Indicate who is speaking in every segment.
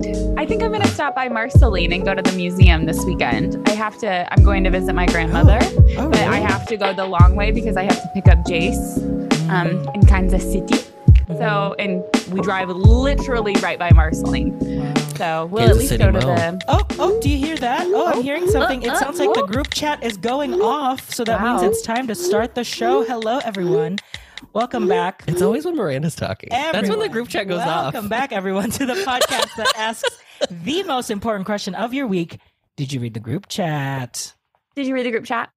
Speaker 1: think I'm going to stop by Marceline and go to the museum this weekend. I have to, I'm going to visit my grandmother,
Speaker 2: Oh,
Speaker 1: but I
Speaker 2: really?
Speaker 1: have to go the long way because I have to pick up Jace um, in Kansas City. So, and we drive literally right by Marceline. So we'll at
Speaker 3: Kansas
Speaker 1: least
Speaker 3: City
Speaker 1: go to
Speaker 3: Mall.
Speaker 1: the.
Speaker 2: Oh, oh, do you hear that? Oh, I'm hearing something. It sounds like the group chat is going off, so that means
Speaker 1: Wow.
Speaker 2: it's time to start the show. Hello, everyone. Welcome back.
Speaker 3: It's always when Miranda's talking. That's when the
Speaker 2: Everyone.
Speaker 3: group chat goes off.
Speaker 2: Welcome back, everyone, to the podcast that asks the most important question of your week. Did you read the group chat?
Speaker 1: Did you read the group chat?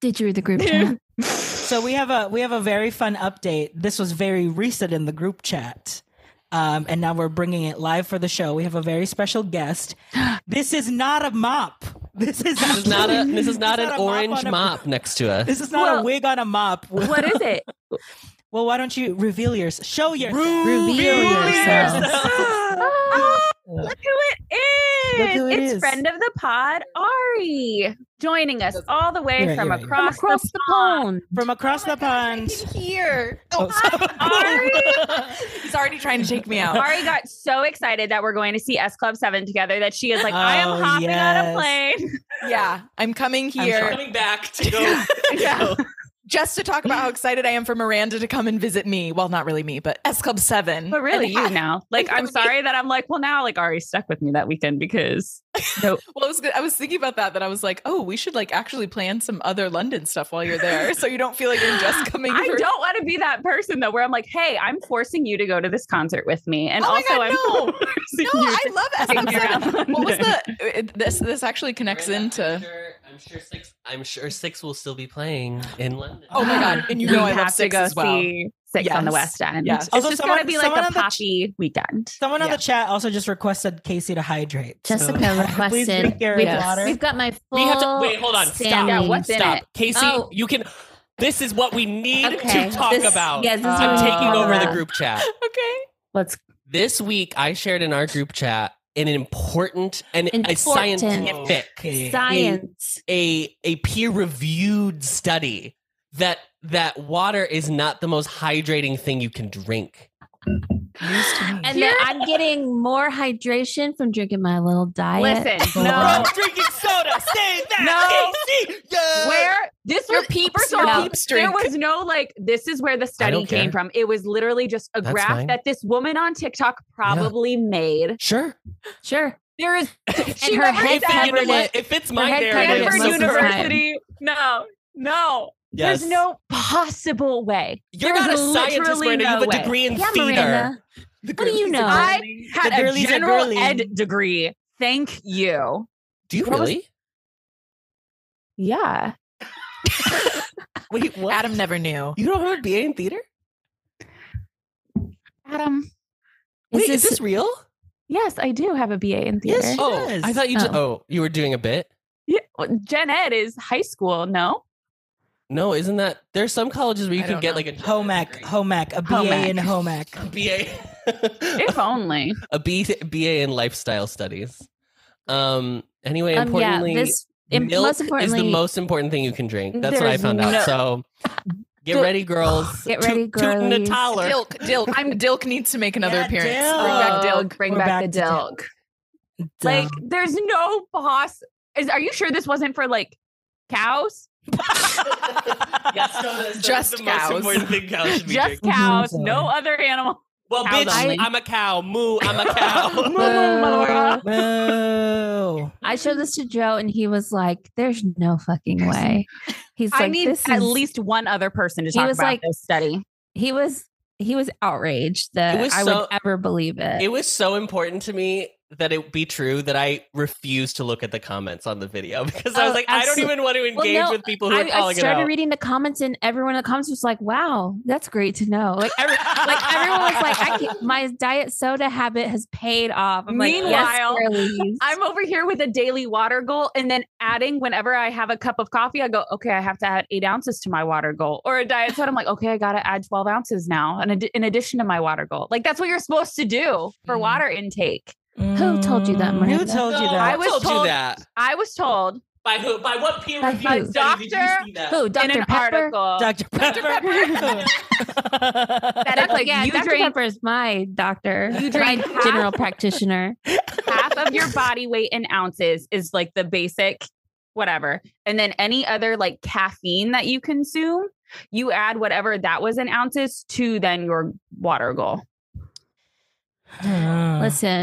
Speaker 4: Did you read the group chat?
Speaker 2: So we have a we have a very fun update. This was very recent in the group chat. Um, and now we're bringing it live for the show. We have a very special guest. This is not a mop. This is,
Speaker 3: This is not a. This is not an
Speaker 2: a mop
Speaker 3: orange
Speaker 2: on a-
Speaker 3: mop next to us.
Speaker 2: This is not a
Speaker 1: Well-
Speaker 2: wig on a mop.
Speaker 1: What is it?
Speaker 2: Well, why don't you reveal yours? Show your
Speaker 4: Reveal yourself.
Speaker 1: Ah, look who it is.
Speaker 2: Look who it
Speaker 1: it's
Speaker 2: is.
Speaker 1: friend of the pod, Ari, joining us all the way
Speaker 2: You're right,
Speaker 1: from
Speaker 2: you're right.
Speaker 1: across,
Speaker 4: Across
Speaker 1: the
Speaker 4: the pond.
Speaker 2: from across the pond.
Speaker 5: Here.
Speaker 2: Oh,
Speaker 1: Ari.
Speaker 5: He's already trying to take me out.
Speaker 1: Ari got so excited that we're going to see S Club 7 together that she is like, I am
Speaker 2: Oh,
Speaker 1: hopping on
Speaker 2: yes.
Speaker 1: a plane.
Speaker 5: Yeah, I'm coming here
Speaker 3: coming back to go.
Speaker 5: Yeah. just to talk about how excited I am for Miranda to come and visit me. Well, not really me, but S Club 7.
Speaker 1: But really,
Speaker 5: And
Speaker 1: you
Speaker 5: I-
Speaker 1: now. Like, I'm sorry that I'm like, well, now, like, Ari's stuck with me that weekend because no,
Speaker 5: Well, I was, good- I was thinking about that, that I was like, oh, we should like actually plan some other London stuff while you're there. So you don't feel like you're just coming.
Speaker 1: I
Speaker 5: for-
Speaker 1: don't want to be that person though, where I'm like, hey, I'm forcing you to go to this concert with me. And
Speaker 5: Oh my
Speaker 1: also,
Speaker 5: God,
Speaker 1: I'm
Speaker 5: no.
Speaker 1: forcing
Speaker 5: No,
Speaker 1: you
Speaker 5: I
Speaker 1: to
Speaker 5: love S
Speaker 1: hang
Speaker 5: Club 7.
Speaker 1: around.
Speaker 5: What was the, it- this, this actually connects
Speaker 3: I'm
Speaker 5: into,
Speaker 3: sure, I'm sure six. I'm sure six will still be playing in London.
Speaker 5: oh my God. And you
Speaker 1: We
Speaker 5: know I
Speaker 1: have
Speaker 5: love
Speaker 1: to
Speaker 5: Six
Speaker 1: go
Speaker 5: as well.
Speaker 1: see Six on the
Speaker 5: Yes.
Speaker 1: West End.
Speaker 5: Yes.
Speaker 1: It's
Speaker 2: Also,
Speaker 1: just
Speaker 2: someone-
Speaker 1: gonna be like
Speaker 2: someone
Speaker 1: a
Speaker 2: on the ch-
Speaker 1: poppy weekend.
Speaker 2: Someone on
Speaker 5: Yeah.
Speaker 2: the chat also just requested Casey to hydrate. so-
Speaker 4: Jessica
Speaker 2: Please
Speaker 4: requested.
Speaker 2: drink your
Speaker 4: we've,
Speaker 2: water.
Speaker 4: we've got my full.
Speaker 3: We have to wait. Hold on. Stop.
Speaker 4: Standing.
Speaker 1: Yeah, what's in
Speaker 3: Stop,
Speaker 1: it?
Speaker 3: Casey.
Speaker 4: Oh.
Speaker 3: You can. This is what we need
Speaker 4: Okay.
Speaker 3: to talk
Speaker 4: This-
Speaker 3: about.
Speaker 4: yeah, this is
Speaker 2: what
Speaker 3: I'm
Speaker 2: we need to
Speaker 3: taking
Speaker 2: talk
Speaker 3: over the
Speaker 4: about.
Speaker 3: group chat.
Speaker 5: Okay.
Speaker 1: Let's
Speaker 3: This week, I shared in our group chat an important and a
Speaker 4: Important.
Speaker 3: scientific,
Speaker 2: Okay.
Speaker 4: Science.
Speaker 3: a a peer reviewed study that that water is not the most hydrating thing you can drink.
Speaker 5: News to me.
Speaker 4: And then I'm getting more hydration from drinking my little diet.
Speaker 1: listen.
Speaker 4: Wow.
Speaker 1: No,
Speaker 3: drinking soda. Say
Speaker 1: No.
Speaker 3: Casey. Yeah.
Speaker 1: where this
Speaker 5: Your
Speaker 1: was
Speaker 5: peeps,
Speaker 1: first of
Speaker 5: your
Speaker 1: all,
Speaker 5: peeps
Speaker 1: There
Speaker 5: drink.
Speaker 1: was no like, this is where the study
Speaker 3: don't care.
Speaker 1: came from. It was literally just a
Speaker 3: That's
Speaker 1: graph
Speaker 3: fine.
Speaker 1: that this woman on TikTok probably made.
Speaker 3: Sure.
Speaker 4: Sure.
Speaker 1: There is
Speaker 4: And her
Speaker 1: never said-
Speaker 4: head
Speaker 3: If, you know
Speaker 4: covered
Speaker 3: what?
Speaker 4: it.
Speaker 3: if it's
Speaker 4: Her
Speaker 3: my
Speaker 4: head covered
Speaker 3: narrative,
Speaker 4: it
Speaker 1: Stanford
Speaker 4: most of the time.
Speaker 1: University. No, no.
Speaker 3: yes.
Speaker 1: There's no possible way.
Speaker 3: You're
Speaker 1: there's
Speaker 3: not a scientist,
Speaker 1: literally
Speaker 3: Miranda. you have
Speaker 1: no
Speaker 3: a
Speaker 1: way.
Speaker 3: degree in
Speaker 4: Yeah,
Speaker 3: theater.
Speaker 4: Miranda. What do you know?
Speaker 1: I had
Speaker 2: The
Speaker 1: a
Speaker 2: girlies are
Speaker 1: general
Speaker 2: girly.
Speaker 1: ed degree. Thank you.
Speaker 3: Do you
Speaker 1: What was-
Speaker 3: really?
Speaker 1: Yeah.
Speaker 3: Wait, what?
Speaker 5: Adam never knew.
Speaker 3: you don't have a BA in theater?
Speaker 1: Adam.
Speaker 3: Wait,
Speaker 4: Is this,
Speaker 3: real?
Speaker 1: Yes, I do have a BA in theater.
Speaker 2: Yes, she
Speaker 3: Oh,
Speaker 2: does.
Speaker 3: I thought you just.
Speaker 4: Oh.
Speaker 3: Oh, you were doing a bit.
Speaker 1: Yeah, well, Gen Ed is high school, no?
Speaker 3: No, isn't that there's some colleges where you
Speaker 5: I
Speaker 3: can
Speaker 5: don't
Speaker 3: get
Speaker 5: know.
Speaker 3: like a
Speaker 2: Homac, Homac, a BA
Speaker 1: Homac.
Speaker 2: in Homac.
Speaker 3: BA,
Speaker 1: If only.
Speaker 3: a B, BA in lifestyle studies. Um. Anyway,
Speaker 4: um, yeah,
Speaker 3: importantly,
Speaker 4: this im-
Speaker 3: milk
Speaker 4: most
Speaker 3: is
Speaker 4: importantly-
Speaker 3: the most important thing you can drink. That's what I
Speaker 1: There's
Speaker 3: found
Speaker 1: no-
Speaker 3: out. So get
Speaker 1: Don't-
Speaker 3: ready, girls.
Speaker 4: Get ready,
Speaker 3: Tootin' a
Speaker 4: girlies.
Speaker 3: toddler.
Speaker 5: Dilk, Dilk. I'm Dilk needs to make another
Speaker 2: Yeah,
Speaker 5: appearance.
Speaker 2: Dilk.
Speaker 5: Bring back Dilk.
Speaker 1: Bring
Speaker 2: We're
Speaker 1: Uh, back,
Speaker 2: back
Speaker 1: the
Speaker 2: to
Speaker 1: Dilk. Like, there's no boss. Is are you sure this wasn't for like cows?
Speaker 5: Just cows.
Speaker 3: thing cows should
Speaker 1: Just
Speaker 2: drinking.
Speaker 1: cows, no other animal.
Speaker 3: Well,
Speaker 1: cows
Speaker 3: bitch,
Speaker 4: only.
Speaker 3: I'm a cow. Moo, I'm a cow.
Speaker 1: Moo, motherfucker.
Speaker 2: Boo.
Speaker 4: I showed this to Joe and he was like, there's no fucking way. He's like,
Speaker 1: I need
Speaker 4: this
Speaker 1: at
Speaker 4: is-
Speaker 1: least one other person to
Speaker 4: He
Speaker 1: talk
Speaker 4: was
Speaker 1: about
Speaker 4: like-
Speaker 1: this study.
Speaker 4: he was he was outraged that
Speaker 3: It was
Speaker 4: I
Speaker 3: so-
Speaker 4: would ever believe it.
Speaker 3: it was so important to me that it be true that I refused to look at the comments on the video because I was
Speaker 4: Oh,
Speaker 3: like, I don't
Speaker 4: absolute-
Speaker 3: even want to engage
Speaker 4: no,
Speaker 3: with people who
Speaker 4: I,
Speaker 3: are
Speaker 4: I
Speaker 3: calling it
Speaker 4: started
Speaker 3: out.
Speaker 4: reading the comments and everyone in the comments was like, "Wow, that's great to know." Like, every, like everyone was like, I can, "My diet soda habit has paid off." I'm like,
Speaker 1: Meanwhile,
Speaker 4: yes, girlies."
Speaker 1: I'm over here with a daily water goal and then adding whenever I have a cup of coffee, I go, okay, I have to add eight ounces to my water goal or a diet soda. I'm like, okay, I got to add 12 ounces now in, ad- in addition to my water goal. Like that's what you're supposed to do for
Speaker 5: Mm.
Speaker 1: water intake.
Speaker 4: Who told you that,
Speaker 2: Mm, Who
Speaker 4: Miranda?
Speaker 2: told you
Speaker 3: No,
Speaker 2: that?
Speaker 1: I was
Speaker 3: told you
Speaker 1: told-
Speaker 3: that
Speaker 1: I was told
Speaker 3: by who? By what peer
Speaker 4: By
Speaker 3: review?
Speaker 4: who?
Speaker 3: study did you
Speaker 1: Doctor
Speaker 3: see that?
Speaker 4: Who,
Speaker 1: in
Speaker 4: Dr.
Speaker 1: an
Speaker 4: Pepper?
Speaker 1: article
Speaker 2: Dr. Pepper.
Speaker 1: that it's like
Speaker 4: yeah,
Speaker 1: you
Speaker 4: Dr.
Speaker 1: drink
Speaker 4: Pepper is my doctor.
Speaker 1: You drink
Speaker 4: my general practitioner.
Speaker 1: half of your body weight in ounces is like the basic whatever. And then any other like caffeine that you consume, you add whatever that was in ounces to then your water goal.
Speaker 4: Listen,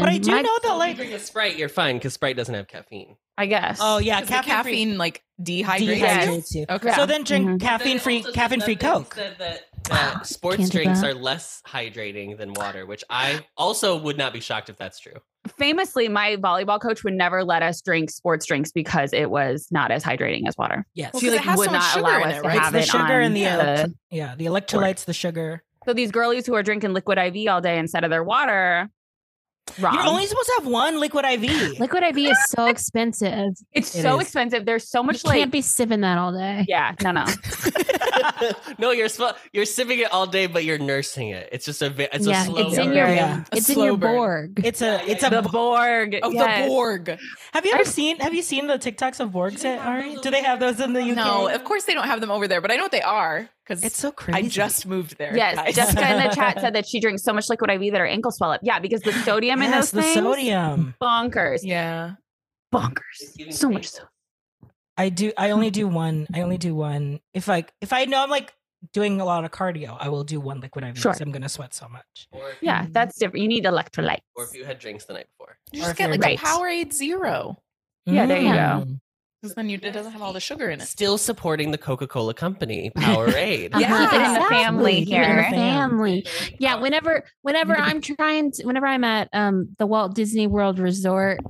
Speaker 2: But I do
Speaker 4: my-
Speaker 2: know that
Speaker 3: Like,
Speaker 2: like
Speaker 3: drink a Sprite, you're fine because Sprite doesn't have caffeine.
Speaker 1: I guess.
Speaker 2: oh yeah,
Speaker 5: Does the caffeine,
Speaker 2: caffeine,
Speaker 5: like
Speaker 2: free
Speaker 5: dehydrates. you?
Speaker 2: dehydrates you. Mm-hmm.
Speaker 5: Okay.
Speaker 2: So then drink
Speaker 1: Mhm.
Speaker 2: caffeine free caffeine free Coke.
Speaker 3: Said that, that sports
Speaker 4: Can't do
Speaker 3: drinks
Speaker 4: that.
Speaker 3: are less hydrating than water, which I also would not be shocked if that's true.
Speaker 1: Famously, my volleyball coach would never let us drink sports drinks because it was not as hydrating as water.
Speaker 2: Yes.
Speaker 5: Well,
Speaker 1: she
Speaker 5: 'cause it
Speaker 1: like
Speaker 5: has
Speaker 1: would
Speaker 5: so much
Speaker 1: not
Speaker 5: sugar
Speaker 1: allow
Speaker 5: in
Speaker 1: us
Speaker 5: it,
Speaker 1: to
Speaker 5: right?
Speaker 2: It's
Speaker 1: have
Speaker 2: the
Speaker 1: it
Speaker 2: sugar
Speaker 1: on
Speaker 2: and the,
Speaker 1: the-
Speaker 2: elect- yeah, the electrolytes, the sugar.
Speaker 1: So these girlies who are drinking liquid IV all day instead of their water, wrong.
Speaker 2: You're only supposed to have one liquid IV.
Speaker 4: liquid IV is so expensive.
Speaker 1: it's
Speaker 2: It
Speaker 1: so
Speaker 2: is.
Speaker 1: expensive. There's so much
Speaker 4: you
Speaker 1: like
Speaker 4: can't be sipping that all day.
Speaker 1: yeah, no, no.
Speaker 3: no, you're sp- you're sipping it all day, but you're nursing it. It's just a ve- it's
Speaker 4: Yeah,
Speaker 3: a slow.
Speaker 4: it's in
Speaker 3: burn.
Speaker 4: your
Speaker 2: Yeah.
Speaker 5: A
Speaker 4: it's in your
Speaker 5: slow burn.
Speaker 4: Borg.
Speaker 2: it's a it's a
Speaker 1: the Borg.
Speaker 5: Oh,
Speaker 1: yes.
Speaker 5: the Borg.
Speaker 2: Have you ever seen Have you seen the TikToks of Borgs? Yet, Ari? Do they have those in the UK?
Speaker 5: No, of course they don't have them over there, but I know what they are because
Speaker 2: it's so
Speaker 5: I
Speaker 2: crazy.
Speaker 5: just moved there.
Speaker 1: Yes,
Speaker 5: guys.
Speaker 1: Jessica in the chat said that she drinks so much liquid IV that her ankles swell up. Yeah, because the sodium in
Speaker 2: yes,
Speaker 1: those
Speaker 2: the
Speaker 1: things,
Speaker 2: sodium.
Speaker 1: bonkers,
Speaker 5: yeah.
Speaker 3: It's
Speaker 1: bonkers,
Speaker 3: giving
Speaker 1: so much.
Speaker 3: pain.
Speaker 1: So-
Speaker 2: I do. I only do one. I only do one. If I if I know I'm like doing a lot of cardio, I will do one liquid IV. 'cause
Speaker 1: Sure.
Speaker 2: I'm gonna sweat so much.
Speaker 3: Or if,
Speaker 4: Mm-hmm.
Speaker 1: yeah, that's different. You need electrolytes.
Speaker 3: or if you had drinks the night before.
Speaker 5: You
Speaker 2: Or
Speaker 5: just
Speaker 2: if
Speaker 5: get
Speaker 2: you're-
Speaker 5: like
Speaker 1: Right.
Speaker 5: a Powerade Zero
Speaker 1: Yeah, there you
Speaker 2: Mm.
Speaker 5: because then you it doesn't have all the sugar in it.
Speaker 3: Still supporting the Coca Cola company, Powerade.
Speaker 5: Uh-huh. Yeah.
Speaker 1: Keep it in the
Speaker 4: Exactly.
Speaker 1: family
Speaker 4: Keep it in the
Speaker 1: here. Mm-hmm.
Speaker 4: family. Yeah, whenever whenever I'm trying to, whenever I'm at um the Walt Disney World Resort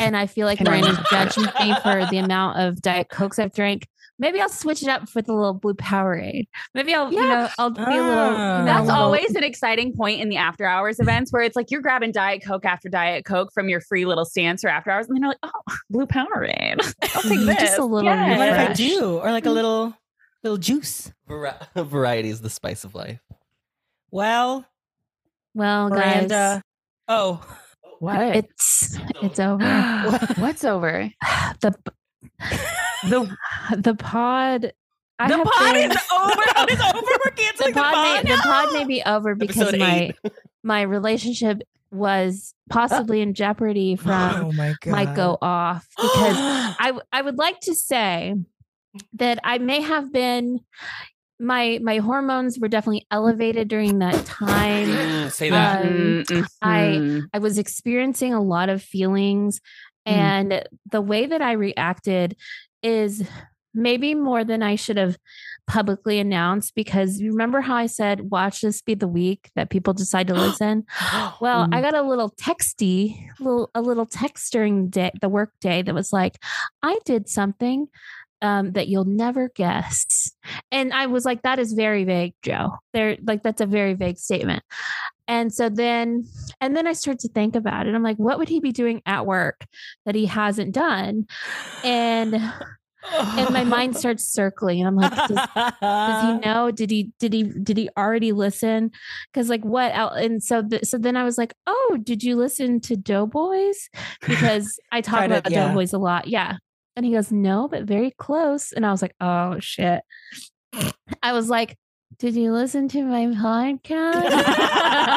Speaker 4: and I feel like
Speaker 1: Can I-
Speaker 4: Ryan is judging me for the amount of Diet Cokes I've drank, maybe I'll switch it up for the little blue Powerade. Maybe I'll you
Speaker 1: Yeah.
Speaker 4: know I'll be a little you know,
Speaker 1: That's
Speaker 4: a little-
Speaker 1: always an exciting point in the after hours events where it's like you're grabbing Diet Coke after Diet Coke from your free little stance for after hours, and then you're like, oh, blue Powerade. I'll take this.
Speaker 4: Just a little
Speaker 1: Yes.
Speaker 2: What if I
Speaker 4: Fresh.
Speaker 2: do? Or
Speaker 1: Mm.
Speaker 2: like a little little juice?
Speaker 3: Vari- variety is the spice of life.
Speaker 2: Well,
Speaker 4: well guys.
Speaker 2: Miranda. Oh,
Speaker 1: What?
Speaker 4: It's it's over.
Speaker 1: What's over?
Speaker 4: The the the pod I
Speaker 1: the
Speaker 4: have
Speaker 1: pod
Speaker 4: been-
Speaker 1: is over.
Speaker 2: it's over. We're
Speaker 4: the
Speaker 2: canceling the
Speaker 4: pod,
Speaker 2: pod.
Speaker 4: may, the pod may be over because
Speaker 3: Episode
Speaker 4: my my relationship was possibly in jeopardy from
Speaker 2: oh my god.
Speaker 4: might go off because I w- I would like to say that I may have been my my hormones were definitely elevated during that time.
Speaker 3: Mm, say that.
Speaker 4: Um,
Speaker 1: Mm, mm,
Speaker 4: I-
Speaker 1: mm.
Speaker 4: I was experiencing a lot of feelings
Speaker 2: Mm.
Speaker 4: and the way that I reacted is maybe more than I should have publicly announced because you remember how I said watch this be the week that people decide to listen? Well, I got a little texty, little a little text during day, the work day that was like, I did something um, that you'll never guess. And I was like, that is very vague, Joe. There, like that's a very vague statement. And so then, and then I start to think about it. I'm like, what would he be doing at work that he hasn't done? And and my mind starts circling. And I'm like, does does he know did he did he did he already listen because like what else and so th- so then i was like oh did you listen to doughboys because i talk
Speaker 2: Try to-
Speaker 4: about
Speaker 2: yeah.
Speaker 4: doughboys a lot yeah and he goes no but very close and i was like oh shit i was like did you listen to my podcast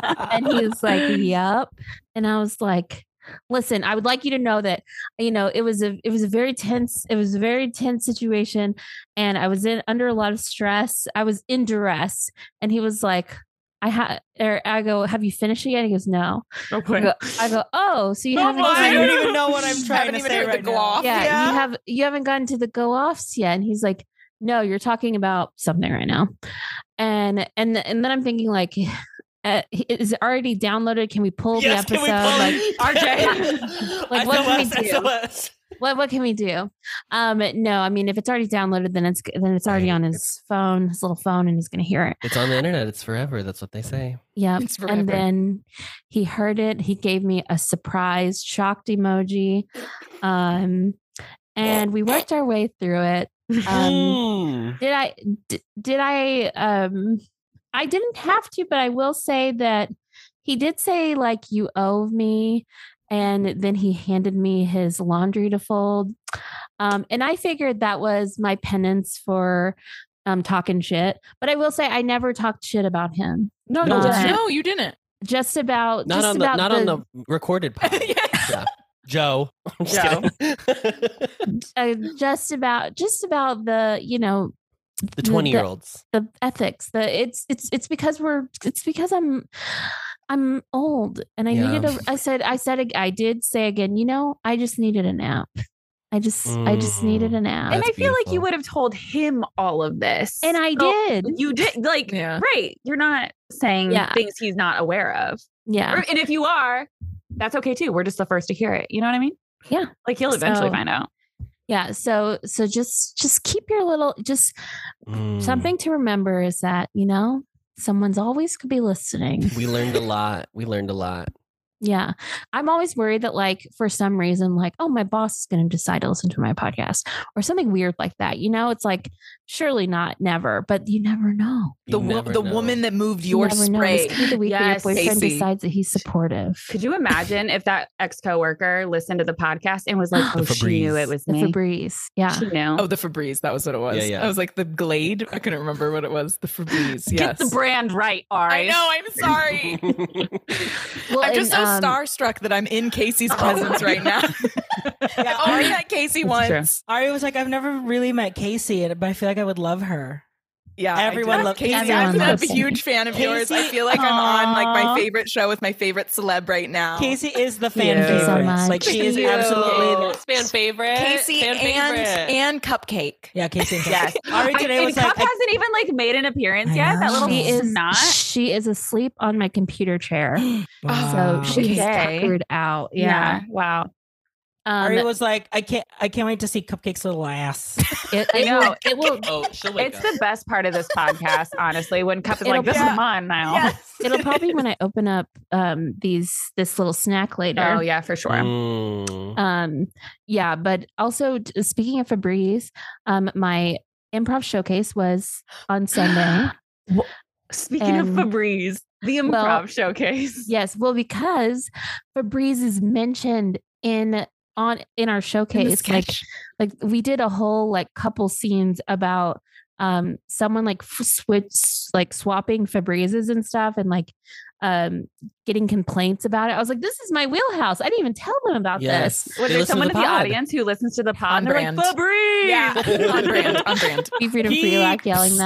Speaker 1: Mm-hmm.
Speaker 4: and he was like yep and i was like listen i would like you to know that you know it was a it was a very tense it was a very tense situation and i was in under a lot of stress i was in duress and he was like i had or i go have you finished it yet he goes no i go, I go oh so you
Speaker 2: Oh
Speaker 4: haven't
Speaker 2: my- I
Speaker 4: gotten-
Speaker 2: don't even know what I'm trying
Speaker 5: Haven't
Speaker 2: to
Speaker 5: even
Speaker 2: say
Speaker 5: heard the
Speaker 2: right
Speaker 5: go
Speaker 2: now.
Speaker 5: off.
Speaker 4: yeah,
Speaker 5: Yeah.
Speaker 4: you have you haven't gotten to the go offs yet and he's like no you're talking about something right now and and and then i'm thinking like uh, is it already downloaded can we pull
Speaker 2: Yes,
Speaker 4: the
Speaker 2: can
Speaker 4: episode
Speaker 2: we pull
Speaker 4: like
Speaker 2: RJ?
Speaker 4: Like, what can we do?
Speaker 3: SOS.
Speaker 4: what what can we do? Um, no, I mean if it's already downloaded, then it's then it's already
Speaker 3: Right.
Speaker 4: on his
Speaker 3: It's-
Speaker 4: phone, his little phone, and he's gonna hear it.
Speaker 3: It's on the internet. It's forever. That's what they say.
Speaker 4: Yep.
Speaker 5: It's forever.
Speaker 4: And then he heard it. He gave me a surprised, shocked emoji. Um, and we worked our way through it. Um, did I? D- did I? Um, I didn't have to, but I will say that he did say like you owe me, and then he handed me his laundry to fold, um, and I figured that was my penance for um talking shit. But I will say I never talked shit about him.
Speaker 1: no,
Speaker 4: No,
Speaker 1: no,
Speaker 4: just-
Speaker 1: just
Speaker 5: no, you didn't.
Speaker 4: Just about
Speaker 3: Not
Speaker 4: just
Speaker 3: on the
Speaker 4: about
Speaker 3: not on the recorded pod.
Speaker 5: yeah.
Speaker 3: Joe. I'm just
Speaker 5: Joe.
Speaker 3: kidding.
Speaker 4: uh, just about just about the you know
Speaker 3: the 20 year olds.
Speaker 4: the ethics the it's it's it's because we're it's because i'm i'm old and i
Speaker 3: Yeah.
Speaker 4: needed a i said i said ag- i did say again you know i just needed a nap i just i just needed
Speaker 3: Mm.
Speaker 4: a nap
Speaker 1: and
Speaker 4: and
Speaker 1: I
Speaker 4: i,
Speaker 3: That's
Speaker 1: feel like you
Speaker 3: beautiful.
Speaker 1: would have told him all of this. So
Speaker 4: did
Speaker 1: You did like
Speaker 5: Yeah.
Speaker 1: right. You're not saying
Speaker 4: Yeah.
Speaker 1: things he's not aware of.
Speaker 4: yeah
Speaker 1: Or- And if you are, that's okay too. We're just the first to hear it. You know what I mean?
Speaker 4: Yeah.
Speaker 1: Like he'll eventually
Speaker 4: So-
Speaker 1: find out.
Speaker 4: yeah so so just just keep your little just
Speaker 3: Mm.
Speaker 4: something to remember is that you know someone's always could be listening
Speaker 3: Mm. We learned a lot. We learned a lot.
Speaker 4: Yeah. I'm always worried that, like, for some reason, like, oh, my boss is going to decide to listen to my podcast or something weird like that. You know, it's like, surely not, never, but you never know.
Speaker 3: You
Speaker 5: the wo-
Speaker 3: never
Speaker 5: the
Speaker 3: know.
Speaker 5: woman that moved
Speaker 4: You
Speaker 5: your
Speaker 4: never know. This
Speaker 5: spray.
Speaker 4: could be the week
Speaker 1: Yes,
Speaker 4: that your boyfriend
Speaker 5: Casey.
Speaker 4: decides that he's supportive.
Speaker 1: Could you imagine if that ex coworker listened to the podcast and was like,
Speaker 3: The
Speaker 1: "Oh, she knew
Speaker 3: Febreze.
Speaker 1: it was
Speaker 4: The
Speaker 1: me.
Speaker 4: Febreze. Yeah.
Speaker 1: She knew."
Speaker 5: Oh, the Febreze. That was what it was.
Speaker 3: Yeah, yeah.
Speaker 5: I was like the Glade. I couldn't remember what it was. The Febreze.
Speaker 1: Get
Speaker 5: Yes.
Speaker 1: the brand right,
Speaker 5: I
Speaker 1: Ari.
Speaker 5: know. I'm sorry.
Speaker 4: Well,
Speaker 5: I'm
Speaker 4: and,
Speaker 5: just so
Speaker 4: um,
Speaker 5: starstruck that I'm in Casey's
Speaker 1: Oh
Speaker 5: presence
Speaker 1: my
Speaker 5: right now.
Speaker 2: Yeah, Ari,
Speaker 5: I only met Casey
Speaker 1: That's true.
Speaker 5: once.
Speaker 2: Ari was like, I've never really met Casey, and- but I feel like I would love her.
Speaker 5: Yeah, I
Speaker 2: Everyone
Speaker 5: did.
Speaker 2: loved-
Speaker 5: Casey.
Speaker 4: everyone
Speaker 5: I'm
Speaker 4: loved
Speaker 5: a
Speaker 4: him.
Speaker 5: huge fan of yours. I
Speaker 2: Casey-
Speaker 5: feel like I'm on like
Speaker 2: Aw.
Speaker 5: my favorite show with my favorite celeb right now.
Speaker 4: Oh.
Speaker 2: Casey is the fan
Speaker 1: Thank you so
Speaker 2: favorite.
Speaker 4: much.
Speaker 2: Like she is
Speaker 5: Cute.
Speaker 2: absolutely. The,
Speaker 3: fan favorite.
Speaker 5: Casey and and Cupcake.
Speaker 2: yeah, Casey. And
Speaker 5: Yes.
Speaker 2: Casey. Ari
Speaker 1: I,
Speaker 2: today
Speaker 1: and
Speaker 2: was
Speaker 1: Cup
Speaker 2: like, I-
Speaker 1: hasn't even like made an appearance
Speaker 2: I
Speaker 1: yet. That
Speaker 2: know.
Speaker 1: little
Speaker 4: she is
Speaker 1: not.
Speaker 4: She is asleep on my computer chair.
Speaker 2: Wow.
Speaker 4: So she's
Speaker 1: Okay.
Speaker 4: tuckered out. Yeah.
Speaker 1: Wow.
Speaker 4: Um,
Speaker 2: Ari was like, I can't, I can't wait to see Cupcake's little ass.
Speaker 4: it,
Speaker 1: I
Speaker 4: it
Speaker 1: know.
Speaker 4: will, it will
Speaker 3: Oh, she'll wake
Speaker 1: It's
Speaker 3: up.
Speaker 1: the best part of this podcast, honestly. When Cup is
Speaker 4: It'll
Speaker 1: like, "This
Speaker 5: be-
Speaker 1: is mine now."
Speaker 4: it'll probably when I open up um these this little snack later.
Speaker 1: Oh yeah, for sure.
Speaker 3: Mm.
Speaker 4: Um, yeah, but also t- speaking of Febreze, um, my improv showcase was on Sunday.
Speaker 1: Speaking
Speaker 4: And-
Speaker 1: of Febreze, the improv
Speaker 4: Well,
Speaker 1: showcase.
Speaker 4: yes, well, because Febreze is mentioned in on in our
Speaker 5: In the
Speaker 4: showcase. Like,
Speaker 5: sketch.
Speaker 4: like we did a whole like couple scenes about um someone like f- switch like swapping Febrezes and stuff and like um getting complaints about it. I was like, this is my wheelhouse. I didn't even tell them about this.
Speaker 3: Yes. They
Speaker 1: Was there
Speaker 3: listen
Speaker 1: someone in the
Speaker 3: pod.
Speaker 1: audience who listens to the pod
Speaker 5: On
Speaker 1: and they're
Speaker 5: brand.
Speaker 1: like, Febreze?
Speaker 5: yeah, on brand, on brand.
Speaker 4: Be freedom free like yelling
Speaker 2: Peeps.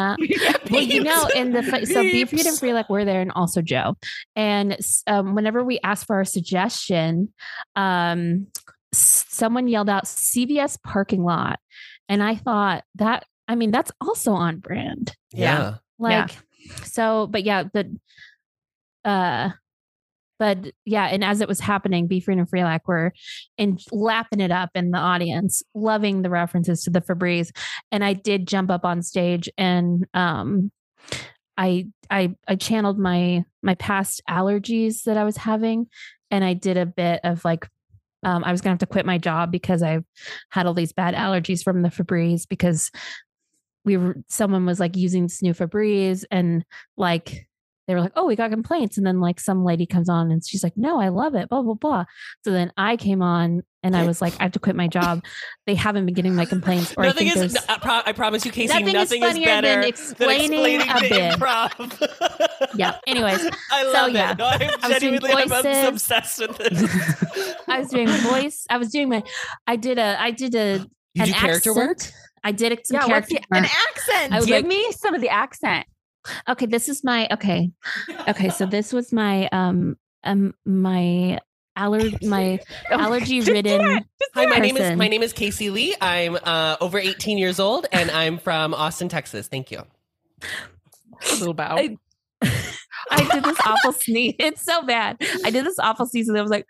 Speaker 4: that. well, you know, and the fi- so Be Free and
Speaker 5: Beeps.
Speaker 4: Free like we're there, and also Joe. And um, whenever we asked for our suggestion, um, s- someone yelled out CVS parking lot, and I thought that I mean that's also on brand.
Speaker 3: Yeah.
Speaker 1: Yeah.
Speaker 4: Like, so, but yeah, but uh. But yeah, and as it was happening, Be Free and Freelac were and lapping it up in the audience, loving the references to the Febreze. And I did jump up on stage and um I I I channeled my my past allergies that I was having and I did a bit of like um, I was gonna have to quit my job because I had all these bad allergies from the Febreze because we were someone was like using this new Febreze and like they were like, oh, we got complaints. And then like some lady comes on and she's like, no, I love it, blah, blah, blah. So then I came on and I was like, I have to quit my job. They haven't been getting my complaints. Or
Speaker 3: nothing
Speaker 4: I think
Speaker 3: is.
Speaker 4: there's-
Speaker 3: I, pro- I promise you, Casey.
Speaker 4: Nothing
Speaker 3: Nothing,
Speaker 4: is
Speaker 3: is,
Speaker 4: funnier than
Speaker 3: better
Speaker 4: explaining a
Speaker 3: the
Speaker 4: bit.
Speaker 3: Improv.
Speaker 4: yeah. Anyways,
Speaker 3: I
Speaker 4: So,
Speaker 3: love
Speaker 4: yeah.
Speaker 3: it. No, I'm
Speaker 4: was doing
Speaker 3: genuinely I'm
Speaker 4: voices.
Speaker 3: obsessed with this.
Speaker 4: I was doing voice. I was doing my. I did a. I did a.
Speaker 3: You
Speaker 4: an
Speaker 3: do character
Speaker 4: accent.
Speaker 3: work?
Speaker 4: I did some
Speaker 1: Yeah, what's
Speaker 4: character
Speaker 1: the-
Speaker 4: work.
Speaker 5: An accent.
Speaker 4: I was
Speaker 1: Give
Speaker 4: like-
Speaker 1: me some of the accent.
Speaker 4: okay, this is my. Okay, okay. So this was my um um my aller my
Speaker 1: Oh my-
Speaker 4: allergy
Speaker 1: Just do it.
Speaker 4: ridden.
Speaker 3: Hi, my name is
Speaker 4: person.
Speaker 3: my name is Casey Lee. I'm uh, over 18 years old, and I'm from Austin, Texas. Thank you.
Speaker 5: little bow.
Speaker 4: I- I did this awful sneeze. It's so bad. I did this awful sneeze, and I was like,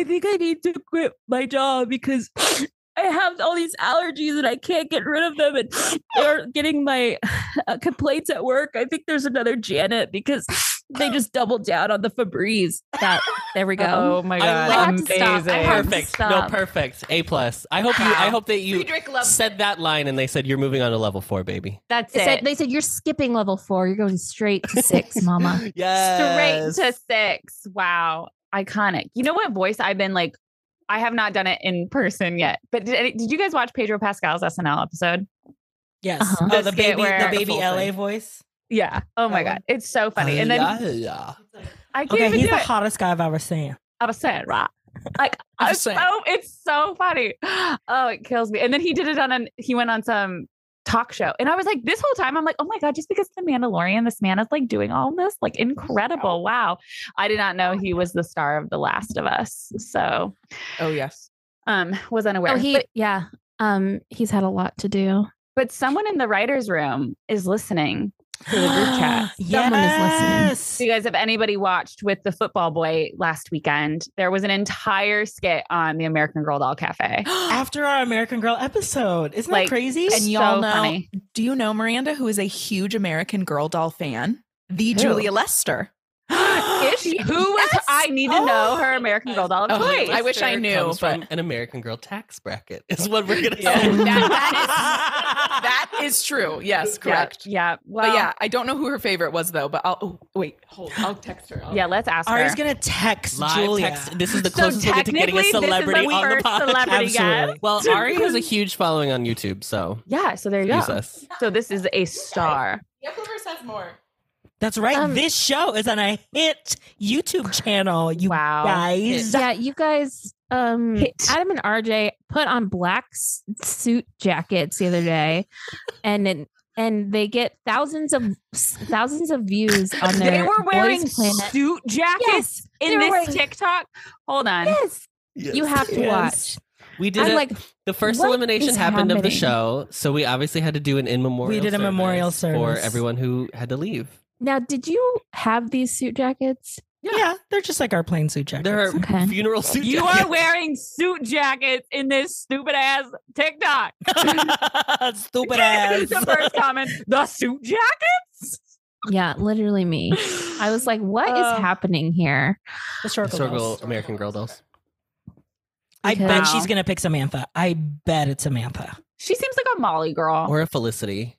Speaker 4: I think I need to quit my job because I have all these allergies and I can't get rid of them, and they're getting my uh, complaints at work. I think there's another Janet because they just doubled down on the Febreze. That there we go.
Speaker 1: Oh my
Speaker 3: I
Speaker 1: god.
Speaker 3: love-
Speaker 4: I had to stop. I had to
Speaker 1: Amazing.
Speaker 3: Perfect.
Speaker 4: stop.
Speaker 3: No, perfect. A plus. I hope you. I hope that you
Speaker 5: Friedrich loves
Speaker 3: said that line, and they said you're moving on to level four, baby.
Speaker 1: That's
Speaker 4: They said,
Speaker 1: it.
Speaker 4: they said you're skipping level four. You're going straight to six, Mama.
Speaker 3: Yes.
Speaker 1: Straight to six. Wow. Iconic. You know what voice I've been like, I have not done it in person yet. But did, any- did you guys watch Pedro Pascal's SNL episode?
Speaker 2: yes.
Speaker 4: Uh-huh.
Speaker 2: Oh,
Speaker 1: The
Speaker 2: the
Speaker 1: skit
Speaker 2: baby,
Speaker 1: where-
Speaker 2: the baby
Speaker 1: Full
Speaker 2: LA voice.
Speaker 1: Yeah. Oh my
Speaker 2: Oh.
Speaker 1: God. It's so funny. And then
Speaker 3: Uh, Yeah, yeah.
Speaker 1: I can't
Speaker 2: Okay,
Speaker 1: even
Speaker 2: he's
Speaker 1: do
Speaker 2: the
Speaker 1: it.
Speaker 2: hottest guy I've ever seen.
Speaker 1: Upset, right?
Speaker 5: I'm
Speaker 1: It's
Speaker 5: just saying.
Speaker 1: so it's so funny. Oh, it kills me. And then he did it on an he went on some talk show. And I was like, this whole time, I'm like, oh my God, just because the Mandalorian, this man is like doing all this, like incredible. Wow. I did not know he was the star of The Last of Us. So
Speaker 5: Oh yes.
Speaker 1: um was unaware.
Speaker 4: Oh, he
Speaker 1: but,
Speaker 4: yeah. Um, he's had a lot to do.
Speaker 1: but someone in the writer's room is listening to the group chat.
Speaker 4: Someone is listening.
Speaker 2: yes.
Speaker 1: So you guys, if anybody watched with the football boy last weekend, there was an entire skit on the American Girl Doll Cafe.
Speaker 2: After our American Girl episode, isn't
Speaker 1: Like,
Speaker 2: that crazy?
Speaker 5: and y'all
Speaker 1: so
Speaker 5: know-
Speaker 1: funny.
Speaker 5: Do you know Miranda, who is a huge American Girl doll fan? The
Speaker 1: Who?
Speaker 5: Julia Lester.
Speaker 1: Ish, who was
Speaker 5: Yes!
Speaker 1: I need to know her American Girl doll of
Speaker 5: Oh,
Speaker 1: choice.
Speaker 5: I wish I knew,
Speaker 3: Comes from
Speaker 5: but-
Speaker 3: an American Girl tax bracket is what we're gonna
Speaker 5: Yeah.
Speaker 3: say.
Speaker 5: That- that That is true. Yes, correct.
Speaker 1: Yeah. yeah. Well,
Speaker 5: But yeah, I don't know who her favorite was though. But I'll oh, wait, hold. I'll text her. I'll-
Speaker 1: Yeah, let's ask
Speaker 2: Ari's
Speaker 1: her.
Speaker 2: gonna text
Speaker 3: Live
Speaker 2: Julia.
Speaker 3: text. This is the
Speaker 1: so
Speaker 3: closest we'll get to getting
Speaker 1: technically,
Speaker 3: a
Speaker 1: this is
Speaker 3: celebrity
Speaker 1: our
Speaker 3: on the
Speaker 1: first
Speaker 3: pod.
Speaker 1: celebrity guest.
Speaker 2: Absolutely.
Speaker 3: Well, Ari has a huge following on YouTube, so
Speaker 1: Yeah. So there you go.
Speaker 3: use us.
Speaker 1: So this is a star.
Speaker 5: The Upperverse has more.
Speaker 2: That's right.
Speaker 4: Um,
Speaker 2: this show is on a hit YouTube channel. You
Speaker 1: Wow.
Speaker 2: guys.
Speaker 4: Yeah, you guys. Um,
Speaker 1: Hit.
Speaker 4: Adam and RJ put on black s- suit jackets the other day, and then and they get thousands of thousands of views on their.
Speaker 1: They were wearing
Speaker 4: Boys Planet.
Speaker 1: suit jackets
Speaker 4: Yes, they
Speaker 1: in
Speaker 4: were
Speaker 1: this
Speaker 4: wearing-
Speaker 1: TikTok. Hold on.
Speaker 4: Yes, you have to watch.
Speaker 3: We did
Speaker 4: I'm
Speaker 3: it.
Speaker 4: like,
Speaker 3: the first
Speaker 4: what
Speaker 3: elimination
Speaker 4: is
Speaker 3: happened of the
Speaker 4: happening?
Speaker 3: show, so we obviously had to do an in memorial.
Speaker 2: We did a memorial
Speaker 3: for
Speaker 2: service.
Speaker 3: everyone who had to leave.
Speaker 4: now, did you have these suit jackets?
Speaker 2: Yeah. they're just like our plain suit jackets.
Speaker 3: There are
Speaker 4: Okay.
Speaker 3: funeral suit.
Speaker 1: You
Speaker 3: jackets.
Speaker 1: are wearing suit jackets in this stupid ass TikTok.
Speaker 2: Stupid ass.
Speaker 1: the first comment. The suit jackets.
Speaker 4: Yeah, literally me. I was like, what is
Speaker 1: Uh,
Speaker 4: happening here?
Speaker 2: Historical
Speaker 3: Historical
Speaker 2: dolls.
Speaker 3: American Girl dolls.
Speaker 2: I
Speaker 4: Because-
Speaker 2: bet
Speaker 1: Wow.
Speaker 2: she's gonna pick Samantha. I bet it's Samantha.
Speaker 1: She seems like a Molly girl.
Speaker 3: Or a Felicity.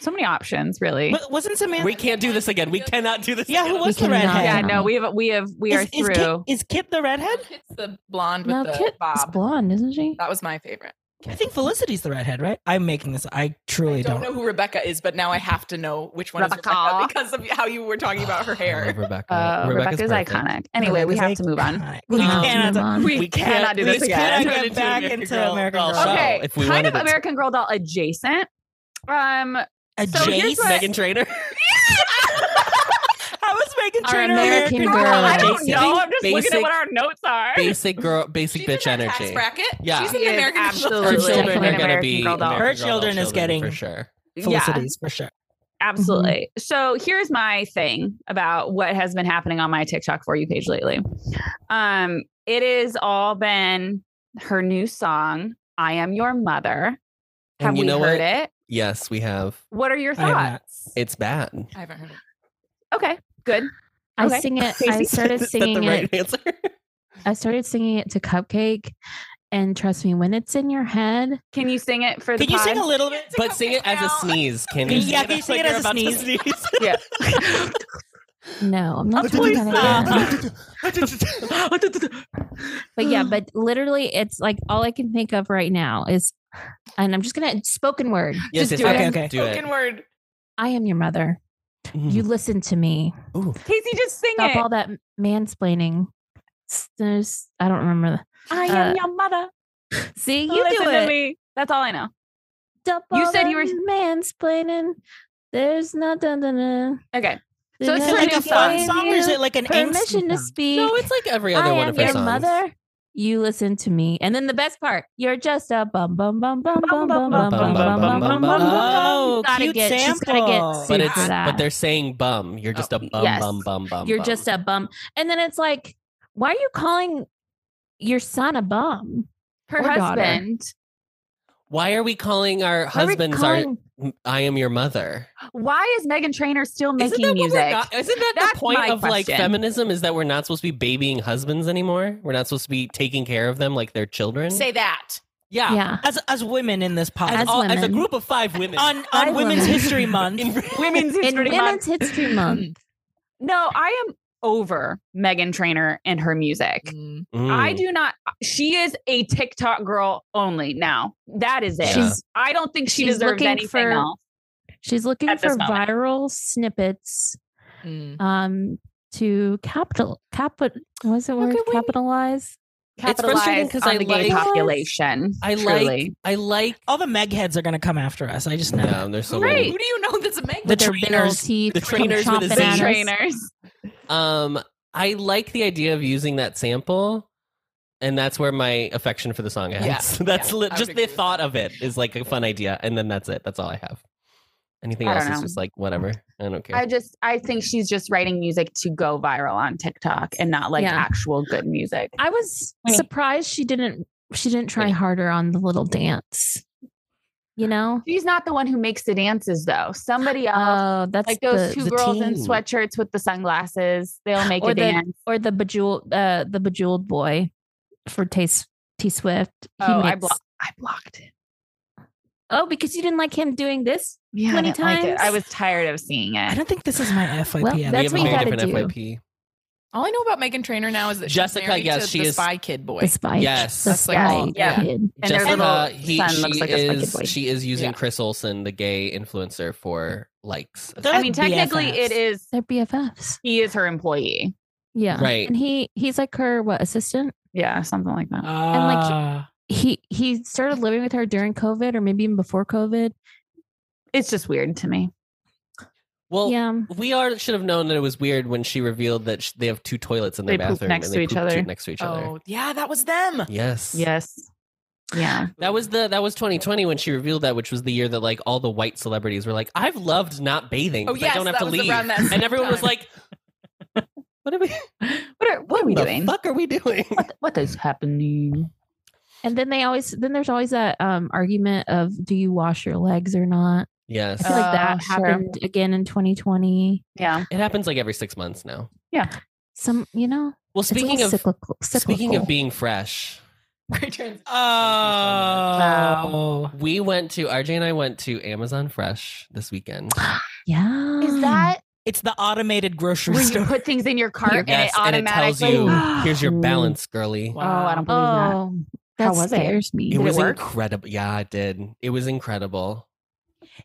Speaker 1: so many options, really.
Speaker 2: But wasn't Samantha?
Speaker 3: We can't do this again. We cannot do this.
Speaker 2: yeah, who
Speaker 3: again.
Speaker 2: was the
Speaker 4: cannot.
Speaker 2: redhead?
Speaker 1: yeah,
Speaker 4: don't
Speaker 1: no,
Speaker 4: know.
Speaker 1: we have we have we are
Speaker 2: is, is Kit,
Speaker 1: through.
Speaker 2: is Kit the redhead?
Speaker 5: It's the blonde with
Speaker 4: No,
Speaker 5: the
Speaker 4: Kit's
Speaker 5: bob.
Speaker 4: blonde, isn't she?
Speaker 1: Oh,
Speaker 5: That was my favorite.
Speaker 2: I think Felicity's the redhead, right? I'm making this. I truly
Speaker 5: I
Speaker 2: don't.
Speaker 5: don't know who Rebecca is, but now I have to know which one
Speaker 1: Rebecca.
Speaker 5: is Rebecca because of how you were talking about her
Speaker 3: I love
Speaker 5: hair.
Speaker 3: Rebecca.
Speaker 1: Uh, Rebecca's,
Speaker 3: perfect.
Speaker 1: iconic. Anyway, we have
Speaker 2: Rebecca's
Speaker 1: to move on.
Speaker 2: iconic.
Speaker 4: We
Speaker 2: We
Speaker 4: have to
Speaker 2: cannot.
Speaker 4: move on.
Speaker 2: We,
Speaker 1: We cannot do this
Speaker 2: we
Speaker 1: again.
Speaker 2: cannot get back into American Girl.
Speaker 3: show
Speaker 1: Okay,
Speaker 3: if we
Speaker 1: kind
Speaker 3: wanted
Speaker 1: of
Speaker 3: it to.
Speaker 1: American Girl doll adjacent. Um, So here's
Speaker 2: Jace.
Speaker 1: what-
Speaker 3: Megan Trainer.
Speaker 2: I was making
Speaker 4: Our
Speaker 2: sure
Speaker 4: American
Speaker 1: girl,
Speaker 4: Girl
Speaker 1: I don't
Speaker 3: adjacent.
Speaker 1: know. I'm just looking
Speaker 3: Basic-
Speaker 1: at what our notes are.
Speaker 3: basic girl, basic
Speaker 5: She's
Speaker 3: bitch
Speaker 5: in our tax
Speaker 3: energy.
Speaker 5: bracket.
Speaker 3: Yeah.
Speaker 5: She's
Speaker 1: She
Speaker 5: in
Speaker 1: is
Speaker 5: the American
Speaker 1: absolutely
Speaker 3: Her children
Speaker 1: Definitely
Speaker 3: are
Speaker 1: an
Speaker 3: going to
Speaker 1: American
Speaker 3: be
Speaker 1: Girl doll.
Speaker 3: American
Speaker 2: Her
Speaker 3: Girl
Speaker 2: children
Speaker 3: doll
Speaker 2: is getting-
Speaker 3: for sure.
Speaker 1: Yeah,
Speaker 2: Felicity's for sure.
Speaker 1: absolutely. So here's my thing about what has been happening on my TikTok for you page lately. Um, it has all been her new song, "I Am Your Mother." Have
Speaker 3: And you
Speaker 1: we
Speaker 3: know
Speaker 1: heard
Speaker 3: what?
Speaker 1: it?
Speaker 3: Yes, we have.
Speaker 1: What are your
Speaker 2: I have not.
Speaker 1: thoughts?
Speaker 3: It's bad.
Speaker 5: I haven't heard it.
Speaker 1: Okay, good.
Speaker 4: I
Speaker 1: Okay.
Speaker 4: sing it. I
Speaker 3: Is that
Speaker 4: started
Speaker 3: the
Speaker 4: singing it
Speaker 3: right answer?
Speaker 4: I started singing it to Cupcake, and trust me, when it's in your head,
Speaker 1: Can you sing it for the
Speaker 2: Can you
Speaker 1: pod?
Speaker 2: sing a little bit?
Speaker 3: But sing it as a sneeze. Can you?
Speaker 2: Yeah, can you sing it as a sneeze?
Speaker 4: no, I'm not trying
Speaker 2: please
Speaker 4: to
Speaker 2: stop.
Speaker 4: do that. But yeah, but literally, it's like all I can think of right now is, and I'm just gonna spoken word.
Speaker 3: Yes,
Speaker 1: Just
Speaker 3: yes,
Speaker 1: do it.
Speaker 3: yes,
Speaker 2: Okay, okay.
Speaker 3: Do it.
Speaker 5: Spoken word.
Speaker 4: I am your mother.
Speaker 3: Hmm.
Speaker 4: You listen to me.
Speaker 1: Casey, just sing
Speaker 4: Stop
Speaker 1: it.
Speaker 4: all that mansplaining. S- There's, I don't remember.
Speaker 1: I
Speaker 4: uh,
Speaker 1: am your mother.
Speaker 4: The, see, you
Speaker 1: Listen
Speaker 4: do
Speaker 1: to
Speaker 4: it.
Speaker 1: me. That's all I know.
Speaker 4: Stop
Speaker 1: You
Speaker 4: all
Speaker 1: said
Speaker 4: that
Speaker 1: you were-
Speaker 4: mansplaining. There's nothing.
Speaker 1: Okay. So
Speaker 4: So
Speaker 1: it's
Speaker 2: Is it like a fun song or is it like an angsty
Speaker 4: permission to
Speaker 2: song?
Speaker 4: speak?
Speaker 3: No, it's like every other
Speaker 4: I
Speaker 3: one
Speaker 4: am
Speaker 3: of her
Speaker 4: your
Speaker 3: songs.
Speaker 4: mother. You listen to me. And then the best part, you're just a bum bum bum bum bum bum bum bum bum bum bum bum.
Speaker 2: Oh,
Speaker 4: Gotta
Speaker 2: cute
Speaker 4: get- she's gotta get
Speaker 2: sample.
Speaker 4: sued.
Speaker 3: But
Speaker 4: for
Speaker 3: it's
Speaker 4: that.
Speaker 3: but they're saying bum. You're just a bum
Speaker 1: Yes.
Speaker 3: bum bum bum.
Speaker 4: Oh, You're
Speaker 3: bum.
Speaker 4: just a bum. And then it's like, why are you calling your son a bum?
Speaker 1: Her
Speaker 4: Or daughter.
Speaker 1: husband.
Speaker 3: Why are we calling our
Speaker 4: Why are we
Speaker 3: husbands our?
Speaker 4: calling-
Speaker 3: I am your mother.
Speaker 1: Why is Megan Trainor still
Speaker 3: isn't
Speaker 1: making
Speaker 3: that what we're
Speaker 1: music?
Speaker 3: not- isn't that
Speaker 1: That's
Speaker 3: the point
Speaker 1: my
Speaker 3: of like
Speaker 1: question.
Speaker 3: feminism? Is that we're not supposed to be babying husbands anymore? We're not supposed to be taking care of them like they're children.
Speaker 5: Say that.
Speaker 3: yeah,
Speaker 4: Yeah.
Speaker 2: As as women in this podcast.
Speaker 3: As,
Speaker 4: As
Speaker 3: all- as a
Speaker 4: women. Uh,
Speaker 3: group of five women.
Speaker 2: on
Speaker 4: I
Speaker 2: on Women's
Speaker 4: women.
Speaker 2: History Month.
Speaker 3: In-
Speaker 1: Women's
Speaker 4: In
Speaker 1: History Month.
Speaker 4: Women's History Month.
Speaker 1: No, I am over Megan Trainor and her music. I
Speaker 3: Mm.
Speaker 1: do not. She is a TikTok girl only now. That is it.
Speaker 3: She's-
Speaker 1: I don't think she
Speaker 4: she's
Speaker 1: deserves
Speaker 4: looking
Speaker 1: anything
Speaker 4: for-
Speaker 1: else.
Speaker 4: She's looking
Speaker 1: At
Speaker 4: for
Speaker 1: this moment.
Speaker 4: viral snippets
Speaker 3: mm.
Speaker 4: um to capital capital was it word
Speaker 1: Okay, we-
Speaker 4: capitalize?
Speaker 3: It's frustrating 'cause
Speaker 1: on
Speaker 3: I
Speaker 1: the gay
Speaker 3: like-
Speaker 1: population.
Speaker 3: I like.
Speaker 1: truly.
Speaker 3: I like.
Speaker 2: All the Meg heads are gonna come after us. I just know.
Speaker 3: No, there's so
Speaker 1: Right.
Speaker 3: many.
Speaker 5: Who do you know that's a Meg?
Speaker 2: The
Speaker 4: with their big old
Speaker 2: trainers-
Speaker 4: teeth,
Speaker 3: the trainers with a
Speaker 4: chomping
Speaker 3: Z.
Speaker 4: at us.
Speaker 1: trainers.
Speaker 3: Um, I like the idea of using that sample, and that's where my affection for the song ends.
Speaker 5: Yeah,
Speaker 3: that's
Speaker 5: yeah,
Speaker 3: li-
Speaker 5: I would
Speaker 3: just
Speaker 5: agree
Speaker 3: the
Speaker 5: with
Speaker 3: thought
Speaker 5: that.
Speaker 3: of it is like a fun idea, and then that's it. That's all I have. Anything
Speaker 1: I
Speaker 3: else
Speaker 1: don't
Speaker 3: is
Speaker 1: know.
Speaker 3: just like whatever. I don't care.
Speaker 1: I just I think she's just writing music to go viral on TikTok and not like
Speaker 4: Yeah.
Speaker 1: actual good music.
Speaker 4: I was
Speaker 1: Wait.
Speaker 4: surprised she didn't she didn't try
Speaker 3: Wait.
Speaker 4: harder on the little dance. You know?
Speaker 1: She's not the one who makes the dances though. Somebody else,
Speaker 4: Oh, that's
Speaker 1: like those
Speaker 4: the,
Speaker 1: two
Speaker 3: the
Speaker 1: girls in
Speaker 3: team.
Speaker 1: sweatshirts with the sunglasses, they'll make
Speaker 4: Or
Speaker 1: a
Speaker 4: the-
Speaker 1: dance.
Speaker 4: or the bejeweled uh the bejeweled boy for Taste T Swift.
Speaker 1: Oh, I, blo- I blocked it.
Speaker 4: oh, because you didn't like him doing this?
Speaker 1: Yeah,
Speaker 4: 20
Speaker 1: I didn't like it. I
Speaker 4: times?
Speaker 1: was tired of seeing
Speaker 2: I
Speaker 1: it.
Speaker 2: don't think this is my FYP.
Speaker 4: Well,
Speaker 2: I don't
Speaker 3: we have
Speaker 4: that's what
Speaker 3: a
Speaker 4: you
Speaker 3: very
Speaker 4: gotta
Speaker 3: different
Speaker 4: do.
Speaker 3: FYP.
Speaker 5: All I know about Megan Trainor now is that
Speaker 3: Jessica,
Speaker 5: She's married
Speaker 3: yes,
Speaker 5: to
Speaker 3: she
Speaker 5: the
Speaker 3: is-
Speaker 5: Spy Kid boy.
Speaker 4: The spike.
Speaker 3: Yes.
Speaker 4: The
Speaker 5: That's like-
Speaker 4: spike.
Speaker 5: yeah.
Speaker 4: kid.
Speaker 1: And their
Speaker 3: Jessica,
Speaker 1: little
Speaker 3: uh, he,
Speaker 1: son
Speaker 3: she
Speaker 1: looks like a spiky
Speaker 3: is
Speaker 1: boy.
Speaker 3: she is using
Speaker 5: Yeah.
Speaker 3: Chris Olsen, the gay influencer, for likes.
Speaker 2: They're
Speaker 1: I mean,
Speaker 2: like
Speaker 1: technically it
Speaker 2: BFFs.
Speaker 1: is
Speaker 4: They're BFFs.
Speaker 1: he is her employee.
Speaker 4: Yeah.
Speaker 3: Right.
Speaker 4: And he he's like her what assistant?
Speaker 1: Yeah, something like that.
Speaker 2: Oh.
Speaker 4: like-
Speaker 2: Ah.
Speaker 4: He he started living with her during COVID or maybe even before COVID.
Speaker 1: It's just weird to me.
Speaker 3: Well,
Speaker 4: yeah.
Speaker 3: we are should have known that it was weird when she revealed that sh- they have two toilets in their
Speaker 1: They poop
Speaker 3: bathroom
Speaker 1: next
Speaker 3: and
Speaker 1: to
Speaker 3: they
Speaker 1: each
Speaker 3: poop
Speaker 1: other.
Speaker 3: next to each other.
Speaker 5: Oh, yeah, that was them.
Speaker 3: Yes.
Speaker 1: Yes. Yeah.
Speaker 3: That was the that was 2020 when she revealed that, which was the year that like all the white celebrities were like, "I've loved not bathing.
Speaker 5: Oh,
Speaker 3: because
Speaker 5: yes,
Speaker 3: I don't have
Speaker 5: that
Speaker 3: to
Speaker 5: was
Speaker 3: leave."
Speaker 5: around that
Speaker 3: And
Speaker 5: same
Speaker 3: everyone was
Speaker 5: time.
Speaker 3: like, "What are we?
Speaker 1: What are what are we
Speaker 3: the
Speaker 1: doing?
Speaker 3: fuck are we doing?"
Speaker 1: What what is happening?
Speaker 4: And then they always then there's always that um argument of do you wash your legs or not? I
Speaker 3: yes,
Speaker 4: feel like that
Speaker 1: Oh, sure.
Speaker 4: happened again in 2020.
Speaker 1: Yeah.
Speaker 3: it happens like every six months now.
Speaker 4: Some, you know,
Speaker 3: Well,
Speaker 4: it's all
Speaker 3: speaking of
Speaker 4: cyclical,
Speaker 3: speaking
Speaker 4: cyclical.
Speaker 3: of being fresh,
Speaker 2: Oh.
Speaker 3: we went to RJ and I went to Amazon Fresh this weekend.
Speaker 4: yeah,
Speaker 1: Is that
Speaker 2: It's the automated grocery
Speaker 1: where you
Speaker 2: store.
Speaker 1: put things in your cart and
Speaker 3: Yes,
Speaker 1: it automatically?
Speaker 3: and it tells you, "Here's your
Speaker 4: Ooh.
Speaker 3: balance, girly."
Speaker 1: oh, I don't believe that.
Speaker 4: oh, that
Speaker 1: How was it?
Speaker 4: scares me.
Speaker 3: It
Speaker 1: it
Speaker 3: was
Speaker 1: work?
Speaker 3: incredible. Yeah, it did. It was incredible.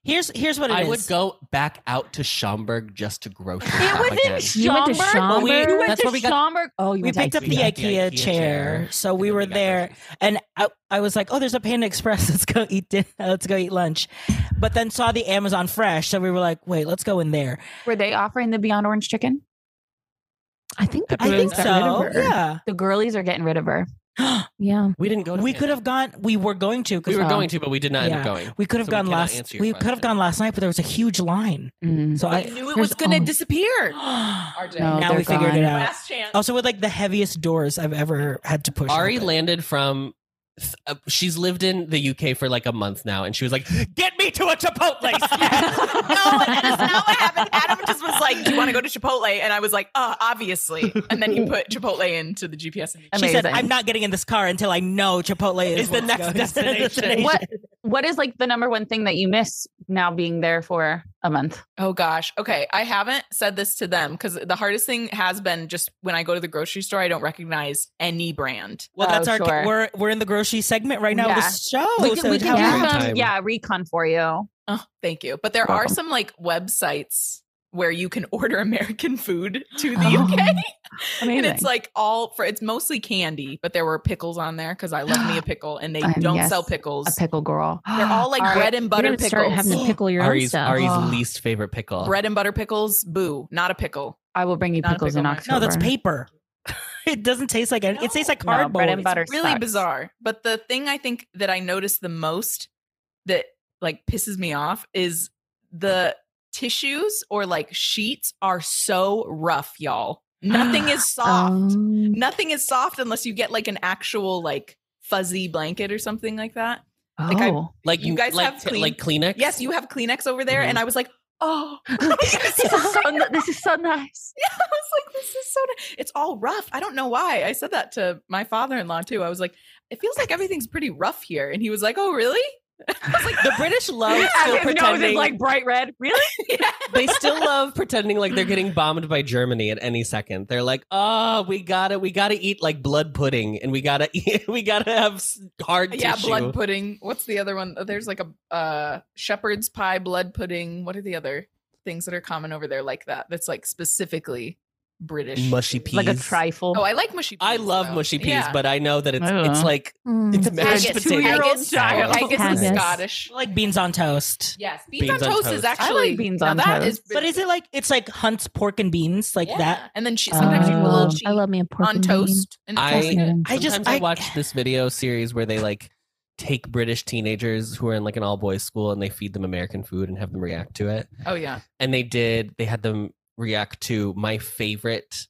Speaker 2: Here's here's what it
Speaker 3: I
Speaker 2: is.
Speaker 3: would go back out to Schaumburg just to grocery
Speaker 1: It
Speaker 3: shop
Speaker 1: was in
Speaker 3: again.
Speaker 4: you went to
Speaker 1: Schaumburg?
Speaker 4: Schaumburg.
Speaker 3: You went That's to where we got-
Speaker 4: Schaumburg. Oh, you
Speaker 2: we picked up the
Speaker 3: Yeah,
Speaker 2: IKEA,
Speaker 3: the
Speaker 2: chair,
Speaker 3: IKEA chair.
Speaker 2: so we
Speaker 3: And then
Speaker 2: were
Speaker 3: we got
Speaker 2: there,
Speaker 3: groceries.
Speaker 2: and I, I was like, "Oh, there's a Panda Express. Let's go eat dinner. Let's go eat lunch." But then saw the Amazon Fresh, so we were like, "Wait, let's go in there."
Speaker 1: Were they offering the Beyond Orange chicken?
Speaker 4: I think
Speaker 3: I
Speaker 2: I
Speaker 3: Really?
Speaker 2: think
Speaker 1: Is that
Speaker 2: so.
Speaker 1: rid of her?
Speaker 2: Yeah,
Speaker 1: The girlies are getting rid of her.
Speaker 4: yeah.
Speaker 3: We didn't go. To
Speaker 2: we
Speaker 3: Panda.
Speaker 2: could have gone. We were going to. 'cause
Speaker 3: We were
Speaker 2: we,
Speaker 3: going to, but we did not end up
Speaker 2: yeah.
Speaker 3: going.
Speaker 2: could have
Speaker 3: so we
Speaker 2: gone
Speaker 3: cannot
Speaker 2: last.
Speaker 3: answer your
Speaker 2: We could have
Speaker 3: question. Mm-hmm.
Speaker 2: gone last night, but there was a huge line. So
Speaker 5: I,
Speaker 2: I.
Speaker 5: knew it
Speaker 4: There's
Speaker 5: was going
Speaker 4: all-
Speaker 5: to disappear.
Speaker 2: now
Speaker 5: RJ.
Speaker 1: No,
Speaker 2: we
Speaker 1: they're
Speaker 2: figured it
Speaker 1: gone.
Speaker 2: out.
Speaker 5: Last chance.
Speaker 2: Also, with like the heaviest doors I've ever had to push.
Speaker 3: Ari
Speaker 2: open.
Speaker 3: landed from. th- uh, she's lived in the UK for like a month now, and she was like, "Get me to a Chipotle."
Speaker 5: no, that is not what happened. Adam just was like, "Do you want to go to Chipotle?" And I was like, "Uh, obviously." And then he put Chipotle into the GPS. And
Speaker 2: She said,
Speaker 1: Amazing.
Speaker 2: "I'm not getting in this car until I know Chipotle is
Speaker 3: Is the
Speaker 2: what's
Speaker 3: next
Speaker 2: going-
Speaker 3: destination."
Speaker 1: What what is like the number one thing that you miss now being there for a month?
Speaker 5: Oh gosh. Okay. I haven't said this to them because the hardest thing has been just when I go to the grocery store, I don't recognize any brand.
Speaker 2: Well,
Speaker 1: Oh,
Speaker 2: that's our
Speaker 1: sure.
Speaker 2: we're we're in the grocery segment right now.
Speaker 1: Yeah.
Speaker 2: With the show.
Speaker 1: we can,
Speaker 2: Oh, so
Speaker 1: we
Speaker 2: it's
Speaker 1: can
Speaker 2: how-
Speaker 3: have
Speaker 1: do
Speaker 3: a
Speaker 1: some,
Speaker 3: time.
Speaker 1: yeah, recon for you.
Speaker 5: Oh, thank you. But there are
Speaker 1: welcome.
Speaker 5: some like websites where you can order American food to the
Speaker 4: Oh,
Speaker 5: UK.
Speaker 1: Amazing.
Speaker 5: And it's like all for it's mostly candy, but there were pickles on there because I love me a pickle and they
Speaker 1: Um,
Speaker 5: don't
Speaker 1: yes.
Speaker 5: sell pickles.
Speaker 1: a pickle girl.
Speaker 5: They're all like
Speaker 1: Alright,
Speaker 5: bread and
Speaker 4: You're
Speaker 5: butter
Speaker 4: gonna start having to
Speaker 5: pickles.
Speaker 4: pickle your own
Speaker 3: Ari's
Speaker 4: stuff.
Speaker 3: Ari's
Speaker 1: Oh.
Speaker 3: least favorite pickle.
Speaker 5: Bread and butter pickles, boo, not a pickle.
Speaker 1: I will bring you
Speaker 5: Not a
Speaker 1: pickles
Speaker 5: pickle,
Speaker 1: in
Speaker 5: Mike.
Speaker 1: October.
Speaker 2: no, that's paper. it doesn't taste like any, it tastes like
Speaker 1: No, bread
Speaker 2: cardboard.
Speaker 1: and butter.
Speaker 5: It's really
Speaker 1: sucks.
Speaker 5: bizarre. But the thing I think that I noticed the most that like pisses me off is the tissues or like sheets are so rough, y'all. Nothing is soft.
Speaker 4: Um,
Speaker 5: Nothing is soft unless you get like an actual like fuzzy blanket or something like that.
Speaker 1: Oh.
Speaker 5: Like, I-
Speaker 3: Like
Speaker 5: You guys
Speaker 3: like,
Speaker 5: have
Speaker 3: t-
Speaker 5: clean-
Speaker 3: like Kleenex.
Speaker 5: Yes, you have Kleenex over there,
Speaker 3: Mm-hmm.
Speaker 5: and I was like, oh, I
Speaker 1: this, is so, this is so nice.
Speaker 5: was like, this is so. ni- It's all rough. I don't know why. I said that to my father-in-law too. I was like, it feels like everything's pretty rough here, and he was like, oh, really?
Speaker 3: the British love
Speaker 1: His
Speaker 3: still
Speaker 1: nose is
Speaker 3: pretending.
Speaker 1: like bright red. Really?
Speaker 3: they still love pretending like they're getting bombed by Germany at any second. They're like, "Oh, we gotta, we gotta eat like blood pudding, and we gotta, eat, we gotta have s- hard
Speaker 5: yeah
Speaker 3: tissue."
Speaker 5: blood pudding what's the other one there's like a uh shepherd's pie blood pudding what are the other things that are common over there like that that's like specifically British.
Speaker 3: mushy peas.
Speaker 1: like a trifle.
Speaker 5: Oh, I like mushy. peas,
Speaker 3: I love
Speaker 5: though.
Speaker 3: mushy peas,
Speaker 5: Yeah.
Speaker 3: but I know that it's
Speaker 1: Ugh.
Speaker 3: it's like
Speaker 4: Mm.
Speaker 3: it's mashed
Speaker 5: Haggis.
Speaker 3: potato.
Speaker 1: Two-year-old
Speaker 5: Haggis.
Speaker 1: child.
Speaker 5: Haggis is
Speaker 4: Haggis.
Speaker 5: Scottish.
Speaker 2: like beans on toast.
Speaker 5: Yes, beans,
Speaker 3: Beans
Speaker 5: on,
Speaker 3: on
Speaker 5: toast,
Speaker 3: toast.
Speaker 5: is
Speaker 3: I
Speaker 5: actually
Speaker 1: like beans
Speaker 5: now
Speaker 1: on
Speaker 5: that is-
Speaker 2: But is it like it's like Hunt's pork and beans like
Speaker 5: Yeah.
Speaker 2: that?
Speaker 5: And then she sometimes you put a
Speaker 4: Oh,
Speaker 5: little cheese
Speaker 4: I love me a pork
Speaker 5: on
Speaker 4: and bean.
Speaker 5: toast. And
Speaker 3: I-
Speaker 5: it's good.
Speaker 1: Mm.
Speaker 2: I just
Speaker 3: Sometimes I, watch this video series where they like take British teenagers who are in like an all boys school and they feed them American food and have them react to it.
Speaker 5: Oh yeah.
Speaker 3: And they did. They had them react to my favorite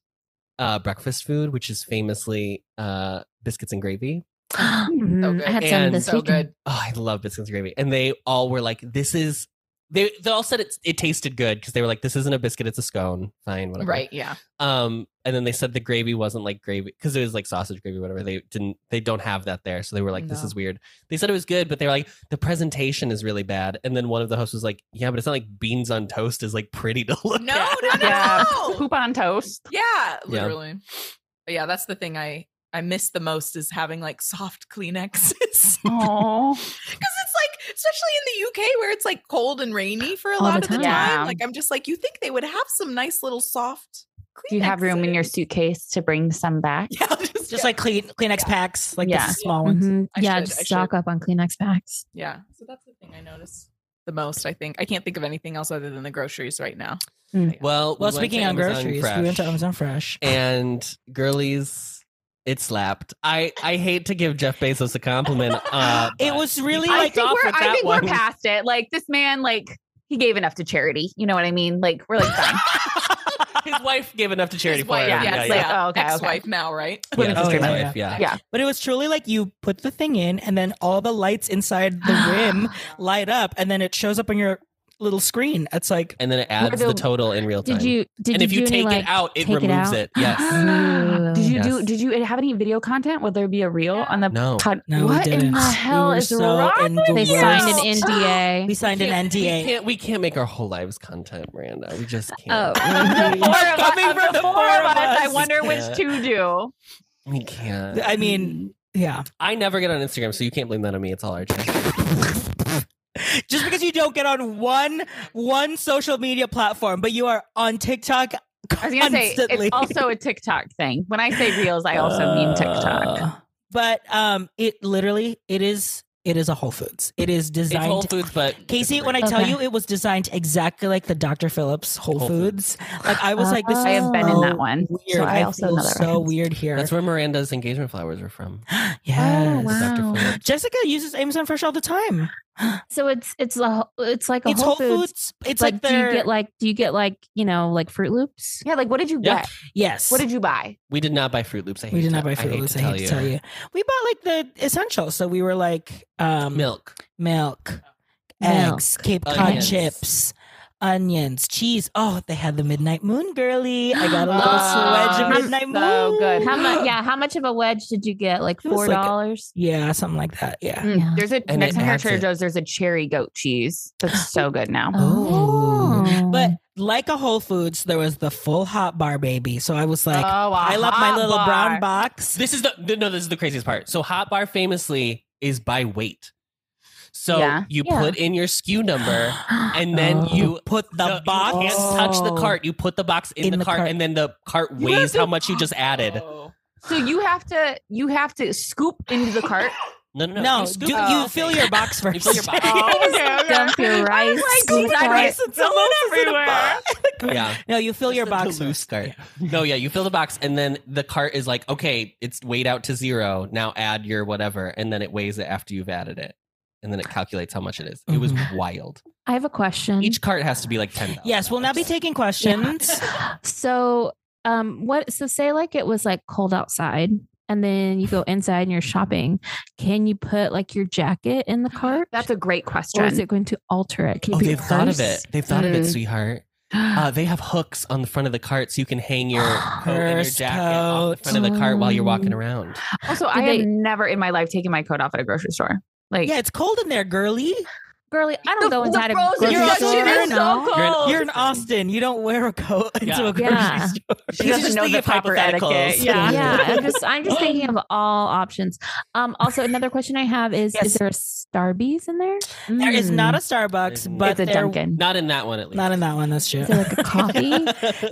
Speaker 3: uh, breakfast food, which is famously uh, biscuits and gravy.
Speaker 4: Mm,
Speaker 5: So good.
Speaker 4: I had some
Speaker 3: And
Speaker 4: this
Speaker 5: so
Speaker 4: weekend.
Speaker 5: good.
Speaker 3: Oh, I love biscuits and gravy. And they all were like, "This is." They they all said it it tasted good because they were like, "This isn't a biscuit, it's a scone." Fine, whatever.
Speaker 5: Right, yeah.
Speaker 3: Um, and then they said the gravy wasn't like gravy because it was like sausage gravy, whatever. They didn't, they don't have that there, so they were like, "This
Speaker 5: No.
Speaker 3: is weird." They said it was good, but they were like, "The presentation is really bad." And then one of the hosts was like, "Yeah, but it's not like beans on toast is like pretty to look
Speaker 5: No,
Speaker 3: at."
Speaker 5: no, no,
Speaker 1: Yeah.
Speaker 5: no.
Speaker 1: poop on toast.
Speaker 5: Yeah, literally. But yeah, that's the thing I I miss the most is having like soft Kleenexes.
Speaker 1: Oh,
Speaker 5: Because it's like, especially in the UK where it's like cold and rainy for a
Speaker 4: All
Speaker 5: lot
Speaker 4: the
Speaker 5: of the time.
Speaker 1: time. Yeah.
Speaker 5: Like I'm just like, you think they would have some nice little soft. Kleenexes.
Speaker 1: do you have room in your suitcase to bring some back?
Speaker 5: Yeah, I'll just,
Speaker 2: Just like clean Kleenex
Speaker 5: Yeah.
Speaker 2: packs, like
Speaker 1: Yeah. Mm-hmm.
Speaker 2: the small ones.
Speaker 4: Mhm.
Speaker 5: I
Speaker 4: Yeah,
Speaker 5: should,
Speaker 4: just
Speaker 5: I
Speaker 4: stock up on Kleenex packs.
Speaker 5: yeah. So that's the thing I notice the most. I think I can't think of anything else other than the groceries right now.
Speaker 3: Well,
Speaker 2: Well,
Speaker 3: we went
Speaker 2: speaking
Speaker 3: to
Speaker 2: on
Speaker 3: Amazon
Speaker 2: groceries,
Speaker 3: Fresh,
Speaker 2: we went to Amazon Fresh.
Speaker 3: and girlies, it slapped. I I hate to give Jeff Bezos a compliment. Uh,
Speaker 2: It
Speaker 3: but
Speaker 2: was
Speaker 3: he
Speaker 2: really,
Speaker 3: popped
Speaker 1: I
Speaker 2: like,
Speaker 1: think,
Speaker 3: off
Speaker 1: we're,
Speaker 3: with
Speaker 1: I
Speaker 3: that
Speaker 1: think
Speaker 3: one.
Speaker 1: we're past it. Like this man, like he gave enough to charity. You know what I mean? Like we're like fine.
Speaker 3: His wife gave enough to charity
Speaker 5: His
Speaker 3: for
Speaker 5: wife,
Speaker 1: yeah,
Speaker 3: him.
Speaker 5: yes,
Speaker 1: yeah,
Speaker 5: like,
Speaker 1: yeah. Oh, okay, okay.
Speaker 5: ex-wife now, right?
Speaker 3: Yeah,
Speaker 2: Oh,
Speaker 3: his
Speaker 2: yeah,
Speaker 3: wife, yeah.
Speaker 1: yeah.
Speaker 2: But it was truly like you put the thing in, and then all the lights inside the rim light up, and then it shows up on your little screen. It's like
Speaker 3: And then it adds
Speaker 1: the-
Speaker 3: the total in real time.
Speaker 4: Did you? Did
Speaker 3: and
Speaker 4: you
Speaker 3: if you
Speaker 4: do any,
Speaker 3: take
Speaker 4: like-
Speaker 3: it out, it
Speaker 4: take it
Speaker 3: removes it.
Speaker 4: out?
Speaker 3: Yes.
Speaker 1: did you do?
Speaker 3: Yes.
Speaker 1: Did you eh, have any video content? Would there be a reel on the
Speaker 3: No.
Speaker 1: pod?
Speaker 2: No, we
Speaker 1: what in
Speaker 2: didn't.
Speaker 1: the
Speaker 2: We
Speaker 1: hell
Speaker 2: were
Speaker 1: is
Speaker 2: so
Speaker 1: wrong? with
Speaker 4: They
Speaker 1: you?
Speaker 4: signed
Speaker 2: Yes.
Speaker 4: an NDA.
Speaker 2: we signed an
Speaker 3: We
Speaker 2: NDA.
Speaker 3: can't, we can't make our whole lives content, Miranda. We just
Speaker 4: Oh,
Speaker 3: can't.
Speaker 1: The four of us-
Speaker 2: Coming
Speaker 1: of
Speaker 2: from
Speaker 1: the four of us, I wonder
Speaker 3: Yeah.
Speaker 1: which two do.
Speaker 3: We can't. I,
Speaker 2: I mean, yeah.
Speaker 3: never get on Instagram, so you can't blame that on me. It's all our choice.
Speaker 2: Just because you don't get on one one social media platform, but you are on TikTok
Speaker 1: I was
Speaker 2: constantly.
Speaker 1: gonna say it's also a TikTok thing. When I say reels, I also mean TikTok.
Speaker 2: Uh, But um, it literally it is it is a Whole Foods. It is
Speaker 3: It's
Speaker 2: designed.
Speaker 3: Whole Foods, but
Speaker 2: Casey, when I
Speaker 4: Okay.
Speaker 2: tell you it was designed exactly like the Dr. Phillips Whole,
Speaker 3: Whole
Speaker 2: Foods, like I was like, this
Speaker 4: Oh.
Speaker 1: I have been
Speaker 2: is
Speaker 1: in
Speaker 2: so
Speaker 1: that one,
Speaker 2: Weird.
Speaker 1: so I
Speaker 2: I
Speaker 1: also
Speaker 2: feel
Speaker 1: know that.
Speaker 2: so
Speaker 1: reference.
Speaker 2: weird here.
Speaker 3: that's where Miranda's engagement flowers are from.
Speaker 2: yes.
Speaker 4: Oh, wow.
Speaker 3: Dr. Phillips.
Speaker 2: Jessica uses Amazon Fresh all the time.
Speaker 4: So it's it's a whole- it's like a
Speaker 2: it's
Speaker 4: Whole, Foods.
Speaker 2: It's
Speaker 4: but
Speaker 2: like
Speaker 4: do you
Speaker 2: their
Speaker 4: get like do you get like you know like Fruit Loops?
Speaker 1: Yeah, like what did you
Speaker 3: Yeah.
Speaker 1: get?
Speaker 2: yes.
Speaker 1: What did you buy?
Speaker 3: We did not buy Fruit Loops. I hate
Speaker 2: we did not
Speaker 3: to-
Speaker 2: buy Fruit
Speaker 3: I hate
Speaker 2: Loops.
Speaker 3: To
Speaker 2: I
Speaker 3: tell
Speaker 2: hate
Speaker 3: you.
Speaker 2: to tell you. We bought like the essentials. So we were like um,
Speaker 3: Milk.
Speaker 2: milk,
Speaker 4: Milk.
Speaker 2: eggs, Cape Cod
Speaker 3: Onions.
Speaker 2: chips, onions, cheese. Oh, they had the Midnight Moon, girly. I got a little
Speaker 1: Oh,
Speaker 2: swedge of
Speaker 1: I'm
Speaker 2: Midnight
Speaker 1: so
Speaker 2: Moon.
Speaker 1: good.
Speaker 4: How much? Yeah, how much of a wedge did you get? Like
Speaker 2: It was
Speaker 4: four
Speaker 2: like a-
Speaker 4: dollars.
Speaker 2: Yeah, something like that. Yeah.
Speaker 1: Mm,
Speaker 4: Yeah.
Speaker 1: There's a
Speaker 3: And
Speaker 1: next
Speaker 3: it
Speaker 1: time you're at
Speaker 3: adds
Speaker 1: Trader
Speaker 3: it.
Speaker 1: Joe's, there's a cherry goat cheese that's so good now.
Speaker 2: Oh. But like a Whole Foods, there was the full hot bar baby. So I was like,
Speaker 1: oh, a
Speaker 2: I love my
Speaker 1: hot
Speaker 2: little
Speaker 1: bar.
Speaker 2: brown box.
Speaker 3: This is the th- no. This is the craziest part. So hot bar famously is by weight. So
Speaker 1: Yeah.
Speaker 3: you
Speaker 4: Yeah.
Speaker 3: put in your SKU number, and then
Speaker 4: Oh.
Speaker 3: you
Speaker 2: Put the
Speaker 3: No,
Speaker 2: box.
Speaker 3: You can't touch the cart. You put the box in, the, cart, and then the cart
Speaker 2: You
Speaker 3: weighs
Speaker 2: have
Speaker 3: how
Speaker 2: to-
Speaker 3: much you just added.
Speaker 5: Oh.
Speaker 1: So you have to you have to scoop into the cart.
Speaker 3: No, no, no.
Speaker 2: No,
Speaker 3: you
Speaker 2: do,
Speaker 3: scoop
Speaker 2: you
Speaker 3: it.
Speaker 1: Oh.
Speaker 2: fill your box first.
Speaker 3: You fill your
Speaker 2: Oh
Speaker 3: box.
Speaker 4: Dump your rice.
Speaker 1: "These
Speaker 4: scoop
Speaker 1: are
Speaker 4: out-
Speaker 1: rice
Speaker 2: everywhere.
Speaker 3: Yeah.
Speaker 2: No, you fill your
Speaker 3: The
Speaker 2: box.
Speaker 3: loose
Speaker 2: first.
Speaker 3: cart. No, yeah, you fill the box, and then the cart is like, okay, it's weighed out to zero. Now add your whatever, and then it weighs it after you've added it, and then it calculates how much it is. It was
Speaker 2: Mhm.
Speaker 3: wild.
Speaker 4: I have a question.
Speaker 3: Each cart has to be like ten.
Speaker 2: Yes, we'll now be taking questions.
Speaker 4: so um, what? So say like it was like cold outside, and then you go inside and you're shopping. Can you put like your jacket in the cart?
Speaker 1: That's a great question.
Speaker 4: or is it going to alter it? Can you
Speaker 3: Oh,
Speaker 4: put your
Speaker 3: they've thought of
Speaker 4: purse?
Speaker 3: it. They've thought of it,
Speaker 2: Mm-hmm.
Speaker 1: Mm.
Speaker 3: sweetheart. Uh, they have hooks on the front of the cart so you can hang your coat and your
Speaker 2: Ah, Purse,
Speaker 3: jacket off the
Speaker 2: coat.
Speaker 3: front of the cart while you're walking
Speaker 4: Oh.
Speaker 3: around.
Speaker 1: also,
Speaker 4: Did
Speaker 1: I
Speaker 4: they-
Speaker 1: have never in my life taken my coat off at a grocery store. Like
Speaker 2: yeah, it's cold in there, girly.
Speaker 4: girly, I don't go inside of
Speaker 1: frozen
Speaker 4: grocery
Speaker 2: You're
Speaker 1: stuff
Speaker 2: so
Speaker 1: shit
Speaker 4: store.
Speaker 1: is
Speaker 2: no.
Speaker 1: so
Speaker 3: You're in-
Speaker 1: cold.
Speaker 2: You're in Austin. You don't wear a coat into
Speaker 3: Yeah.
Speaker 2: a grocery
Speaker 4: Yeah.
Speaker 2: store.
Speaker 1: she
Speaker 3: These are
Speaker 1: doesn't
Speaker 3: just
Speaker 1: know
Speaker 3: the
Speaker 1: the proper
Speaker 3: hypotheticals.
Speaker 1: etiquette.
Speaker 4: yeah.
Speaker 1: Yeah.
Speaker 4: I'm just I'm just thinking of all options. Um also another question I have is
Speaker 2: Yes.
Speaker 4: is there a Starbucks in there? Hmm.
Speaker 2: There is not a
Speaker 3: There's
Speaker 2: Starbucks,
Speaker 3: not.
Speaker 2: but
Speaker 4: it's a
Speaker 2: there-
Speaker 4: Dunkin'.
Speaker 3: Not in that one, at least.
Speaker 2: Mm. Not in that one. That's true.
Speaker 4: Is it like a coffee?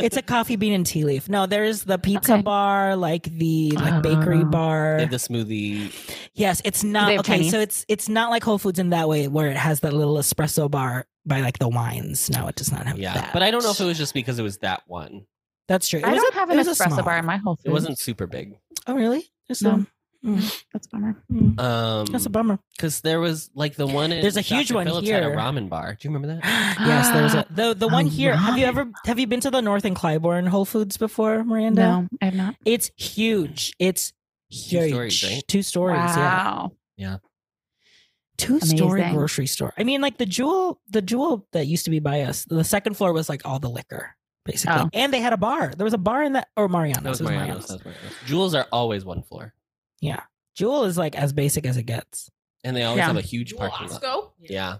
Speaker 2: it's a coffee bean and tea leaf. No, there is the pizza
Speaker 4: Okay.
Speaker 2: bar, like the like bakery
Speaker 4: Oh.
Speaker 2: bar.
Speaker 3: They have the smoothie.
Speaker 2: yes, it's
Speaker 1: They
Speaker 2: not
Speaker 1: have
Speaker 2: okay.
Speaker 1: Chinese?
Speaker 2: So it's it's not like Whole Foods in that way, where it has that little espresso bar by like the wines. No, it does not have
Speaker 3: Yeah.
Speaker 2: that.
Speaker 3: But I don't know if it was just because it was that one.
Speaker 2: that's true. It
Speaker 1: I
Speaker 2: was
Speaker 1: don't
Speaker 2: a-
Speaker 1: have
Speaker 2: it
Speaker 1: an
Speaker 2: was a
Speaker 1: espresso
Speaker 2: small-
Speaker 1: bar in my whole food.
Speaker 3: It wasn't super big.
Speaker 2: Oh really? There's
Speaker 1: No. Mm.
Speaker 2: no.
Speaker 1: That's a bummer.
Speaker 3: Um,
Speaker 2: That's a bummer.
Speaker 3: because there was like the one. In
Speaker 2: There's a huge
Speaker 3: Dr.
Speaker 2: one
Speaker 3: Phillips had a
Speaker 2: here.
Speaker 3: ramen bar. Do you remember that?
Speaker 2: yes, there's a the the one
Speaker 4: Oh,
Speaker 2: here. Have you
Speaker 4: my.
Speaker 2: ever have you been to the North and Clybourne Whole Foods before, Miranda?
Speaker 1: No, I have not.
Speaker 2: It's huge. It's huge.
Speaker 3: stories, right?
Speaker 2: Two stories, yeah.
Speaker 1: Wow.
Speaker 2: two story
Speaker 1: Amazing.
Speaker 2: grocery store. I mean, like the jewel, the jewel that used to be by us, the second floor was like all the liquor, basically.
Speaker 1: Oh.
Speaker 2: And they had a bar. There was a bar in that, or Mariano's.
Speaker 3: That was
Speaker 2: It was
Speaker 3: Mariano's. That was Mariano's. Jewels are always one floor,
Speaker 2: Jewel is like as basic as it gets.
Speaker 3: and they always
Speaker 1: Yeah.
Speaker 3: have a huge parking lot. Yeah.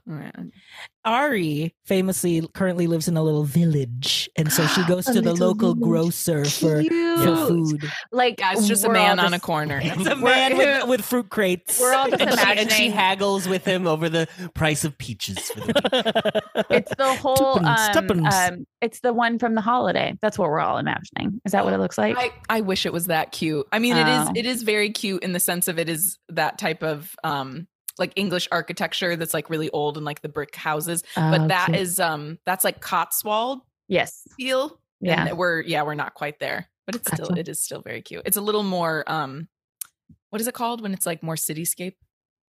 Speaker 2: Ari famously currently lives in a little village. And so she goes
Speaker 4: A
Speaker 2: to the
Speaker 4: little
Speaker 2: local
Speaker 4: village.
Speaker 2: grocer for, for
Speaker 1: Cute.
Speaker 2: food.
Speaker 1: Like
Speaker 5: Yeah, it's just a
Speaker 1: we're all
Speaker 5: man on a
Speaker 1: just-
Speaker 5: corner.
Speaker 2: It's a
Speaker 1: We're-
Speaker 2: man with, with fruit crates.
Speaker 1: We're all just
Speaker 3: And she,
Speaker 1: imagining.
Speaker 3: and she haggles with him over the price of peaches. For the
Speaker 1: It's the whole.
Speaker 2: Tuppence,
Speaker 1: um,
Speaker 2: tuppence.
Speaker 1: um, it's the one from the holiday. That's what we're all imagining. Is that what it looks like?
Speaker 5: I, I wish it was that cute. I mean, it is
Speaker 1: Oh.
Speaker 5: it is very cute in the sense of it is that type of um like English architecture that's like really old and like the brick houses. But
Speaker 1: Oh,
Speaker 5: that is
Speaker 1: cute.
Speaker 5: um that's like Cotswold
Speaker 1: yes.
Speaker 5: feel.
Speaker 1: Yeah.
Speaker 5: And we're yeah, we're not quite there. But it's still
Speaker 1: Gotcha.
Speaker 5: it is still very cute. It's a little more um what is it called when it's like more cityscape?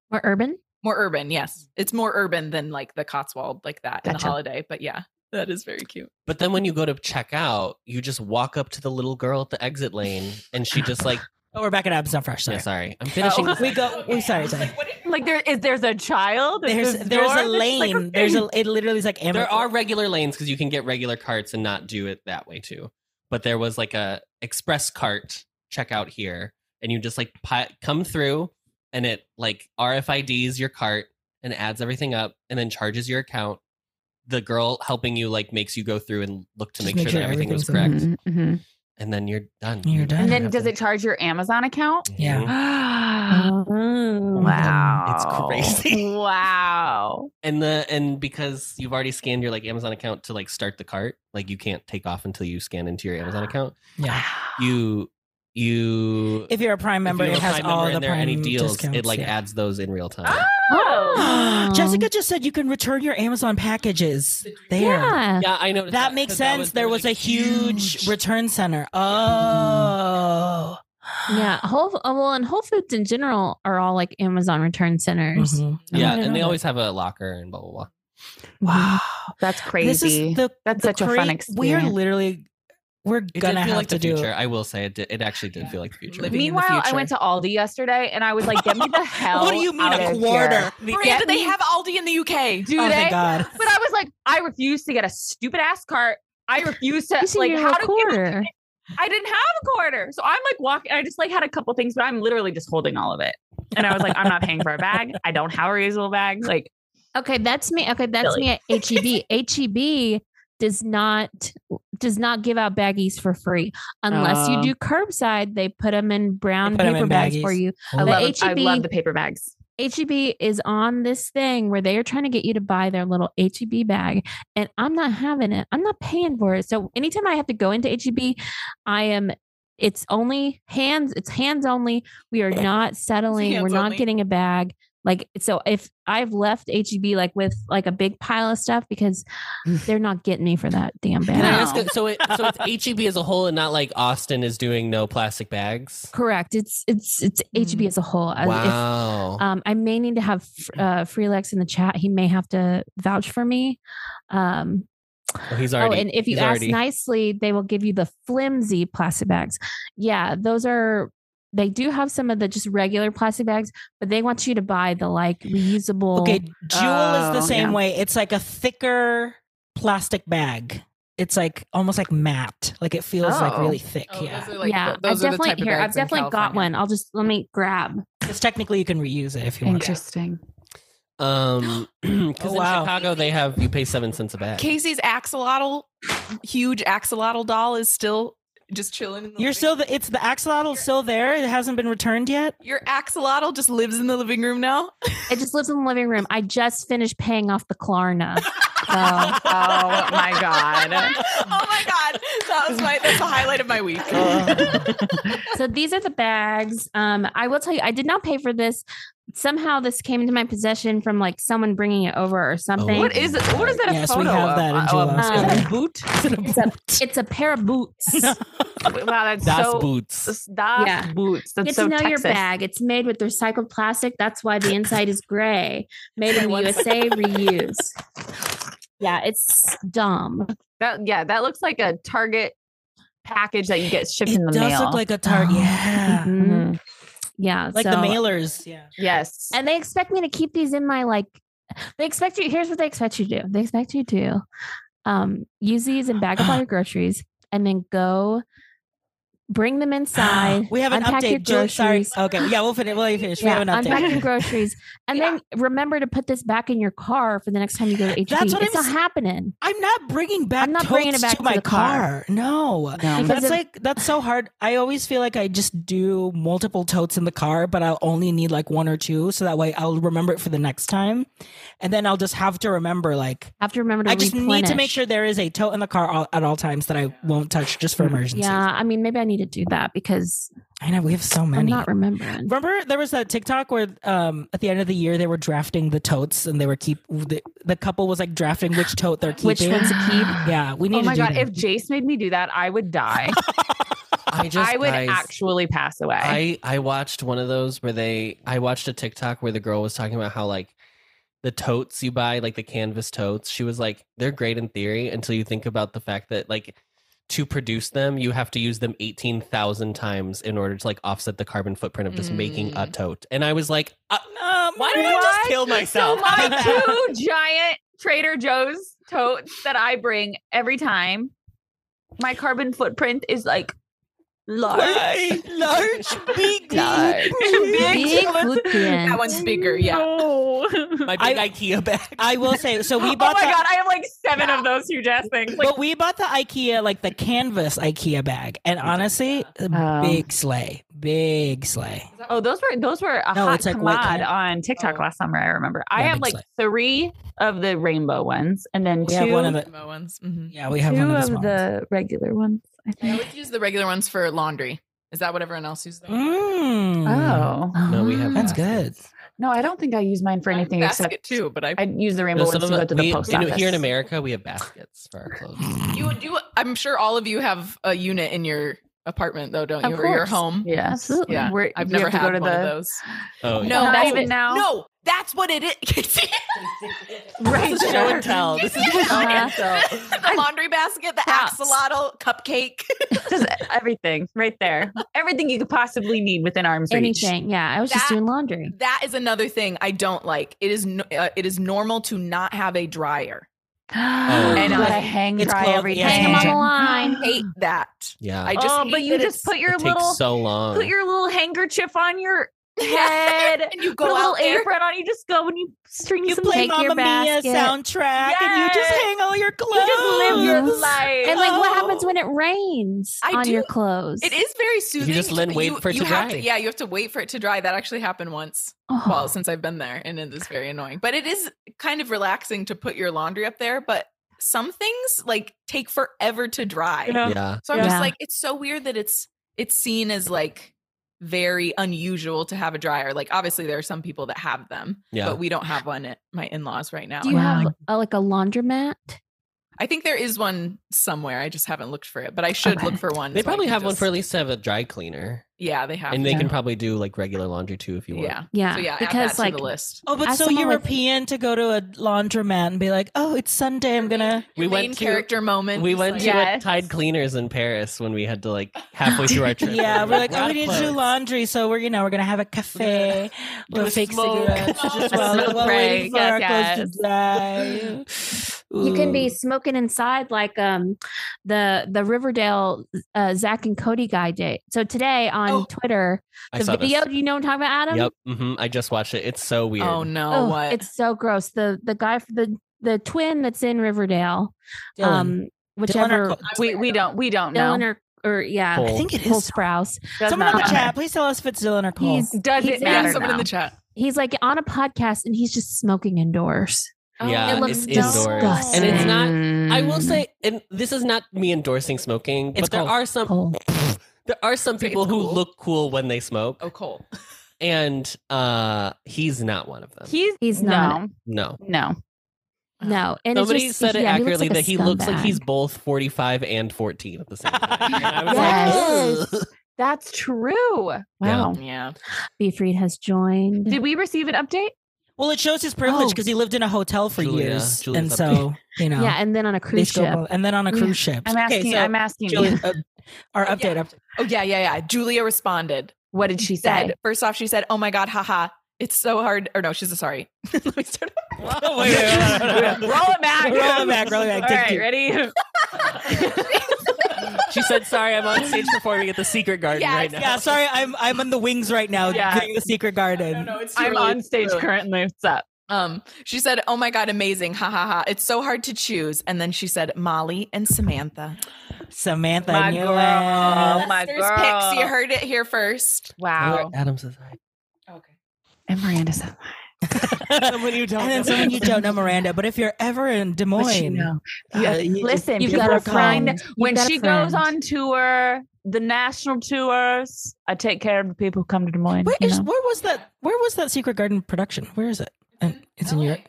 Speaker 4: More urban?
Speaker 5: More urban, yes. It's more urban than like the Cotswold like that in the
Speaker 1: Gotcha.
Speaker 5: holiday. But yeah, that is very cute.
Speaker 3: But then when you go to check out, you just walk up to the little girl at the exit lane, and she just like,
Speaker 2: oh, we're back at Abs Not Fresh.
Speaker 3: yeah,
Speaker 2: Sorry.
Speaker 3: sorry, I'm finishing.
Speaker 1: Oh.
Speaker 3: this-
Speaker 2: We go, we sorry, sorry.
Speaker 1: Like there is there's a child. Is
Speaker 2: There's
Speaker 1: this
Speaker 2: there's a
Speaker 1: yours?
Speaker 2: lane. there's a it literally is like
Speaker 3: There
Speaker 2: amateur-
Speaker 3: are regular lanes because you can get regular carts and not do it that way too. But there was like a express cart checkout here, and you just like pi- come through, and it like RFIDs your cart and adds everything up, and then charges your account. The girl helping you like makes you go through and look to
Speaker 2: Just
Speaker 3: make, sure, that everything was correct,
Speaker 2: everything's
Speaker 1: Mhm, mhm.
Speaker 3: and then you're done.
Speaker 2: You're done.
Speaker 1: And then does it charge your Amazon account?
Speaker 2: Yeah.
Speaker 1: wow.
Speaker 2: Oh It's crazy.
Speaker 1: Wow.
Speaker 3: and the and because you've already scanned your like Amazon account to like start the cart, like you can't take off until you scan into your
Speaker 1: Ah.
Speaker 3: Amazon account.
Speaker 2: Yeah.
Speaker 3: You you
Speaker 2: If you're a Prime member,
Speaker 3: if you
Speaker 2: it
Speaker 3: have a
Speaker 2: has
Speaker 3: Prime member
Speaker 2: all
Speaker 3: and
Speaker 2: the
Speaker 3: there are
Speaker 2: Prime
Speaker 3: any deals,
Speaker 2: discounts.
Speaker 3: it like
Speaker 2: yeah.
Speaker 3: adds those in real time.
Speaker 1: Oh.
Speaker 2: Jessica just said you can return your Amazon packages there.
Speaker 4: Yeah.
Speaker 3: Yeah, I know.
Speaker 2: That makes sense. there was a huge, return center. Oh.
Speaker 4: Yeah. Whole oh, well and Whole Foods in general are all like Amazon return centers.
Speaker 2: Mhm.
Speaker 3: yeah,
Speaker 2: I
Speaker 3: and
Speaker 2: know
Speaker 3: they
Speaker 2: that.
Speaker 3: always have a locker and blah blah blah.
Speaker 2: Mm-hmm. Wow.
Speaker 1: That's crazy.
Speaker 2: This is the
Speaker 1: That's
Speaker 2: the
Speaker 1: such a fun
Speaker 2: great- We are
Speaker 1: experience.
Speaker 2: literally we're
Speaker 3: It
Speaker 2: gonna
Speaker 3: did
Speaker 2: have
Speaker 3: feel like
Speaker 2: to
Speaker 3: the
Speaker 2: do
Speaker 3: future. I will say it. Did, it actually did feel like the future.
Speaker 5: Living- in the
Speaker 1: Meanwhile, I
Speaker 5: future.
Speaker 1: went to Aldi yesterday and I was like, "Get me the hell!"
Speaker 2: What do you mean
Speaker 1: out
Speaker 2: a
Speaker 1: of
Speaker 2: quarter?
Speaker 1: here."
Speaker 5: Miranda, they
Speaker 1: me-
Speaker 5: have Aldi in the UK.
Speaker 1: Do
Speaker 2: oh
Speaker 1: they?
Speaker 2: my god.
Speaker 1: But I was like, I refuse to get a stupid ass cart. I refuse to
Speaker 4: You should
Speaker 1: like
Speaker 4: get
Speaker 1: how
Speaker 4: a
Speaker 1: do people
Speaker 4: quarter.
Speaker 1: I didn't have a quarter. So I'm like walking. I just like had a couple things, but I'm literally just holding all of it. And I was like, I'm not paying for a bag. I don't have a reusable bag. Like,
Speaker 4: Okay, that's me. Okay, that's
Speaker 1: Silly.
Speaker 4: me at E HEB. HEB does not does not give out baggies for free unless
Speaker 1: Oh.
Speaker 4: you do curbside. They put them in brown
Speaker 2: Uh. put 'em
Speaker 4: paper
Speaker 2: in
Speaker 4: bags
Speaker 2: baggies.
Speaker 4: for you.
Speaker 1: I
Speaker 4: The
Speaker 1: love, it- I
Speaker 4: H-E-B
Speaker 1: love the paper bags.
Speaker 4: HEB E is on this thing where they are trying to get you to buy their little HEB bag, and I'm not having it. I'm not paying for it. So anytime I have to go into HEB, I am. It's only hands. It's hands only. We are not settling. We're
Speaker 5: Hands
Speaker 4: not
Speaker 5: only.
Speaker 4: getting a bag. Like so, if I've left HEB like with like a big pile of stuff because they're not getting me for that damn
Speaker 3: Can I
Speaker 4: bag.
Speaker 3: ask? So it, so it's HEB as a whole, and not like Austin is doing no plastic bags.
Speaker 4: Correct. It's it's it's HEB as a
Speaker 2: Uh,
Speaker 4: whole. As if-
Speaker 3: Wow.
Speaker 4: Um, I may need to have uh, Freelix in the chat. He may have to vouch for me. Um,
Speaker 3: Oh, he's already.
Speaker 4: oh, and if you
Speaker 3: he's
Speaker 4: ask
Speaker 3: already-
Speaker 4: nicely, they will give you the flimsy plastic bags. Yeah, those are. They do have some of the just regular plastic bags, but they want you to buy the like reusable.
Speaker 2: Okay, Jewel is the
Speaker 1: Oh,
Speaker 2: same
Speaker 1: yeah.
Speaker 2: way. It's like a thicker plastic bag. It's like almost like matte. Like it feels like
Speaker 1: Oh.
Speaker 2: really thick. yeah.
Speaker 4: yeah, I've definitely here. I've definitely got one. I'll just let me grab.
Speaker 2: Because technically you can reuse it if you want.
Speaker 1: Interesting.
Speaker 3: Um, because
Speaker 2: Oh, wow.
Speaker 3: in Chicago, they have you pay seven cents a
Speaker 2: Uh,
Speaker 3: bag.
Speaker 5: Casey's axolotl, huge axolotl doll is still just chilling. In the
Speaker 2: You're
Speaker 5: living
Speaker 2: still the, it's the axolotl still there. It hasn't been returned yet.
Speaker 5: Your axolotl just lives in the living room now.
Speaker 4: It just lives in the living room. I just finished paying off the Klarna. So
Speaker 1: Oh my god.
Speaker 5: oh my god, that was my that's the highlight of my week.
Speaker 2: Oh,
Speaker 4: so these are the bags. Um, I will tell you, I did not pay for this. Somehow this came into my possession from like someone bringing it over or something.
Speaker 3: Oh.
Speaker 1: What is it? What is that?
Speaker 2: Yes,
Speaker 1: a
Speaker 2: we
Speaker 1: photo
Speaker 2: have
Speaker 1: of?
Speaker 2: that in
Speaker 1: Oh,
Speaker 2: July.
Speaker 1: is that a boot?
Speaker 4: It's a, it's a pair of boots.
Speaker 1: wow, that's
Speaker 3: Das
Speaker 1: so.
Speaker 3: Boots.
Speaker 1: Das yeah.
Speaker 4: Yeah.
Speaker 1: boots. That's
Speaker 4: Get
Speaker 1: so
Speaker 4: to know
Speaker 1: Texas.
Speaker 4: your bag. It's made with recycled plastic. That's why the inside is gray. Made in the USA, reuse. Yeah, it's dumb.
Speaker 1: That yeah, that looks like a Target package that you get shipped
Speaker 2: It
Speaker 1: in the
Speaker 2: does
Speaker 1: mail.
Speaker 2: look like a target. Yeah.
Speaker 4: Mhm.
Speaker 1: Mhm.
Speaker 4: Yeah,
Speaker 2: Like the
Speaker 4: so-
Speaker 2: mailers. Yeah.
Speaker 1: Yes.
Speaker 4: And they expect me to keep these in my like they expect you here's what they expect you to do. They expect you to um use these and bag up all your groceries and then go bring them inside.
Speaker 2: We have an
Speaker 4: unpack your
Speaker 2: update. Jill, sorry.
Speaker 4: groceries.
Speaker 2: Okay. Yeah, we'll finish. We'll finish.
Speaker 4: Yeah,
Speaker 2: we have an
Speaker 4: unpack your
Speaker 2: update.
Speaker 4: groceries. And then remember to put this back in your car for the next time you go to HB.
Speaker 2: That's what
Speaker 4: it's
Speaker 2: I'm
Speaker 4: not
Speaker 2: s-
Speaker 4: happening.
Speaker 2: I'm not bringing back
Speaker 4: I'm not
Speaker 2: totes
Speaker 4: bringing it back
Speaker 2: to
Speaker 4: to
Speaker 2: my
Speaker 4: the car.
Speaker 2: No.
Speaker 1: No.
Speaker 4: Because
Speaker 2: That's
Speaker 4: if-
Speaker 2: like that's so hard. I always feel like I just do multiple totes in the car, but I'll only need like one or two, so that way I'll remember it for the next time, and then I'll just have to remember. Like
Speaker 4: I have to remember to
Speaker 2: I just need to make
Speaker 4: replenish.
Speaker 2: sure there is a tote in the car all, at all times that I won't touch just for emergencies.
Speaker 4: Yeah, I mean maybe I need to do that because
Speaker 2: I know we have so
Speaker 4: I'm
Speaker 2: many.
Speaker 4: not remembering.
Speaker 2: Remember there was that TikTok where um, at the end of the year they were drafting the totes and they were keep the, the couple was like drafting which tote they're keeping.
Speaker 4: Which ones to keep?
Speaker 2: Yeah, we need.
Speaker 1: Oh my
Speaker 2: to do
Speaker 1: god!
Speaker 2: that.
Speaker 1: If Jace made me do that, I would die.
Speaker 3: I just
Speaker 1: I would
Speaker 3: guys,
Speaker 1: actually pass away.
Speaker 3: I I watched one of those where they I watched a TikTok where the girl was talking about how like the totes you buy like the canvas totes she was like they're great in theory until you think about the fact that like to produce them you have to use them 18,000 times in order to like offset the carbon footprint of just making a
Speaker 5: Mm.
Speaker 3: tote and I was like uh,
Speaker 2: Um,
Speaker 3: why did I just
Speaker 1: What?
Speaker 3: kill
Speaker 1: so
Speaker 3: myself
Speaker 1: my two giant Trader Joe's totes that I bring every time, my carbon footprint is like large.
Speaker 2: Why? Large, big,
Speaker 1: Large.
Speaker 4: Big
Speaker 5: That
Speaker 4: footprint.
Speaker 5: one's bigger, yeah.
Speaker 1: No.
Speaker 3: my
Speaker 2: I-
Speaker 3: big IKEA bag
Speaker 2: I will say. So
Speaker 1: oh
Speaker 2: we
Speaker 1: my
Speaker 2: bought. the,
Speaker 1: god! I have like seven of those huge ass things. Like,
Speaker 2: but we bought the IKEA like the canvas IKEA bag, and honestly,
Speaker 1: Oh.
Speaker 2: big sleigh, big sleigh.
Speaker 1: oh, those were those were a
Speaker 2: No,
Speaker 1: hot
Speaker 2: it's like white
Speaker 1: commod
Speaker 2: color.
Speaker 1: on TikTok
Speaker 5: Oh.
Speaker 1: last summer. I remember. I
Speaker 2: Yeah,
Speaker 1: have
Speaker 2: big
Speaker 1: like
Speaker 2: slice.
Speaker 1: three of the rainbow ones, and then
Speaker 2: We
Speaker 1: two
Speaker 2: have one of the.
Speaker 5: Rainbow ones. mhm.
Speaker 2: Yeah, we have
Speaker 1: two
Speaker 2: one of
Speaker 1: of
Speaker 2: the. small ones.
Speaker 1: the regular ones. I
Speaker 5: I
Speaker 1: think.
Speaker 5: always use the regular ones for laundry. Is that what everyone else uses?
Speaker 2: Mm.
Speaker 1: Oh
Speaker 3: No, we have
Speaker 2: that's
Speaker 3: baskets.
Speaker 2: good.
Speaker 1: no, I don't think I use mine for anything
Speaker 5: basket
Speaker 1: except
Speaker 5: too, but I,
Speaker 1: I use the rainbow
Speaker 3: No,
Speaker 1: ones
Speaker 3: some
Speaker 1: to
Speaker 3: of
Speaker 1: go
Speaker 3: it-
Speaker 1: to the
Speaker 3: we-
Speaker 1: post
Speaker 3: you know,
Speaker 1: office.
Speaker 3: here in America we have baskets for our clothes
Speaker 5: you do. I'm sure all of you have a unit in your apartment, though, don't
Speaker 4: Of
Speaker 5: you, or your
Speaker 4: course.
Speaker 5: home?
Speaker 1: Yes,
Speaker 4: Absolutely.
Speaker 5: Yeah,
Speaker 1: We're-
Speaker 5: I've
Speaker 1: you
Speaker 5: never
Speaker 1: have to
Speaker 5: had
Speaker 1: go to
Speaker 5: one
Speaker 1: the,
Speaker 5: of those.
Speaker 3: oh
Speaker 5: No,
Speaker 1: Not
Speaker 5: that's-
Speaker 1: even now.
Speaker 5: No, that's what it is. Casey.
Speaker 1: right?
Speaker 3: This is show
Speaker 1: sure.
Speaker 3: and tell this is
Speaker 4: Uh-huh.
Speaker 5: the laundry basket, the
Speaker 1: Props.
Speaker 5: axolotl cupcake.
Speaker 1: Just everything right there. Everything you could possibly need within arm's reach.
Speaker 4: Anything. Yeah, I was just
Speaker 5: That-
Speaker 4: doing laundry.
Speaker 5: That is another thing I don't like. It is no, uh, it is normal to not have a dryer.
Speaker 3: Oh.
Speaker 1: and
Speaker 5: But
Speaker 1: I
Speaker 5: I
Speaker 1: hang
Speaker 2: it's
Speaker 1: dry
Speaker 2: called-
Speaker 1: everything.
Speaker 2: yeah,
Speaker 4: Hang them on the
Speaker 5: I
Speaker 4: line.
Speaker 5: hate that.
Speaker 3: yeah
Speaker 5: I just
Speaker 1: oh,
Speaker 5: hate
Speaker 1: but you
Speaker 5: that
Speaker 1: just
Speaker 5: it's-
Speaker 1: put your
Speaker 3: it takes
Speaker 1: little
Speaker 3: so long
Speaker 1: put your little handkerchief on your head.
Speaker 5: and you
Speaker 1: put a
Speaker 5: go
Speaker 1: little
Speaker 5: out there.
Speaker 1: apron on. You just go and you string
Speaker 2: You
Speaker 1: some.
Speaker 2: play
Speaker 4: Take
Speaker 2: Mamma
Speaker 4: your
Speaker 2: Mia
Speaker 4: basket.
Speaker 2: soundtrack, and you just
Speaker 1: Yes.
Speaker 2: hang all your clothes.
Speaker 1: You just live your
Speaker 4: clothes.
Speaker 1: life.
Speaker 4: And like, what
Speaker 5: Oh.
Speaker 4: happens when it rains
Speaker 5: I
Speaker 4: on
Speaker 5: do-
Speaker 4: your clothes?
Speaker 5: It is very soothing.
Speaker 3: just let-
Speaker 5: but
Speaker 3: wait for it to
Speaker 5: have
Speaker 3: dry.
Speaker 5: yeah, you have to wait for it to dry. That actually happened once.
Speaker 4: Oh,
Speaker 5: Well, since I've been there, and it is very annoying. But it is kind of relaxing to put your laundry up there. But some things like take forever to dry.
Speaker 3: yeah
Speaker 5: So I'm
Speaker 4: Yeah.
Speaker 5: just like, it's so weird that it's it's seen as like very unusual to have a dryer. Like obviously there are some people that have them,
Speaker 3: Yeah.
Speaker 5: but we don't have one at my in-laws right now.
Speaker 4: do you
Speaker 5: And I'm
Speaker 4: have
Speaker 5: like-
Speaker 4: a, like a laundromat?
Speaker 5: I think there is one somewhere. I just haven't looked for it, but I should
Speaker 4: Okay.
Speaker 5: look for one.
Speaker 3: They
Speaker 5: so I
Speaker 3: probably
Speaker 5: can
Speaker 3: have one for
Speaker 5: just-
Speaker 3: at least to have a dry cleaner,
Speaker 5: Yeah, they have.
Speaker 3: and they
Speaker 5: to.
Speaker 3: can probably do like regular laundry too if you want.
Speaker 5: Yeah.
Speaker 4: Yeah,
Speaker 5: So yeah,
Speaker 4: because like
Speaker 5: the list.
Speaker 2: Oh, but
Speaker 4: As
Speaker 2: so
Speaker 4: someone with-
Speaker 2: European to go to a laundromat and be like, "Oh, it's Sunday. I'm gonna."
Speaker 3: We
Speaker 5: Your
Speaker 3: went
Speaker 5: main
Speaker 3: to-
Speaker 5: character moment.
Speaker 3: We
Speaker 5: is
Speaker 3: went
Speaker 5: like-
Speaker 3: to a
Speaker 1: Yes.
Speaker 3: Tide Cleaners in Paris when we had to like halfway through our trip.
Speaker 2: Yeah,
Speaker 3: we
Speaker 2: we're like,
Speaker 3: "We're
Speaker 2: "Oh, we
Speaker 3: out of
Speaker 2: need to do
Speaker 3: clothes."
Speaker 2: laundry, so we're you know we're gonna have a cafe, we'll
Speaker 3: a
Speaker 2: fake
Speaker 3: smoke.
Speaker 2: cigarettes, just
Speaker 5: A
Speaker 2: while,
Speaker 1: smoke
Speaker 2: while
Speaker 1: break,
Speaker 2: waiting for our
Speaker 1: yes,
Speaker 2: clothes to dry."
Speaker 4: You can be
Speaker 2: Ooh.
Speaker 4: smoking inside like um the the Riverdale uh, Zach and Cody guy date. So today on
Speaker 5: Oh.
Speaker 4: Twitter,
Speaker 3: I
Speaker 4: the
Speaker 3: saw
Speaker 4: video.
Speaker 3: This.
Speaker 4: Do you know what I'm talking about, Adam?
Speaker 3: Yep. hmm I just watched it. It's so weird.
Speaker 5: Oh no,
Speaker 4: Oh,
Speaker 5: what?
Speaker 4: It's so gross. The the guy for the the twin that's in Riverdale.
Speaker 2: Dylan.
Speaker 4: Um, whichever
Speaker 2: Co-
Speaker 1: We we don't we don't know.
Speaker 4: Dylan or or yeah,
Speaker 3: Cole.
Speaker 2: I think it
Speaker 4: Cole
Speaker 2: is.
Speaker 4: Sprouse.
Speaker 1: Does
Speaker 2: Someone
Speaker 1: not
Speaker 2: in the
Speaker 1: matter.
Speaker 2: chat, please tell us if it's Dylan or Cole.
Speaker 4: He's
Speaker 1: Does
Speaker 4: he's
Speaker 1: it
Speaker 4: in-
Speaker 5: Yeah,
Speaker 1: matter
Speaker 5: someone
Speaker 1: now.
Speaker 5: in the chat.
Speaker 4: He's like on a podcast and he's just smoking indoors.
Speaker 3: Yeah,
Speaker 4: it looks
Speaker 3: it's indoors.
Speaker 4: disgusting.
Speaker 3: And it's not- I
Speaker 2: Mm.
Speaker 3: will say, and this is not me endorsing smoking,
Speaker 2: It's
Speaker 3: but there
Speaker 2: cool.
Speaker 3: are some
Speaker 4: Cole.
Speaker 3: there are some
Speaker 5: It's
Speaker 3: people who
Speaker 5: cool.
Speaker 3: look cool when they smoke,
Speaker 5: Oh, Cole.
Speaker 3: and uh, he's not one of them.
Speaker 1: he's
Speaker 4: He's
Speaker 1: no,
Speaker 4: not.
Speaker 3: no.
Speaker 1: no.
Speaker 4: No, and it's
Speaker 3: Somebody
Speaker 4: just-
Speaker 3: said it
Speaker 4: yeah, he looks
Speaker 3: accurately
Speaker 4: like a
Speaker 3: that he looks like
Speaker 4: scumbag.
Speaker 3: he's both 45 and 14 at the same time. And I was
Speaker 4: Yes.
Speaker 3: like, "Ugh."
Speaker 1: That's true. Wow.
Speaker 5: Yeah.
Speaker 4: Beefreed has joined.
Speaker 1: Did we receive an update?
Speaker 2: well, it shows his privilege
Speaker 4: Oh.
Speaker 2: because he lived in a hotel for
Speaker 3: Julia-
Speaker 2: years,
Speaker 3: Julia's
Speaker 2: and
Speaker 3: up
Speaker 2: so you know,
Speaker 4: Yeah, and then on
Speaker 2: they
Speaker 4: a cruise
Speaker 2: still-
Speaker 4: ship.
Speaker 2: and then on a
Speaker 4: Yeah.
Speaker 2: cruise ship.
Speaker 1: I'm asking.
Speaker 2: Okay, so
Speaker 1: I'm asking. you.
Speaker 2: Julia, uh, our
Speaker 5: Oh,
Speaker 2: update.
Speaker 5: yeah.
Speaker 2: up-
Speaker 5: Oh yeah, yeah, yeah. Julia responded.
Speaker 1: What did she
Speaker 5: Said
Speaker 1: say?
Speaker 5: first off, she said, "Oh my god, haha." It's so hard. Or no, she's sorry. Let me start.
Speaker 3: Oh, wait, wait,
Speaker 1: roll
Speaker 3: wait, wait, wait, wait.
Speaker 1: it back.
Speaker 2: Roll it back, roll it back.
Speaker 1: All
Speaker 2: Take
Speaker 1: right,
Speaker 2: two.
Speaker 1: ready?
Speaker 3: She said, "Sorry, I'm on stage performing at the Secret Garden
Speaker 5: Yes,
Speaker 3: right now."
Speaker 2: Yeah, sorry, I'm I'm in the wings right now,
Speaker 1: Yeah.
Speaker 2: getting the secret garden.
Speaker 5: it's
Speaker 1: I'm on stage currently. What's up?
Speaker 5: Um, she said, "Oh my god, amazing! Ha ha ha! It's so hard to choose." And then she said, "Molly and Samantha,
Speaker 2: Samantha,
Speaker 1: My
Speaker 2: I knew
Speaker 1: girl.
Speaker 2: it.
Speaker 1: Oh, my
Speaker 5: Sisters
Speaker 1: girl.
Speaker 5: picks. You heard it here first.
Speaker 1: Wow.
Speaker 3: Adams is like,
Speaker 5: Okay.
Speaker 1: And Miranda said,
Speaker 3: someone you don't
Speaker 2: and then
Speaker 3: know.
Speaker 2: someone you don't know, Miranda. But if you're ever in Des
Speaker 1: "What
Speaker 2: Moines,
Speaker 1: you know?
Speaker 2: uh,
Speaker 1: You-
Speaker 2: you-
Speaker 1: Listen,
Speaker 4: You've
Speaker 2: people
Speaker 1: people
Speaker 4: got a
Speaker 1: find
Speaker 4: friend. You've
Speaker 1: when
Speaker 4: got a
Speaker 1: she
Speaker 4: friend.
Speaker 1: goes on tour, the national tours, I take care of the people who come to Des Moines.
Speaker 2: Where
Speaker 1: you
Speaker 2: is
Speaker 1: know?
Speaker 2: where was that? Where was that Secret Garden production? Where is it? And it's in
Speaker 5: LA.
Speaker 2: Europe.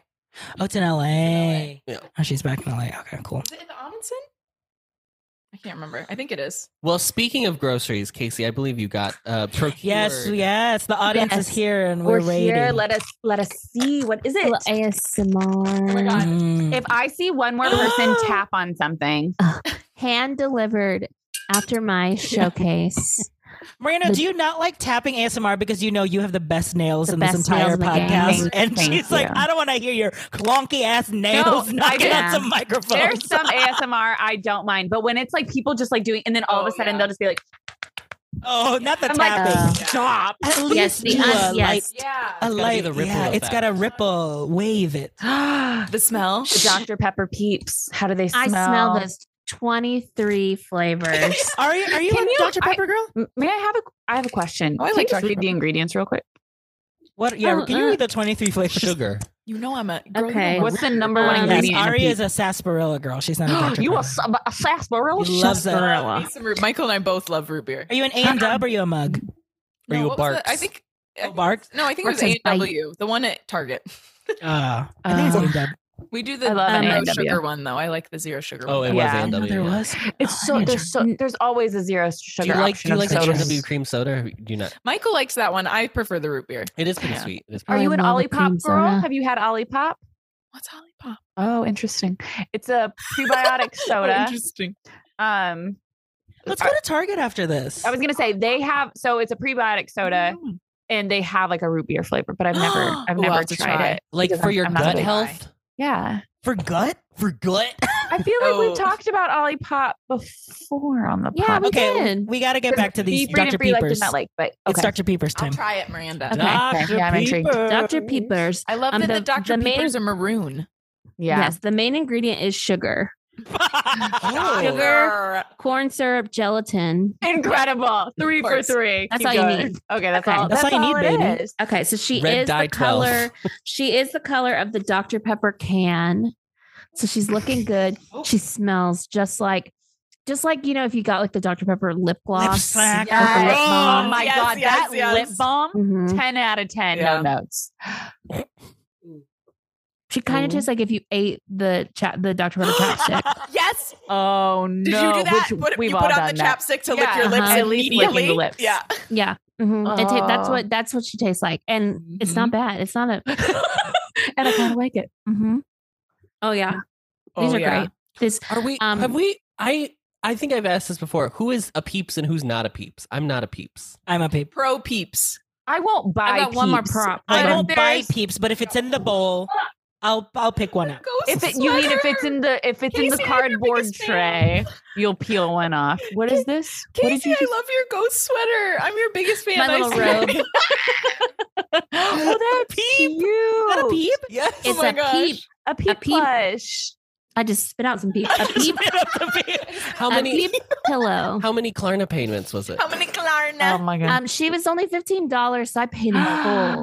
Speaker 2: Oh, it's in L.A.
Speaker 3: Yeah.
Speaker 2: Oh, she's back in L.A. Okay, cool.
Speaker 5: Is it at the Amundsen? I can't remember. I think it is.
Speaker 3: Well, speaking of groceries, Casey, I believe you got uh, procured.
Speaker 2: Yes, yes. The audience is
Speaker 4: Yes.
Speaker 2: here, and
Speaker 1: We're
Speaker 2: we're,
Speaker 1: here.
Speaker 2: waiting.
Speaker 1: Let us let us see what is it.
Speaker 4: Little ASMR.
Speaker 5: Oh my God.
Speaker 2: Mm.
Speaker 1: If I see one more person tap on something,
Speaker 4: Hand delivered after my showcase.
Speaker 2: Miranda,
Speaker 4: the-
Speaker 2: do you not like tapping ASMR because you know you have the best nails
Speaker 4: The
Speaker 2: in this
Speaker 4: best
Speaker 2: entire
Speaker 4: nails in the game.
Speaker 2: podcast?
Speaker 1: Thank-
Speaker 2: And
Speaker 1: thank
Speaker 2: she's like,
Speaker 1: you.
Speaker 2: I don't want to hear your clunky ass nails
Speaker 1: I
Speaker 2: knocking on
Speaker 4: do.
Speaker 2: some microphones.
Speaker 1: there's some ASMR I don't mind, but when it's like people just like doing, and then all of
Speaker 5: Oh,
Speaker 1: a sudden
Speaker 5: yeah.
Speaker 1: they'll just be like,
Speaker 2: oh, not the
Speaker 1: I'm like,
Speaker 2: tapping.
Speaker 4: Oh.
Speaker 2: Stop. At least
Speaker 4: Yes, the
Speaker 2: do a
Speaker 4: un- yes.
Speaker 2: light.
Speaker 5: Yeah.
Speaker 2: A
Speaker 3: gotta be
Speaker 2: light.
Speaker 3: the ripple
Speaker 2: yeah, it's got
Speaker 3: effect.
Speaker 2: a ripple. Wave it.
Speaker 1: the
Speaker 5: The smell.
Speaker 1: Dr Pepper peeps. How do they smell?
Speaker 4: I smell those 23 flavors.
Speaker 2: Are you are you
Speaker 1: Can
Speaker 2: a
Speaker 1: you-
Speaker 2: Dr
Speaker 1: I-
Speaker 2: Pepper girl?
Speaker 1: M- May I have a? I have a question.
Speaker 5: Oh, I
Speaker 1: Can
Speaker 5: like
Speaker 1: you just
Speaker 5: Dr.
Speaker 1: read the
Speaker 5: Pepper.
Speaker 1: ingredients real quick?
Speaker 2: What? Yeah,
Speaker 4: Oh,
Speaker 2: can you
Speaker 4: uh,
Speaker 2: read the twenty three flavors?
Speaker 3: sugar.
Speaker 5: You know I'm a girl, you
Speaker 4: Okay.
Speaker 5: know I'm a-
Speaker 1: What's the number one
Speaker 2: Yes,
Speaker 4: Um,
Speaker 1: ingredient? in a
Speaker 2: Ari
Speaker 1: peach?
Speaker 2: is a sarsaparilla girl. She's not Uh, a Dr.
Speaker 1: you a,
Speaker 2: Pepper.
Speaker 1: s- a- a sarsaparilla?
Speaker 2: You love
Speaker 1: Shut
Speaker 2: that.
Speaker 1: up.
Speaker 5: Uh, Mason Root- Michael and I both love root beer.
Speaker 2: Are you an A and Dub or are you a mug?
Speaker 3: Are you a
Speaker 5: what was it? I
Speaker 3: Barks?
Speaker 5: think. I
Speaker 2: Oh,
Speaker 5: think-
Speaker 2: Barks?
Speaker 5: No, I think it
Speaker 4: Barks
Speaker 5: was
Speaker 4: says
Speaker 5: A W, the one at Target.
Speaker 2: Uh, I think it's A
Speaker 1: Um,
Speaker 2: and Dub.
Speaker 5: We do the
Speaker 1: I love
Speaker 4: an
Speaker 5: zero
Speaker 1: A&W.
Speaker 5: sugar one though. I like the zero sugar
Speaker 3: Oh, it
Speaker 5: one.
Speaker 1: Yeah.
Speaker 3: was
Speaker 2: I
Speaker 3: AW.
Speaker 2: know there was.
Speaker 1: It's
Speaker 2: Oh, I
Speaker 1: so
Speaker 2: need to-
Speaker 1: there's so there's always a zero
Speaker 3: Do
Speaker 1: sugar
Speaker 3: you like
Speaker 1: option
Speaker 3: do you
Speaker 1: of
Speaker 3: like the
Speaker 1: sodas.
Speaker 3: W cream soda? Or do you not?
Speaker 5: Michael likes that one. I prefer the root beer.
Speaker 3: It is pretty
Speaker 5: Yeah.
Speaker 3: sweet. It is
Speaker 1: Are
Speaker 4: Oh,
Speaker 1: you
Speaker 4: I
Speaker 1: an
Speaker 4: love a
Speaker 1: Olipop girl?
Speaker 4: cream soda.
Speaker 1: Have you had Olipop?
Speaker 5: What's Holly Pop?
Speaker 1: Oh, interesting. It's a prebiotic soda.
Speaker 5: Oh, interesting.
Speaker 1: Um,
Speaker 2: Let's go to Target after this.
Speaker 1: I was gonna say they have so it's a prebiotic
Speaker 4: Mm-hmm.
Speaker 1: soda and they have like a root beer flavor, but I've never I've
Speaker 5: Ooh, I'll
Speaker 1: never
Speaker 5: have to
Speaker 1: tried
Speaker 5: try.
Speaker 1: it.
Speaker 3: like
Speaker 1: because
Speaker 3: for
Speaker 1: I'm-
Speaker 3: your
Speaker 1: I'm not a
Speaker 3: gut
Speaker 1: big
Speaker 3: health.
Speaker 1: Yeah,
Speaker 2: for gut. For gut.
Speaker 1: I feel like
Speaker 5: Oh.
Speaker 1: we've talked about Olipop before on the
Speaker 4: Yeah,
Speaker 1: podcast.
Speaker 4: we
Speaker 2: Okay,
Speaker 4: did.
Speaker 2: we got to get back to these
Speaker 1: Be free
Speaker 2: Dr.
Speaker 1: to free like did
Speaker 2: Peepers.
Speaker 1: not like, but
Speaker 2: It's
Speaker 1: okay.
Speaker 2: Dr. Peepers
Speaker 5: I'll
Speaker 2: time.
Speaker 5: try it, Miranda.
Speaker 1: Okay. Yeah, I'm intrigued.
Speaker 4: Dr. Peepers.
Speaker 5: I love
Speaker 4: Um,
Speaker 5: that the,
Speaker 4: the-
Speaker 5: Dr.
Speaker 4: the main-
Speaker 5: Peepers are maroon.
Speaker 1: yeah.
Speaker 4: Yes, the main ingredient is sugar. Sugar. Corn syrup, gelatin.
Speaker 1: Incredible. Three for
Speaker 5: course.
Speaker 1: three.
Speaker 4: That's
Speaker 1: Keep
Speaker 4: all you
Speaker 1: going.
Speaker 4: need.
Speaker 1: Okay, that's
Speaker 4: Okay.
Speaker 1: all.
Speaker 2: That's all you need,
Speaker 1: it
Speaker 2: baby.
Speaker 1: is.
Speaker 4: Okay, so she
Speaker 3: Red
Speaker 4: is
Speaker 3: dye
Speaker 4: the
Speaker 3: 12.
Speaker 4: color. She is the color of the Dr. Pepper can. So she's looking good. She smells just like just like you know if you got like the Dr. Pepper lip gloss.
Speaker 2: sack.
Speaker 4: with the lip
Speaker 1: Yes.
Speaker 4: balm.
Speaker 1: Oh my
Speaker 5: Yes,
Speaker 1: god,
Speaker 5: yes,
Speaker 1: that
Speaker 5: yes.
Speaker 1: lip balm,
Speaker 4: Mhm.
Speaker 1: ten out of ten.
Speaker 5: Yeah.
Speaker 1: No notes.
Speaker 4: She kind of tastes like if you ate the chat the Dr. Pepper chapstick.
Speaker 5: Yes.
Speaker 1: Oh no!
Speaker 5: Did you do that?
Speaker 1: Which
Speaker 5: put,
Speaker 1: we've
Speaker 5: you
Speaker 1: all
Speaker 5: put on
Speaker 1: done
Speaker 5: the
Speaker 1: that.
Speaker 5: chapstick to
Speaker 1: Yeah,
Speaker 5: lick your lips
Speaker 4: uh-huh.
Speaker 1: At least licking the
Speaker 5: immediately?
Speaker 1: lips.
Speaker 5: Yeah.
Speaker 4: Yeah. Mhm. It ta- that's
Speaker 1: Oh.
Speaker 4: what that's what she tastes like. And it's not bad. It's not a
Speaker 1: and I kind of like it.
Speaker 4: Mhm. Oh yeah. These
Speaker 5: Oh,
Speaker 4: are
Speaker 5: yeah.
Speaker 4: great. This
Speaker 3: Are we?
Speaker 4: Um,
Speaker 3: have we? I I think I've asked this before. Who is a peeps and who's not a peeps? I'm not a peeps.
Speaker 2: I'm a peep.
Speaker 5: Pro peeps.
Speaker 1: I won't buy.
Speaker 4: I got one more
Speaker 1: Peeps.
Speaker 4: prop.
Speaker 2: I
Speaker 1: But
Speaker 2: don't
Speaker 1: if
Speaker 2: buy
Speaker 1: there's-
Speaker 2: peeps, but if it's in the bowl, I'll I'll pick one up.
Speaker 1: If
Speaker 5: Ghost
Speaker 1: it, you mean if it's in the if it's in the
Speaker 5: Casey, I'm your
Speaker 1: cardboard
Speaker 5: biggest fan.
Speaker 1: tray, you'll peel one off. What is this?
Speaker 5: Casey,
Speaker 1: what did you
Speaker 5: I love your ghost sweater. I'm your biggest fan.
Speaker 4: My
Speaker 5: I
Speaker 4: little
Speaker 5: swear.
Speaker 4: robe.
Speaker 1: oh, that's
Speaker 2: Peep.
Speaker 1: cute.
Speaker 2: Not a peep.
Speaker 5: Yes.
Speaker 4: It's
Speaker 5: oh my
Speaker 4: a
Speaker 5: gosh.
Speaker 4: peep.
Speaker 1: A peep,
Speaker 4: peep.
Speaker 1: plush.
Speaker 4: I just spit out some peep. A peep,
Speaker 3: How
Speaker 4: a
Speaker 3: many?
Speaker 4: peep pillow.
Speaker 3: How many Klarna payments was it?
Speaker 5: How many
Speaker 1: Oh
Speaker 5: Klarna?
Speaker 1: my god.
Speaker 4: Um, she was only fifteen dollars, so I paid in full.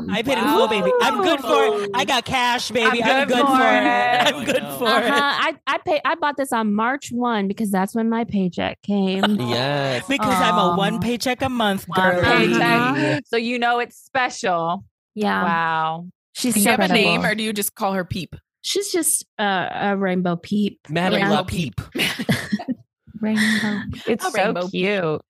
Speaker 2: I paid it full, baby. I'm good for it.
Speaker 1: Wow.
Speaker 2: I got cash, baby.
Speaker 1: I'm
Speaker 2: I'm,
Speaker 1: good
Speaker 2: good,
Speaker 1: for
Speaker 2: for,
Speaker 1: it.
Speaker 2: it.
Speaker 3: Oh, I
Speaker 2: I'm good
Speaker 3: know.
Speaker 2: for
Speaker 4: Uh-huh.
Speaker 2: it.
Speaker 4: I I pay. I bought this on March one because that's when my paycheck came.
Speaker 3: Yes.
Speaker 2: Because I'm a
Speaker 1: Aw.
Speaker 2: one paycheck a month
Speaker 5: Um,
Speaker 1: One
Speaker 2: girl.
Speaker 1: paycheck.
Speaker 3: Uh-huh.
Speaker 1: So you know it's special. Um,
Speaker 4: Yeah,
Speaker 1: Wow.
Speaker 4: she's
Speaker 5: Do you have a
Speaker 4: incredible.
Speaker 5: name or do you just call her Peep?
Speaker 4: She's just uh, a rainbow peep.
Speaker 3: Madam
Speaker 4: Yeah.
Speaker 3: La Peep.
Speaker 4: Rainbow.
Speaker 1: It's
Speaker 5: A
Speaker 1: so
Speaker 5: rainbow.
Speaker 1: cute.
Speaker 5: You're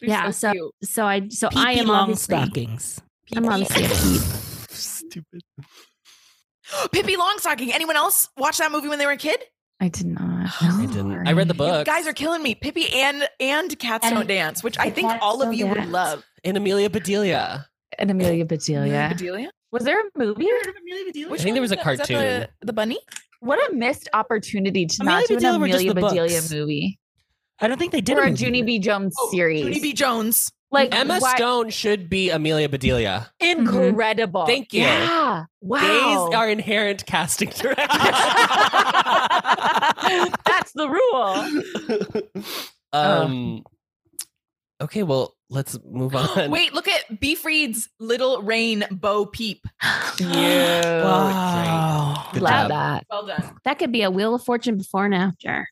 Speaker 4: Yeah, so-
Speaker 5: cute.
Speaker 4: So I so I
Speaker 2: Peepy
Speaker 4: am
Speaker 2: long
Speaker 4: obviously
Speaker 2: stockings.
Speaker 4: I'm obviously a peep.
Speaker 3: Stupid.
Speaker 5: Pippi Longstocking. Anyone else watch that movie when they were a kid?
Speaker 1: I did not.
Speaker 3: I didn't. I read the
Speaker 5: You
Speaker 3: book.
Speaker 5: guys are killing me. Pippi and and Cats
Speaker 4: And-
Speaker 5: Don't Dance, which I
Speaker 4: and
Speaker 5: think
Speaker 4: Cats
Speaker 5: all of
Speaker 4: Don't
Speaker 5: you would
Speaker 4: Dance.
Speaker 5: love.
Speaker 3: And Amelia Bedelia.
Speaker 1: And Amelia Bedelia.
Speaker 5: Bedelia?
Speaker 1: Was there a movie?
Speaker 5: Which
Speaker 3: I think there
Speaker 5: one
Speaker 3: was
Speaker 5: is
Speaker 3: a
Speaker 5: that? Is that
Speaker 3: cartoon.
Speaker 5: The, the bunny?
Speaker 1: What a missed opportunity to not
Speaker 2: Amelia
Speaker 1: do an
Speaker 2: Bedelia were just
Speaker 1: Amelia
Speaker 2: the
Speaker 1: Bedelia
Speaker 2: books.
Speaker 1: movie
Speaker 2: I don't think they did.
Speaker 1: or
Speaker 2: a
Speaker 1: a
Speaker 2: movie.
Speaker 1: Junie B. Jones
Speaker 5: Oh,
Speaker 1: series.
Speaker 5: Junie B. Jones.
Speaker 1: like
Speaker 3: Emma
Speaker 1: why-
Speaker 3: Stone should be Amelia Bedelia.
Speaker 4: Mm-hmm.
Speaker 1: incredible.
Speaker 3: Thank you.
Speaker 1: Yeah. Wow.
Speaker 3: These are inherent casting directors.
Speaker 1: That's the rule.
Speaker 3: um. Okay, well, let's move on.
Speaker 5: Wait, look at Beef Reed's Little Rain Bo Peep.
Speaker 1: Cute.
Speaker 2: Wow.
Speaker 3: Good
Speaker 1: Love
Speaker 3: job.
Speaker 1: that.
Speaker 5: Well done.
Speaker 4: That could be a Wheel of Fortune before and after.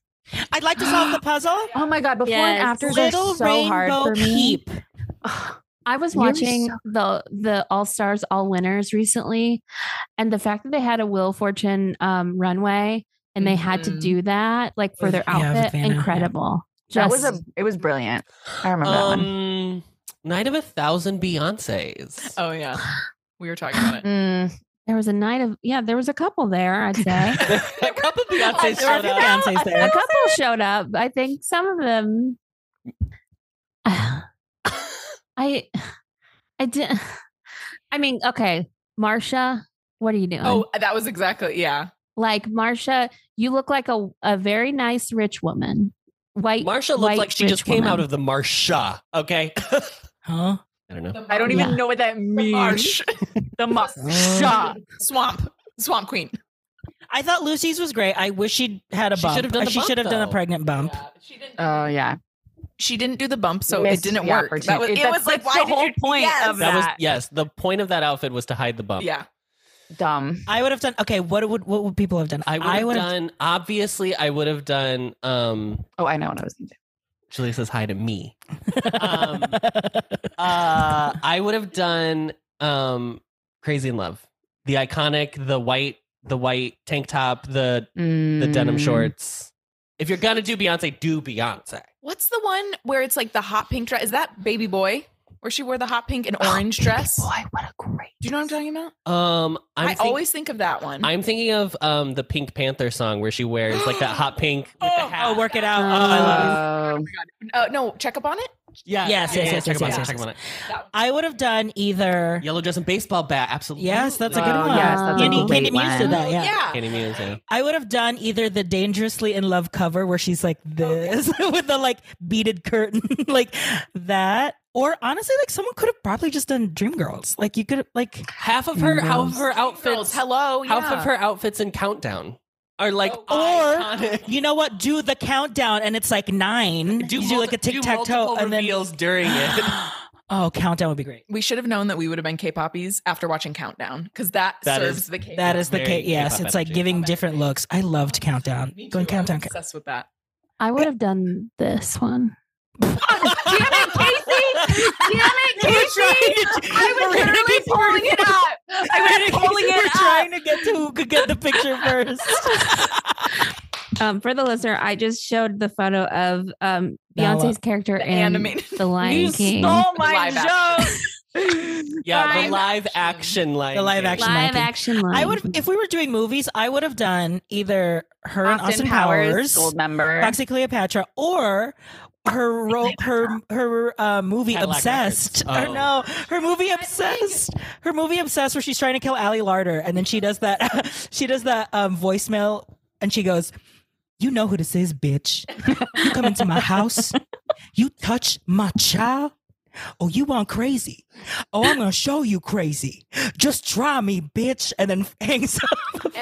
Speaker 2: I'd like to solve the puzzle.
Speaker 1: Oh my god! Before
Speaker 4: Yes.
Speaker 1: and afters are
Speaker 2: Little
Speaker 1: so hard
Speaker 2: rainbow
Speaker 1: for me.
Speaker 2: peep.
Speaker 4: I was
Speaker 1: You're
Speaker 4: watching
Speaker 1: so-
Speaker 4: the the All Stars All Winners recently, and the fact that they had a Wheel of Fortune um, runway and they had to
Speaker 5: Mhm.
Speaker 4: do that like for their
Speaker 2: Yeah, Mm-hmm. with
Speaker 4: outfit,
Speaker 2: Vanna, yeah.
Speaker 4: incredible.
Speaker 1: That
Speaker 4: Just
Speaker 1: was a. It was brilliant. I remember that one.
Speaker 3: Um, Night of a Thousand Beyonces.
Speaker 5: Oh yeah. We were talking about it.
Speaker 1: Mm.
Speaker 4: there was a night of yeah there was a couple there I'd say
Speaker 3: a couple of
Speaker 2: I
Speaker 3: Beyonces
Speaker 2: thought
Speaker 3: showed
Speaker 2: the
Speaker 3: up.
Speaker 2: Beyonce's
Speaker 4: a
Speaker 2: there.
Speaker 4: couple showed up. I think some of them. I I did. I mean, okay, Marsha, what are you doing?
Speaker 5: Oh, that was exactly yeah.
Speaker 4: Like Marsha, you look like a, a very nice rich woman. White
Speaker 3: Marsha looked
Speaker 4: white
Speaker 3: like she
Speaker 4: rich
Speaker 3: just came
Speaker 4: woman.
Speaker 3: out of the Marsha. Okay.
Speaker 2: Huh?
Speaker 3: I don't know.
Speaker 1: I don't even
Speaker 4: Yeah.
Speaker 1: know what that means.
Speaker 5: Marsh.
Speaker 1: The marsh.
Speaker 2: Shut.
Speaker 5: Swamp. Swamp Queen.
Speaker 2: I thought Lucy's was great. I wish she'd had a
Speaker 3: She
Speaker 2: bump. Uh,
Speaker 3: should have done the
Speaker 2: she
Speaker 3: bump,
Speaker 2: should have done a
Speaker 3: though.
Speaker 2: pregnant bump.
Speaker 5: she didn't
Speaker 1: Oh yeah.
Speaker 5: she didn't do the bump, so
Speaker 1: Missed
Speaker 5: it didn't
Speaker 1: the
Speaker 5: work. That was,
Speaker 1: opportunity.
Speaker 5: it
Speaker 1: That's-
Speaker 5: was like
Speaker 1: that's
Speaker 5: why
Speaker 1: the
Speaker 5: did
Speaker 1: whole
Speaker 5: you-
Speaker 1: point
Speaker 5: yes.
Speaker 1: of
Speaker 3: That was
Speaker 1: That-
Speaker 3: yes. The point of that outfit was to hide the bump.
Speaker 5: Yeah.
Speaker 1: Dumb.
Speaker 2: I would have done okay. What would what would people have done?
Speaker 3: I would have done. Obviously, I would have done. Um,
Speaker 1: Oh, I know what I was gonna do.
Speaker 3: Julie says hi to me.
Speaker 2: done.
Speaker 3: Uh, I would have done. Um, Crazy in Love, the iconic, the white, the white tank top, the the denim
Speaker 1: Mm.
Speaker 3: shorts. If you're gonna do Beyonce, do Beyonce.
Speaker 5: What's the one where it's like the hot pink dress? Is that Baby Boy? Where she wore the hot pink and orange dress?
Speaker 1: Oh, Boy, what a great.
Speaker 5: Do you know what I'm talking about?
Speaker 3: Um, I'm
Speaker 5: i
Speaker 3: think-
Speaker 5: always think of that one.
Speaker 3: I'm thinking of um the Pink Panther song where she wears like that hot pink. With the
Speaker 5: Oh,
Speaker 3: hat.
Speaker 2: oh, work it out. Oh, I love it.
Speaker 1: Oh,
Speaker 5: uh, no, check up on it.
Speaker 3: Yeah.
Speaker 2: Yes, yes, yes,
Speaker 3: check
Speaker 2: yes,
Speaker 3: them out,
Speaker 2: yes,
Speaker 3: check them out.
Speaker 2: I would have done either.
Speaker 3: Yellow dress and baseball bat. Absolutely.
Speaker 2: Yes, that's a good
Speaker 1: Oh,
Speaker 2: one.
Speaker 1: yes, that's a
Speaker 4: Candy-
Speaker 1: great
Speaker 2: Candy Muse
Speaker 1: one.
Speaker 2: did that, Uh, yeah.
Speaker 5: yeah.
Speaker 3: Candy Muse. Yeah.
Speaker 2: I would have done either the dangerously in love cover where she's like this with the like beaded curtain like that, or honestly, like someone could have probably just done Dreamgirls. Like you could like
Speaker 3: Half of her,
Speaker 2: Yes.
Speaker 3: half of her
Speaker 5: Girls,
Speaker 3: outfits,
Speaker 5: hello.
Speaker 3: half
Speaker 5: yeah.
Speaker 3: of her outfits in Countdown are like
Speaker 2: Oh,
Speaker 3: iconic.
Speaker 2: you know what? Do the countdown and it's like nine. you do like a
Speaker 3: multi-
Speaker 2: tic tac toe
Speaker 3: multiple
Speaker 2: and then
Speaker 3: reveals during it.
Speaker 2: oh, countdown would be great.
Speaker 5: We should have known that we would have been K-poppies after watching Countdown because that,
Speaker 3: That
Speaker 5: serves
Speaker 3: is-
Speaker 5: the K.
Speaker 2: That is the
Speaker 3: Very
Speaker 2: case. Yes,
Speaker 3: K-pop
Speaker 2: it's like
Speaker 3: energy.
Speaker 2: giving
Speaker 5: K-pop
Speaker 2: different
Speaker 5: energy.
Speaker 2: looks. I loved countdown.
Speaker 5: Me
Speaker 2: Going
Speaker 5: too, I was
Speaker 2: countdown.
Speaker 5: Obsessed with that.
Speaker 4: I would have done this one.
Speaker 1: Damn it, Casey! Damn it,
Speaker 2: You were
Speaker 1: Casey!
Speaker 2: trying to-
Speaker 1: I was
Speaker 2: Miranda,
Speaker 1: literally
Speaker 2: you were
Speaker 1: pulling it up. I was pulling
Speaker 2: We're
Speaker 1: it
Speaker 2: trying
Speaker 1: up.
Speaker 2: to get to who could get the picture first.
Speaker 4: Um, for the listener, I just showed the photo of um
Speaker 2: Bella.
Speaker 4: Beyonce's character
Speaker 5: The
Speaker 4: in
Speaker 5: animated-
Speaker 4: The Lion
Speaker 1: You
Speaker 4: King.
Speaker 1: stole Oh my
Speaker 5: Live
Speaker 1: joke.
Speaker 3: Yeah, the
Speaker 1: Live
Speaker 3: live action live.
Speaker 2: The live action.
Speaker 4: Live
Speaker 2: Mikey.
Speaker 4: action line.
Speaker 2: I would if we were doing movies, I would have done either her and Austin Powers,
Speaker 1: gold member.
Speaker 2: Roxy Cleopatra, or her ro- her her uh, movie
Speaker 3: Cadillac
Speaker 2: obsessed.
Speaker 3: Records.
Speaker 2: Or
Speaker 3: Oh.
Speaker 2: no, her movie obsessed. Her movie obsessed, where she's trying to kill Allie Larder, and then she does that. she does that um, voicemail, and she goes, "You know who this is, bitch. You come into my house, you touch my child." Oh, you want crazy? Oh, I'm gonna show you crazy. Just try me, bitch, and then hangs up.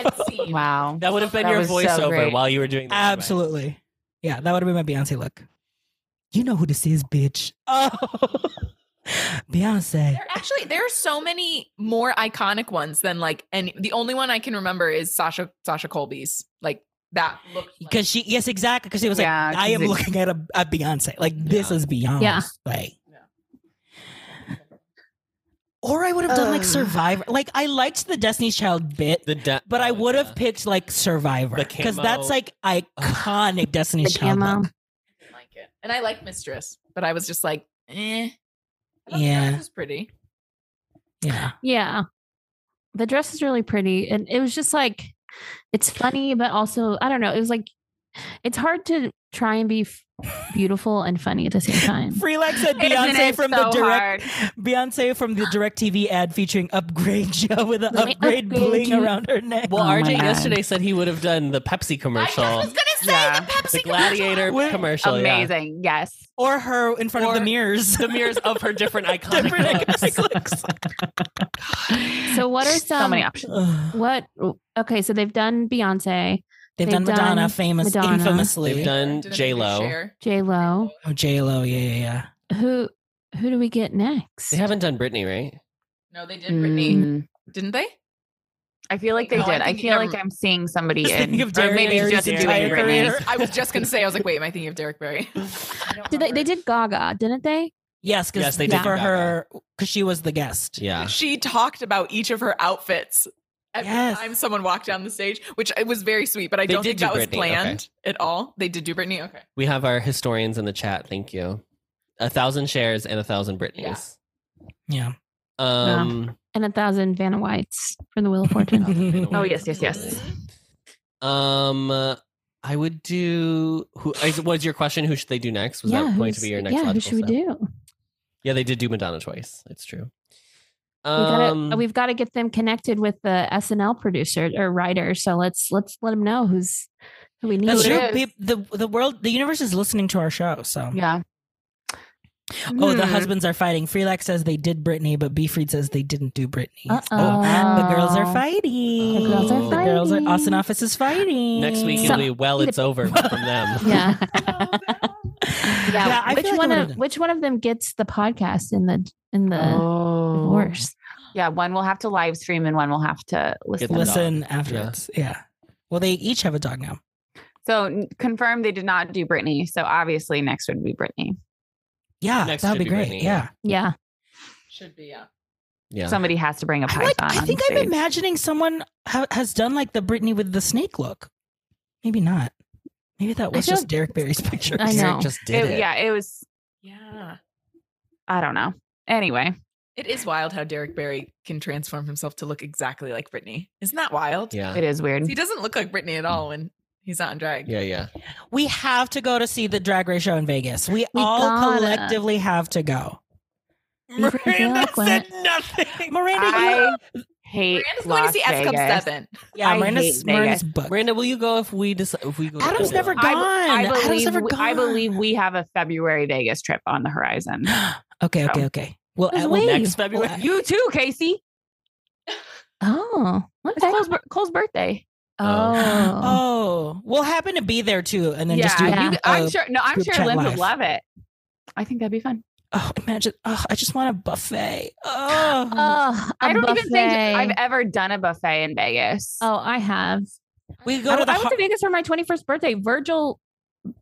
Speaker 1: Wow.
Speaker 3: That would have been
Speaker 1: That
Speaker 3: your
Speaker 1: was so
Speaker 3: voiceover
Speaker 1: great.
Speaker 3: while you were doing that.
Speaker 2: Absolutely. Yeah, that would have been my Beyonce look. You know who this is, bitch. Oh, Beyonce.
Speaker 5: There actually there are so many more iconic ones than like and the only one I can remember is Sasha Sasha Colby's. Like that looked like-
Speaker 2: Because she, yes, exactly. Because she was
Speaker 1: Yeah,
Speaker 2: like,
Speaker 1: 'cause
Speaker 2: I am
Speaker 1: it-
Speaker 2: looking at a, a Beyonce. Like, this
Speaker 3: Yeah.
Speaker 2: is Beyonce.
Speaker 4: Yeah.
Speaker 2: Like,
Speaker 5: Yeah.
Speaker 2: or I would have done like
Speaker 1: Ugh.
Speaker 2: Survivor. Like, I liked the Destiny's Child bit,
Speaker 3: The de-
Speaker 2: but I
Speaker 3: oh,
Speaker 2: would
Speaker 3: yeah.
Speaker 2: have picked like Survivor
Speaker 3: The
Speaker 2: because
Speaker 3: camo.
Speaker 2: that's like iconic
Speaker 4: the
Speaker 2: Destiny's Child.
Speaker 4: camo.
Speaker 2: look.
Speaker 5: I didn't like it. And I like Mistress, but I was just like, eh. I thought
Speaker 2: Yeah.
Speaker 5: Mistress was pretty.
Speaker 2: Yeah.
Speaker 4: Yeah. The dress is really pretty. And it was just like, it's funny, but also, I don't know. It was like, it's hard to try and be f- beautiful and funny at the same time.
Speaker 2: Freelance said
Speaker 1: Isn't
Speaker 2: Beyonce
Speaker 1: it
Speaker 2: from
Speaker 1: so
Speaker 2: the direct
Speaker 1: hard?
Speaker 2: Beyonce from the DirecTV ad featuring Upgrade Joe with an
Speaker 4: Let me
Speaker 2: upgrade
Speaker 4: upgrade
Speaker 2: bling
Speaker 4: you.
Speaker 2: around her neck.
Speaker 3: Well,
Speaker 1: Oh my
Speaker 3: RJ
Speaker 1: God.
Speaker 3: yesterday said he would have done the Pepsi commercial,
Speaker 5: I just was gonna say
Speaker 1: Yeah.
Speaker 5: the Pepsi
Speaker 3: the
Speaker 5: commercial.
Speaker 3: Gladiator
Speaker 2: Wait.
Speaker 3: commercial. yeah.
Speaker 1: Amazing. Yes.
Speaker 2: Or her in front of the
Speaker 3: Or-
Speaker 2: mirrors.
Speaker 3: The mirrors of her different iconic
Speaker 2: Different
Speaker 3: looks.
Speaker 2: iconic looks.
Speaker 4: So, what are
Speaker 1: So
Speaker 4: some,
Speaker 1: many options.
Speaker 2: Ugh.
Speaker 4: what, okay, so they've done Beyonce,
Speaker 2: They've
Speaker 4: They've
Speaker 2: done Madonna
Speaker 4: done
Speaker 2: famous
Speaker 4: Madonna.
Speaker 2: infamously.
Speaker 3: They've done
Speaker 5: Didn't
Speaker 3: J Lo.
Speaker 5: share.
Speaker 4: J Lo.
Speaker 2: oh, J Lo, yeah, yeah, yeah.
Speaker 4: Who, who do we get next?
Speaker 3: They haven't done Britney, right?
Speaker 5: No, they did Britney.
Speaker 1: Mm.
Speaker 5: Didn't they?
Speaker 1: I feel like they
Speaker 5: No, I
Speaker 1: did. I,
Speaker 5: think
Speaker 1: feel
Speaker 5: you're-
Speaker 1: like I'm seeing somebody
Speaker 2: Just
Speaker 1: in,
Speaker 2: thinking of
Speaker 1: or
Speaker 2: Derrick
Speaker 1: maybe
Speaker 2: Henry's
Speaker 1: just doing
Speaker 2: entire
Speaker 1: Britney.
Speaker 2: career.
Speaker 5: I was just gonna say, I was like, wait, am I thinking of Derek Barry?
Speaker 4: Did they, they did Gaga, didn't they?
Speaker 2: Yes, because
Speaker 3: Yes,
Speaker 2: they
Speaker 3: they
Speaker 2: did
Speaker 3: did
Speaker 2: for
Speaker 3: Gaga.
Speaker 2: her because she was the guest.
Speaker 3: Yeah.
Speaker 5: She talked about each of her outfits every
Speaker 2: Yes.
Speaker 5: time someone walked down the stage, which it was very sweet, but I
Speaker 3: They
Speaker 5: don't
Speaker 3: did
Speaker 5: think
Speaker 3: do
Speaker 5: that was
Speaker 3: Britney, okay.
Speaker 5: planned at all. They did do Britney. Okay.
Speaker 3: We have our historians in the chat. Thank you. A thousand shares and a thousand Britneys.
Speaker 2: Yeah.
Speaker 3: Um,
Speaker 4: And a thousand Vanna Whites from the Wheel of Fortune.
Speaker 1: Oh yes, yes, yes.
Speaker 3: um, uh, I would do. Who is, was your question? Who should they do next? Was that going to
Speaker 4: who's-
Speaker 3: be your next?
Speaker 4: Yeah, who
Speaker 3: logical
Speaker 4: should we
Speaker 3: step?
Speaker 4: do?
Speaker 3: Yeah, they did do Madonna twice. It's true.
Speaker 4: we gotta,
Speaker 3: Um,
Speaker 4: we've got to get them connected with the SNL producer or writer. So let's let's let them know who's who we need.
Speaker 2: That's
Speaker 1: it
Speaker 2: true.
Speaker 1: is.
Speaker 2: Peop- The the world the universe is listening to our show. So
Speaker 1: Yeah.
Speaker 2: Oh, the
Speaker 1: Hmm.
Speaker 2: husbands are fighting. Freelax says they did Britney, but Beefreed says they didn't do Britney.
Speaker 4: Uh-oh.
Speaker 2: the girls are fighting.
Speaker 3: The girls are
Speaker 2: The girls are
Speaker 4: fighting.
Speaker 2: Austin Office is fighting.
Speaker 3: next week
Speaker 4: So-
Speaker 3: it'll be well, it's over from them.
Speaker 4: Yeah.
Speaker 1: Yeah.
Speaker 2: Yeah, I
Speaker 4: which
Speaker 2: feel like I
Speaker 4: one
Speaker 2: would've
Speaker 4: of
Speaker 2: done-
Speaker 4: which one of them gets the podcast in the in the
Speaker 1: oh.
Speaker 4: divorce?
Speaker 1: Yeah. One will have to live stream and one will have to listen.
Speaker 3: the dog.
Speaker 2: Listen afterwards. Yeah. Well, they each have a dog now.
Speaker 1: So n- confirmed they did not do Britney. So obviously next would be Britney.
Speaker 2: Yeah,
Speaker 3: Next
Speaker 2: that'd be
Speaker 3: should be
Speaker 2: great.
Speaker 3: Britney,
Speaker 2: yeah.
Speaker 4: Yeah.
Speaker 5: Should be, yeah.
Speaker 3: Yeah.
Speaker 1: Somebody has to bring a
Speaker 2: I,
Speaker 1: python.
Speaker 2: like, I
Speaker 1: on
Speaker 2: think I'm
Speaker 1: stage.
Speaker 2: imagining someone ha- has done like the Britney with the snake look. Maybe not. Maybe that
Speaker 4: I
Speaker 2: was
Speaker 4: feel
Speaker 2: just
Speaker 4: like-
Speaker 2: Derek Barry's picture.
Speaker 4: I know.
Speaker 3: Eric just did
Speaker 1: It-
Speaker 3: it.
Speaker 1: Yeah. It was.
Speaker 5: Yeah.
Speaker 1: I don't know. Anyway,
Speaker 5: It is wild how Derek Barry can transform himself to look exactly like Britney. Isn't that wild?
Speaker 2: Uh,
Speaker 3: Yeah.
Speaker 1: it is weird.
Speaker 5: He doesn't look like Britney at all when he's not in drag.
Speaker 3: Yeah. Yeah.
Speaker 2: We have to go to see the drag race show in Vegas. We,
Speaker 4: We
Speaker 2: all
Speaker 4: gotta.
Speaker 2: collectively have to go.
Speaker 4: You freaking
Speaker 5: Miranda
Speaker 4: feel like
Speaker 5: said nothing.
Speaker 2: Miranda, you,
Speaker 1: I hate
Speaker 5: Miranda's going to
Speaker 1: Las
Speaker 5: see S Cup
Speaker 1: Vegas.
Speaker 5: 7.
Speaker 2: yeah,
Speaker 1: I
Speaker 2: Miranda's,
Speaker 1: hate
Speaker 2: Miranda's
Speaker 1: Vegas.
Speaker 2: booked.
Speaker 3: Miranda, will you go if we decide if we go? to
Speaker 2: Adam's
Speaker 3: Vegas?
Speaker 2: never gone.
Speaker 1: I, I
Speaker 2: Adam's
Speaker 1: believe,
Speaker 2: never gone.
Speaker 1: I believe we have a February Vegas trip on the horizon.
Speaker 2: okay, okay, okay. Well,
Speaker 4: There's
Speaker 2: I will
Speaker 4: Wave.
Speaker 2: next February.
Speaker 1: you too, Casey.
Speaker 4: Oh.
Speaker 1: It's
Speaker 4: Okay.
Speaker 1: Cole's, bir- Cole's birthday.
Speaker 4: Oh.
Speaker 2: Oh, we'll happen to be there too, and then just do.
Speaker 4: Yeah.
Speaker 1: you-
Speaker 2: uh,
Speaker 1: I'm sure. No, I'm
Speaker 2: group
Speaker 1: sure
Speaker 2: chat
Speaker 1: Lynn
Speaker 2: live.
Speaker 1: would love it. I think that'd be fun.
Speaker 2: Oh, imagine! Oh, I just want a buffet. Oh,
Speaker 4: Oh, I
Speaker 1: I don't even think I've
Speaker 4: buffet.
Speaker 1: ever done a buffet in Vegas.
Speaker 4: Oh, I have.
Speaker 2: we go
Speaker 4: I,
Speaker 2: to the.
Speaker 4: I went
Speaker 2: har-
Speaker 4: to Vegas for my 21st birthday. Virgil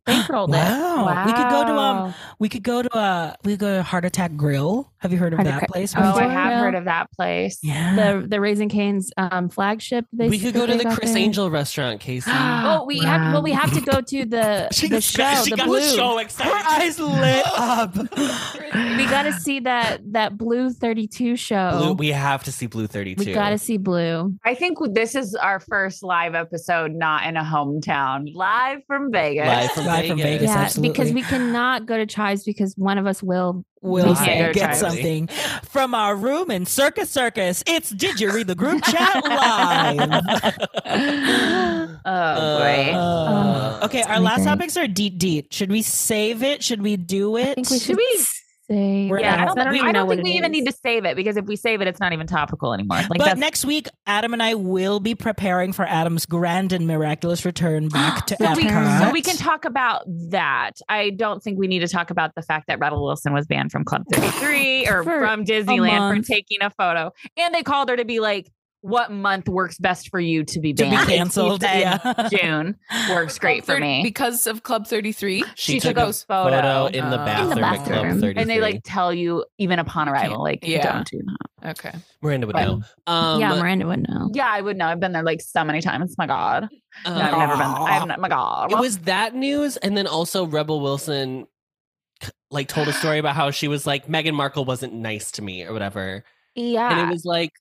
Speaker 4: bankrolled
Speaker 2: Wow.
Speaker 4: it.
Speaker 2: Oh, We could go to, um,
Speaker 1: Wow.
Speaker 2: We could go to uh we could go to Heart Attack Grill. Have you heard of
Speaker 4: Heart
Speaker 2: that
Speaker 4: Attack-
Speaker 2: place?
Speaker 1: Oh, I
Speaker 4: Before
Speaker 1: have
Speaker 4: now-
Speaker 1: heard of that place.
Speaker 2: yeah.
Speaker 4: the the Raising Cane's um, flagship. They,
Speaker 3: we could
Speaker 4: that
Speaker 3: go to
Speaker 4: they
Speaker 3: the
Speaker 4: got
Speaker 3: Chris
Speaker 4: there.
Speaker 3: Angel restaurant, Casey.
Speaker 4: Oh, we have. Well, we have to go to the the show. the blue.
Speaker 3: excited.
Speaker 2: Her eyes lit up.
Speaker 4: We got to see that that blue thirty two
Speaker 3: Blue,
Speaker 4: show.
Speaker 3: we have to see Blue 32.
Speaker 4: we got to see blue.
Speaker 1: I think this is our first live episode, not in a hometown, live from Vegas.
Speaker 3: Live from
Speaker 2: Live from
Speaker 3: Vegas.
Speaker 2: Yes,
Speaker 4: yeah, because
Speaker 2: absolutely.
Speaker 4: we cannot go to Chives because one of us will.
Speaker 2: We'll
Speaker 1: We can't go to Charlie.
Speaker 2: get something from our room in Circus Circus. It's Did You Read the Group Chat Live?
Speaker 1: oh boy.
Speaker 2: Uh,
Speaker 4: Oh,
Speaker 2: okay,
Speaker 4: it's
Speaker 2: our
Speaker 4: gonna be
Speaker 2: last
Speaker 4: great.
Speaker 2: topics are deet deet. Should we save it? Should we do it?
Speaker 4: I think we should,
Speaker 1: Should we-
Speaker 4: say.
Speaker 2: We're
Speaker 1: yeah,
Speaker 2: out.
Speaker 1: I don't,
Speaker 2: I
Speaker 1: I
Speaker 4: even
Speaker 1: don't
Speaker 4: know what
Speaker 1: think
Speaker 4: it
Speaker 1: we even
Speaker 4: is.
Speaker 1: need to save it because if we save it, it's not even topical anymore. Like
Speaker 2: but
Speaker 1: that's
Speaker 2: next week, Adam and I will be preparing for Adam's grand and miraculous return back to
Speaker 1: so we,
Speaker 2: Epcot.
Speaker 1: so we can talk about that. I don't think we need to talk about the fact that Rebel Wilson was banned from Club 33 or
Speaker 4: For
Speaker 1: from Disneyland for
Speaker 4: month.
Speaker 1: taking a photo. And they called her to be like, what month works best for you to be
Speaker 2: to
Speaker 1: banned?
Speaker 2: be
Speaker 1: And she
Speaker 2: canceled.
Speaker 1: said,
Speaker 2: Yeah.
Speaker 1: June works great for
Speaker 5: 30
Speaker 1: me.
Speaker 5: because of Club 33.
Speaker 1: She took a photo,
Speaker 3: in the
Speaker 5: uh,
Speaker 3: bathroom,
Speaker 4: in the
Speaker 3: at Club
Speaker 4: bathroom.
Speaker 3: 33.
Speaker 1: And they like tell you even upon
Speaker 5: You can't-
Speaker 1: arrival, like,
Speaker 5: yeah.
Speaker 1: don't do that.
Speaker 5: Okay.
Speaker 3: Miranda would
Speaker 1: But-
Speaker 3: know. Um,
Speaker 4: yeah, Miranda would know.
Speaker 1: Yeah, I would know. I've been there like so many times. My God.
Speaker 3: um,
Speaker 1: I've never been there. I've not, my God.
Speaker 3: it was that news, and then also Rebel Wilson like told a story about how she was like Meghan Markle wasn't nice to me or whatever, and
Speaker 1: yeah.
Speaker 3: it was like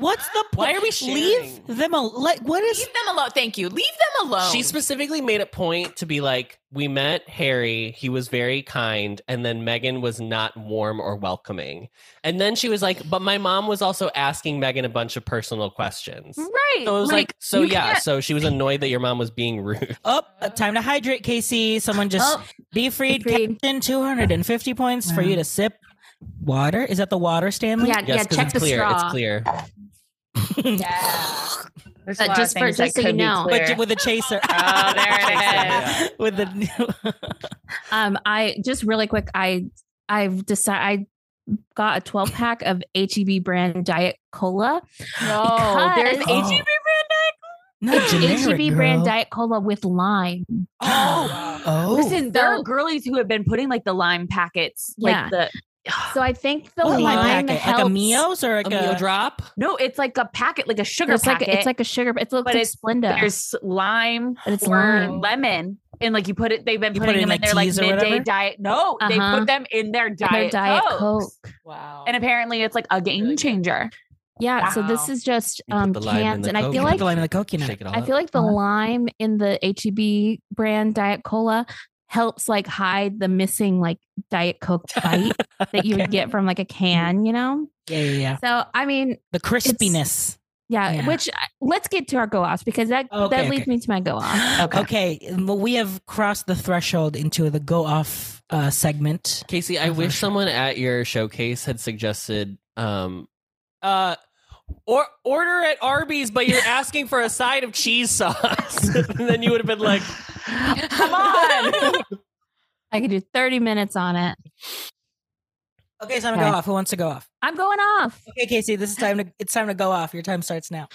Speaker 2: What's the point?
Speaker 3: Why are
Speaker 2: Leave
Speaker 3: we sharing?
Speaker 2: them alone. Like, what
Speaker 5: Leave
Speaker 2: is
Speaker 5: them alone. Thank you. Leave them alone.
Speaker 1: Oh.
Speaker 3: she specifically made a point to be like, we met Harry, he was very kind, and then Meghan was not warm or welcoming, and then she was like, but my mom was also asking Meghan a bunch of personal questions.
Speaker 1: Right.
Speaker 3: So it was like, so
Speaker 1: you
Speaker 3: yeah,
Speaker 1: can't-
Speaker 3: so she was annoyed that your mom was being rude.
Speaker 2: Oh, uh, time to hydrate, Casey. Someone just
Speaker 4: Oh,
Speaker 2: be freed.
Speaker 4: be freed.
Speaker 2: Captain, 250 points for you to sip water. Is that the water, Stanley?
Speaker 4: yeah, yeah.
Speaker 3: 'cause
Speaker 4: Check
Speaker 3: it's
Speaker 4: the
Speaker 3: clear.
Speaker 4: straw.
Speaker 3: It's clear.
Speaker 1: There's
Speaker 4: Uh,
Speaker 1: a lot
Speaker 4: just
Speaker 1: of
Speaker 4: for-
Speaker 1: things that
Speaker 4: just so you
Speaker 1: could be
Speaker 4: know.
Speaker 1: clear.
Speaker 2: But with a chaser.
Speaker 1: Oh, there it
Speaker 3: is.
Speaker 2: with the
Speaker 4: Um, I just really quick. I I've decided. I got a 12 pack of HEB brand diet cola.
Speaker 1: No, there's
Speaker 4: Because-
Speaker 1: H E B
Speaker 2: not generic,
Speaker 4: HEB E brand
Speaker 2: girl.
Speaker 4: diet cola with lime.
Speaker 2: Oh, oh.
Speaker 1: Listen, there are
Speaker 4: So-
Speaker 1: girlies who have been putting like the lime packets,
Speaker 4: Yeah.
Speaker 1: like the
Speaker 4: So I think the
Speaker 2: What a
Speaker 4: lime
Speaker 2: packet.
Speaker 4: helps.
Speaker 2: Oh, Like a Mio's or like a,
Speaker 3: drop.
Speaker 1: no, it's like a packet, like a sugar
Speaker 4: It's like
Speaker 1: packet.
Speaker 4: it's like a sugar. It looks
Speaker 1: But
Speaker 4: like
Speaker 1: it's-
Speaker 4: Splenda.
Speaker 1: there's lime
Speaker 4: but it's
Speaker 1: or
Speaker 4: lime.
Speaker 1: lemon, and like you put it, they've been
Speaker 2: You put
Speaker 1: putting
Speaker 2: it in,
Speaker 1: them in
Speaker 2: like,
Speaker 1: their like
Speaker 2: teas or
Speaker 1: midday
Speaker 2: whatever?
Speaker 1: diet. No, they
Speaker 4: Uh-huh.
Speaker 1: put them in their
Speaker 4: Their
Speaker 1: diet,
Speaker 4: diet,
Speaker 1: Cokes.
Speaker 4: coke.
Speaker 5: Wow.
Speaker 1: and apparently it's like a game changer.
Speaker 4: Yeah. So
Speaker 5: Wow.
Speaker 4: this is just
Speaker 3: You put
Speaker 4: um
Speaker 3: the lime in
Speaker 4: cans,
Speaker 3: the
Speaker 4: and I
Speaker 3: Coke.
Speaker 4: feel
Speaker 3: You
Speaker 2: Put
Speaker 4: like
Speaker 2: the lime in the coke, you know.
Speaker 3: Shake it all
Speaker 4: I feel like the
Speaker 2: Huh?
Speaker 4: lime in the HEB brand diet cola helps like hide the missing like diet coke bite that you would get from like a can, you know?
Speaker 2: Yeah, Mm-hmm. yeah, yeah.
Speaker 4: So I mean,
Speaker 2: The crispiness.
Speaker 4: yeah,
Speaker 2: Yeah.
Speaker 4: which I- let's get to our go offs because that that
Speaker 2: Okay,
Speaker 4: leads
Speaker 2: okay.
Speaker 4: me to my go off.
Speaker 2: Okay. Well, we have crossed the threshold into the go off uh, segment.
Speaker 3: Casey, I
Speaker 2: Oh, for
Speaker 3: wish
Speaker 2: sure.
Speaker 3: someone at your showcase had suggested um uh or order at Arby's, but you're asking for a side of cheese sauce. and then you would have been like,
Speaker 1: Come on,
Speaker 4: I could do 30 minutes on it.
Speaker 2: Okay, so I'm
Speaker 1: Okay.
Speaker 2: go off. Who wants to go off?
Speaker 4: I'm going off.
Speaker 2: Okay, Casey, this is time to it's time to go off. Your time starts now.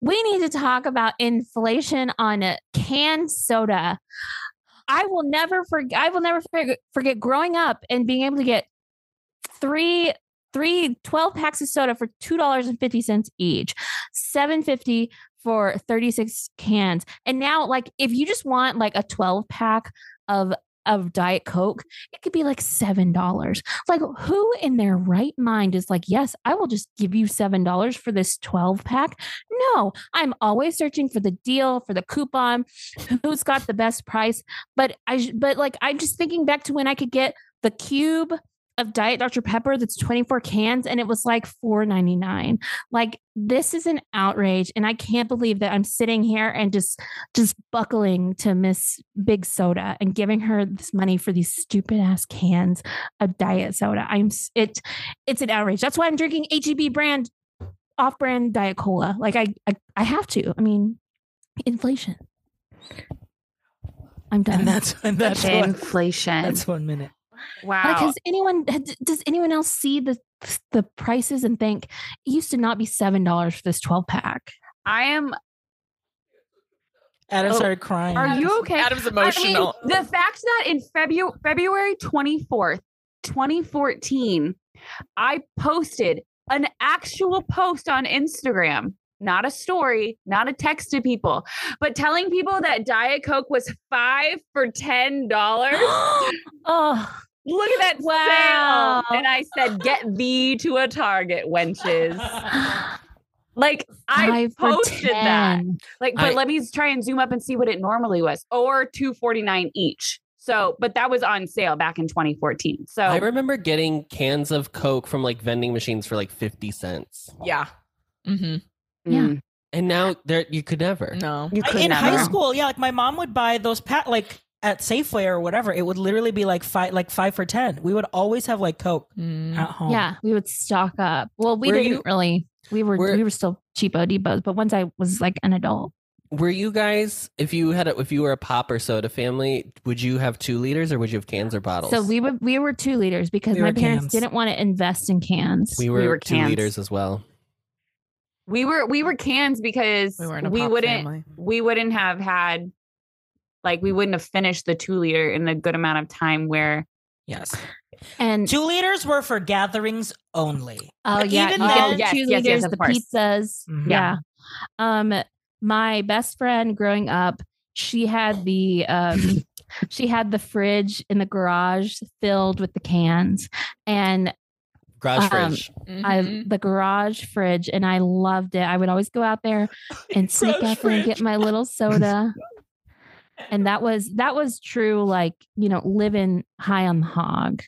Speaker 4: We need to talk about inflation on a canned soda. I will never forget. I will never forg- forget growing up and being able to get three three 12 packs of soda for two dollars and fifty cents each, seven fifty for thirty six cans. And now, like, if you just want like a twelve pack of of Diet Coke, it could be like seven dollars. Like, who in their right mind is like, yes, I will just give you seven dollars for this twelve pack? No, I'm always searching for the deal, for the coupon, who's got the best price. But I, sh- but like, I'm just thinking back to when I could get the cube of Diet Dr. Pepper that's 24 cans and it was like $4.99. Like, this is an outrage. And I can't believe that I'm sitting here and just, just buckling to Miss Big Soda and giving her this money for these stupid ass cans of diet soda. I'm, s- it, it's an outrage. That's why I'm drinking HEB brand off-brand diet cola. Like I, I, I have to. I mean, inflation. I'm done.
Speaker 2: And that's and that's one,
Speaker 1: inflation.
Speaker 2: that's one minute.
Speaker 1: wow.
Speaker 4: Like, has anyone had- does anyone else see the the prices and think it used to not be seven dollars for this twelve pack?
Speaker 1: I am
Speaker 2: Adam
Speaker 1: Oh.
Speaker 2: started crying.
Speaker 1: Are you okay?
Speaker 5: Adam's
Speaker 1: I
Speaker 5: emotional.
Speaker 1: mean, the fact that in February February 24th, 2014, I posted an actual post on Instagram, not a story, not a text to people, but telling people that Diet Coke was 5 for $10.
Speaker 4: oh,
Speaker 1: Look at that
Speaker 4: Wow.
Speaker 1: sale. And I said, "Get thee to a Target, wenches." Like I
Speaker 4: five for
Speaker 1: posted that.
Speaker 4: 10.
Speaker 1: Like, but
Speaker 3: I-
Speaker 1: let me try and zoom up and see what it normally was, or two forty nine each. So, but that was on sale back in 2014. So,
Speaker 3: I remember getting cans of Coke from like vending machines for like 50 cents.
Speaker 5: yeah. hmm
Speaker 1: mm,
Speaker 3: And now there you could never.
Speaker 5: No.
Speaker 1: you could
Speaker 2: in
Speaker 1: never.
Speaker 2: high school, yeah, like my mom would buy those pat like at Safeway or whatever. It would literally be like five like five for ten. We would always have like Coke
Speaker 5: Mm.
Speaker 2: at home.
Speaker 4: Yeah, we would stock up. Well, we
Speaker 3: Oh. Were
Speaker 4: didn't
Speaker 3: you-
Speaker 4: really. We were,
Speaker 3: were-
Speaker 4: we were still cheapo depots, but once I was like an adult,
Speaker 3: Were you guys if you had a, if you were a pop or soda family, would you have 2 liters or would you have cans or bottles?
Speaker 4: so we would we were two liters because
Speaker 2: We
Speaker 4: my
Speaker 2: were
Speaker 4: parents
Speaker 2: cans.
Speaker 4: didn't want to invest in cans.
Speaker 3: we were,
Speaker 1: we were
Speaker 3: 2
Speaker 1: cans.
Speaker 3: liters as well.
Speaker 1: we were we were cans because
Speaker 5: We
Speaker 1: we,
Speaker 5: were in a pop
Speaker 1: wouldn't
Speaker 5: family.
Speaker 1: we wouldn't have had like we wouldn't have finished the two liter in a good amount of time. Where
Speaker 2: Yes.
Speaker 4: and
Speaker 2: Two liters were for gatherings only.
Speaker 4: oh
Speaker 2: But
Speaker 4: yeah,
Speaker 2: even
Speaker 4: you
Speaker 2: then-
Speaker 4: get the
Speaker 1: Yes,
Speaker 4: two
Speaker 1: yes, yes,
Speaker 4: liters,
Speaker 1: of
Speaker 4: the
Speaker 1: course.
Speaker 4: pizzas.
Speaker 2: Mhm.
Speaker 4: Yeah. Um, my best friend growing up, she had the um, she had the fridge in the garage filled with the cans, and
Speaker 3: Garage
Speaker 4: Um,
Speaker 3: fridge.
Speaker 4: I
Speaker 5: Mm-hmm.
Speaker 4: the garage fridge, and I loved it. I would always go out there and sneak
Speaker 2: Garage
Speaker 4: up and get
Speaker 2: fridge.
Speaker 4: my little soda. and that was that was true, like you know, living high on the hog.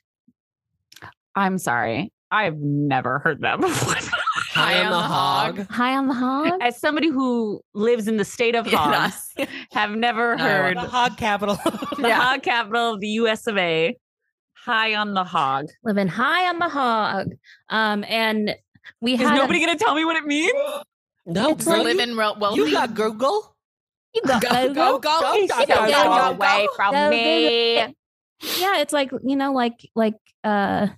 Speaker 1: I'm sorry, I've never heard that before.
Speaker 3: High on the hog.
Speaker 4: High on the hog.
Speaker 1: As somebody who lives in the state of
Speaker 5: Yeah.
Speaker 1: Hogs, have never
Speaker 5: No,
Speaker 1: heard
Speaker 2: The hog capital.
Speaker 1: the
Speaker 5: Yeah.
Speaker 1: hog capital of the US of A. High on the hog.
Speaker 4: living high on the hog. Um, and we
Speaker 1: Is
Speaker 4: had
Speaker 1: nobody going to tell me what it means?
Speaker 3: No,
Speaker 5: It's
Speaker 3: girl,
Speaker 5: live and re- wealthy.
Speaker 2: Google?
Speaker 4: you got
Speaker 5: go, go,
Speaker 4: Google.
Speaker 5: go,
Speaker 1: Please
Speaker 5: go, go,
Speaker 4: go,
Speaker 5: go,
Speaker 4: go,
Speaker 5: go.
Speaker 1: from
Speaker 4: Go, go, go. Yeah, it's like you know, like like uh,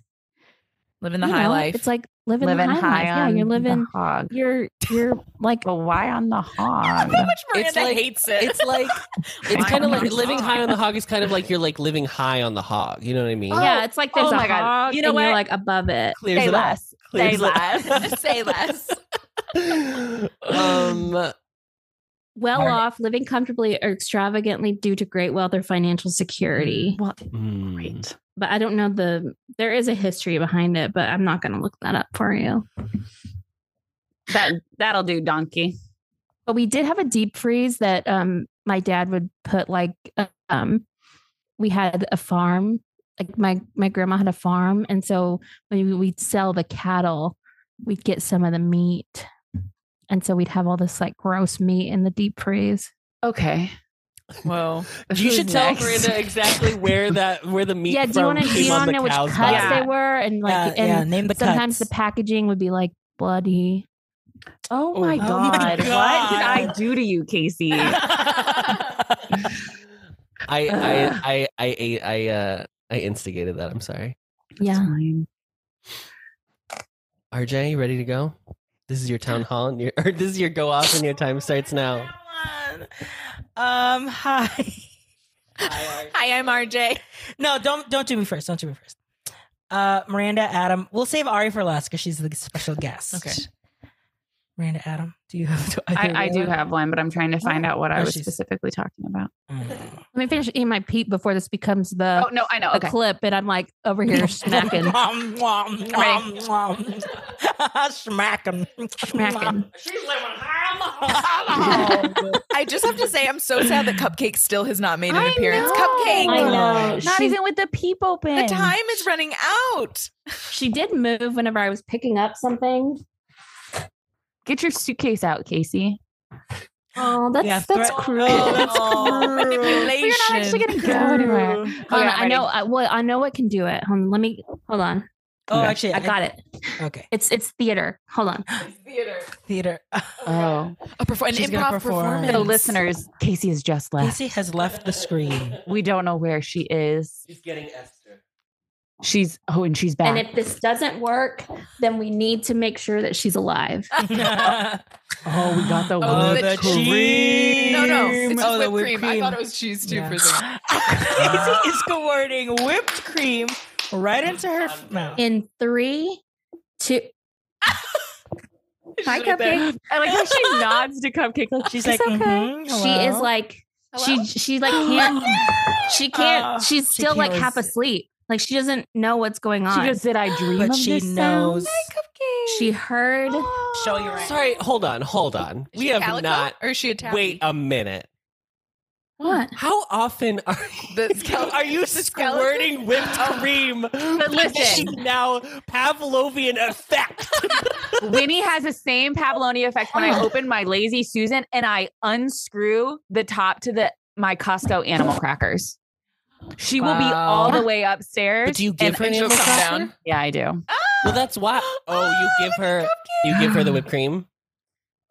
Speaker 5: Living the
Speaker 4: you
Speaker 5: high
Speaker 4: know,
Speaker 5: life.
Speaker 4: It's like living, the high, life. Yeah, you're living.
Speaker 1: hog.
Speaker 4: You're you're like
Speaker 1: But why on the hog?
Speaker 5: How much Miranda
Speaker 3: It's like-
Speaker 5: hates it.
Speaker 3: it's like it's
Speaker 5: High
Speaker 3: kind of
Speaker 5: on
Speaker 3: like
Speaker 5: the
Speaker 3: living
Speaker 5: hog.
Speaker 3: high on the hog is kind of like you're like living high on the hog. You know what I mean?
Speaker 4: yeah, it's like there's
Speaker 1: oh
Speaker 4: a
Speaker 1: my God.
Speaker 4: hog.
Speaker 1: You know
Speaker 4: and You're
Speaker 1: what?
Speaker 4: like above it.
Speaker 3: Clears
Speaker 1: Say
Speaker 3: it up.
Speaker 1: less. Say
Speaker 3: Clears it up.
Speaker 1: less. Say less.
Speaker 3: um,
Speaker 4: Well
Speaker 2: Right.
Speaker 4: off, living comfortably or extravagantly due to great wealth or financial security.
Speaker 1: Well,
Speaker 3: mm.
Speaker 1: great.
Speaker 4: But I don't know the there is a history behind it, but I'm not going to look that up for you.
Speaker 1: That that'll do, donkey.
Speaker 4: But we did have a deep freeze that um my dad would put like uh, um we had a farm like my my grandma had a farm and so when we'd sell the cattle we'd get some of the meat and so we'd have all this like gross meat in the deep freeze
Speaker 1: Okay.
Speaker 5: Whoa.
Speaker 3: You should tell
Speaker 1: next?
Speaker 3: Miranda exactly where that where the meat.
Speaker 4: yeah do you want to do you want to know which cuts
Speaker 1: body.
Speaker 4: they were and like
Speaker 2: yeah,
Speaker 4: and
Speaker 2: Uh, yeah, name the
Speaker 4: sometimes
Speaker 2: cuts.
Speaker 4: the packaging would be like bloody
Speaker 1: Oh my,
Speaker 2: my
Speaker 1: god.
Speaker 2: God.
Speaker 1: What did I do to you, Casey?
Speaker 3: I, I I I ate I uh I instigated that. I'm sorry.
Speaker 4: yeah
Speaker 3: RJ, you ready to go? This is your town hall and your or this is your go off and your time starts now.
Speaker 2: Um, hi.
Speaker 5: Hi, I'm RJ.
Speaker 2: No, don't don't do me first. Don't do me first. Uh, Miranda, Adam. We'll save Ari for last because she's the special guest.
Speaker 5: Okay.
Speaker 2: Miranda, Adam, do you have? do either of
Speaker 1: I, I
Speaker 2: you
Speaker 1: do have one, but I'm trying to find out what I
Speaker 2: Oh,
Speaker 1: was
Speaker 2: she's-
Speaker 1: specifically talking about.
Speaker 2: Mm.
Speaker 4: let me finish eating my peep before this becomes the
Speaker 1: Oh no, I know.
Speaker 4: a
Speaker 1: Okay.
Speaker 4: clip and i'm like over here smacking
Speaker 2: Nom, nom, nom, nom. Smacking.
Speaker 4: Smacking.
Speaker 5: I just have to say, I'm so sad that Cupcake still has not made an
Speaker 1: I
Speaker 5: appearance.
Speaker 1: know.
Speaker 5: Cupcake,
Speaker 4: I know.
Speaker 1: Not
Speaker 4: She-
Speaker 1: even with the peep open.
Speaker 5: the time is running out.
Speaker 4: She did move whenever I was picking up something.
Speaker 1: Get your suitcase out, Casey.
Speaker 4: Oh, that's
Speaker 2: Yeah,
Speaker 4: that's
Speaker 2: throw-
Speaker 4: cruel.
Speaker 2: Oh, that's
Speaker 1: We're not actually
Speaker 5: manipulation.
Speaker 1: gonna go anywhere.
Speaker 4: Hold on,
Speaker 1: Okay, I'm
Speaker 4: I know. I, well, I know what can do it. Hold on, let me hold on.
Speaker 2: Oh, actually,
Speaker 4: I got it.
Speaker 2: Okay,
Speaker 4: It's it's theater. Hold on.
Speaker 5: Theater.
Speaker 2: theater.
Speaker 1: Oh,
Speaker 5: A perfor- an
Speaker 2: She's gonna
Speaker 5: improv
Speaker 2: perform.
Speaker 5: performance.
Speaker 1: so listeners, Casey has just left.
Speaker 2: Casey has left the screen.
Speaker 1: We don't know where she is.
Speaker 3: She's getting Esther.
Speaker 1: She's oh, and she's back.
Speaker 4: And if this doesn't work, then we need to make sure that she's alive.
Speaker 1: oh, we got the
Speaker 5: Oh,
Speaker 1: oh,
Speaker 5: the
Speaker 2: cheese.
Speaker 5: No, no, it's just
Speaker 2: Oh, the
Speaker 5: whipped
Speaker 2: whipped
Speaker 5: cream. I
Speaker 2: cream.
Speaker 5: thought it was cheese too
Speaker 2: Yeah.
Speaker 5: for some.
Speaker 2: Casey is squirting whipped cream right into her f- mouth.
Speaker 4: In three, two,
Speaker 5: Just
Speaker 4: hi,
Speaker 5: put it there.
Speaker 4: cupcake.
Speaker 1: I like how she nods to Cupcake. Like
Speaker 2: She's
Speaker 4: It's
Speaker 2: like,
Speaker 4: okay.
Speaker 2: "Mhm,
Speaker 4: She is
Speaker 2: hello." Ah,
Speaker 4: like she
Speaker 5: Hello?
Speaker 4: she like can't she can't
Speaker 1: Ah.
Speaker 5: Oh,
Speaker 4: she's
Speaker 2: she
Speaker 4: still like
Speaker 2: can't
Speaker 4: half
Speaker 2: resist.
Speaker 4: asleep. Like she doesn't know what's going on.
Speaker 1: she just said, "I dream
Speaker 2: but
Speaker 1: of
Speaker 2: she
Speaker 1: this
Speaker 2: knows.
Speaker 4: She heard
Speaker 2: Show you right.
Speaker 3: Sorry, hold on, hold on.
Speaker 5: Is
Speaker 3: we
Speaker 5: she
Speaker 3: have
Speaker 5: calico
Speaker 3: not.
Speaker 5: or is she Italian?
Speaker 3: Wait a minute.
Speaker 4: what?
Speaker 3: How often are
Speaker 5: The skeleton-
Speaker 3: are you
Speaker 5: the skeleton?
Speaker 3: squirting whipped
Speaker 5: Oh.
Speaker 3: cream?
Speaker 1: But listen.
Speaker 3: She's now Pavlovian effect.
Speaker 1: sound." Winnie has the same Pavloni effect when I open my Lazy Susan and I unscrew the top to the my Costco animal crackers. She will be
Speaker 5: Wow.
Speaker 1: all the way upstairs.
Speaker 3: But do you give
Speaker 1: and-
Speaker 3: her
Speaker 5: And she'll
Speaker 3: animal
Speaker 5: come
Speaker 3: cracker?
Speaker 5: down.
Speaker 1: Yeah, I do.
Speaker 3: Well, that's why. Oh, you give her. You give her the whipped cream.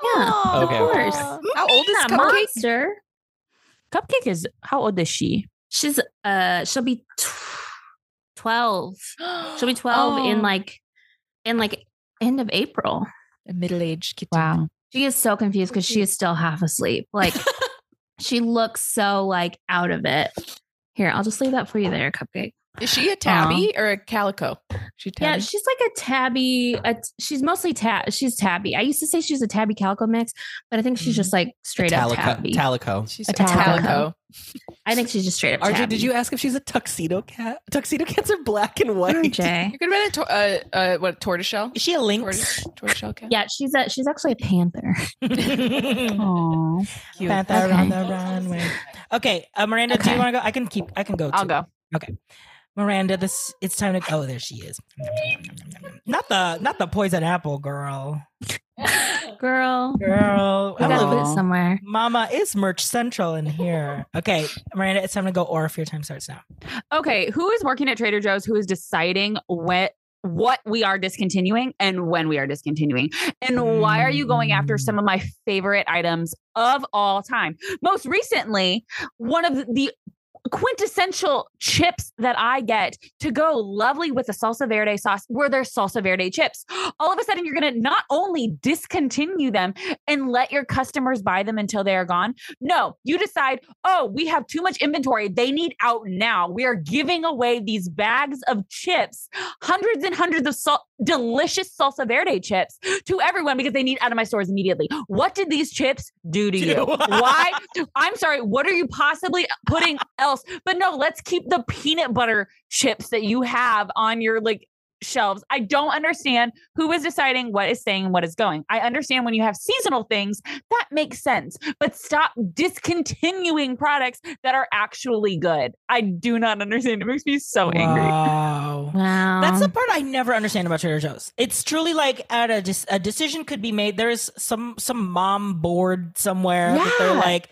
Speaker 4: Yeah,
Speaker 5: Oh.
Speaker 4: of
Speaker 3: Okay.
Speaker 4: course.
Speaker 5: How old is
Speaker 4: She's not a
Speaker 5: cupcake?
Speaker 4: monster.
Speaker 1: Cupcake is how old is she?
Speaker 4: She's uh she'll be t- twelve. She'll be twelve in
Speaker 5: Oh.
Speaker 4: like in like end of April.
Speaker 5: a middle-aged kitten.
Speaker 1: Wow.
Speaker 4: She is so confused because she is still half asleep. Like she looks so like out of it. Here, I'll just leave that for you there, cupcake.
Speaker 5: Is she a tabby or a calico? She
Speaker 4: Yeah,
Speaker 5: tabby.
Speaker 4: she's like a tabby. A, t- she's mostly tab. She's tabby. I used to say she's a tabby calico mix, but I think she's just like straight up tabby.
Speaker 3: Talico.
Speaker 5: she's
Speaker 1: a
Speaker 5: a calico.
Speaker 4: calico. I think she's just straight up.
Speaker 3: RJ,
Speaker 4: tabby.
Speaker 3: did you ask if she's a tuxedo cat? Tuxedo cats are black and white.
Speaker 4: RJ?
Speaker 5: You could have been a to- uh, uh, what tortoiseshell?
Speaker 2: Is she a lynx?
Speaker 5: Tortoise, tortoiseshell cat.
Speaker 4: Yeah, she's a she's actually a panther.
Speaker 1: Oh,
Speaker 2: Panther
Speaker 4: Okay.
Speaker 2: on the runway. Okay, uh, Miranda, do you
Speaker 4: Okay.
Speaker 2: want to go? I can keep. I can go.
Speaker 1: I'll
Speaker 2: too.
Speaker 1: go.
Speaker 2: Miranda, this it's time to. Oh, there she is. Not the not the poison apple girl.
Speaker 4: Girl, we
Speaker 2: Girl, I
Speaker 4: gotta
Speaker 2: love
Speaker 4: put
Speaker 2: it.
Speaker 4: it somewhere.
Speaker 2: Mama, it's merch central in here. Okay, Miranda, it's time to go. Or if your time starts now.
Speaker 1: Okay, who is working at Trader Joe's? Who is deciding what what we are discontinuing and when we are discontinuing? And why are you going after some of my favorite items of all time? Most recently, one of the quintessential chips that I get to go lovely with the salsa verde sauce were their salsa verde chips. All of a sudden, you're going to not only discontinue them and let your customers buy them until they are gone. No, you decide, oh, we have too much inventory. They need out now. We are giving away these bags of chips, hundreds and hundreds of sal- delicious salsa verde chips to everyone because they need out of my stores immediately. What did these chips do to you? Why? I'm sorry. What are you possibly putting else? But no, let's keep the peanut butter chips that you have on your like shelves. I don't understand who is deciding what is staying and what is going. I understand when you have seasonal things, that makes sense, but stop discontinuing products that are actually good. I do not understand. It makes me so angry.
Speaker 2: Wow.
Speaker 4: Wow,
Speaker 2: That's the
Speaker 1: Um,
Speaker 2: part I never understand about Trader Joe's. It's truly like at a, dis- a decision could be made. There is some some mom board somewhere that they're
Speaker 1: Yeah.
Speaker 2: like,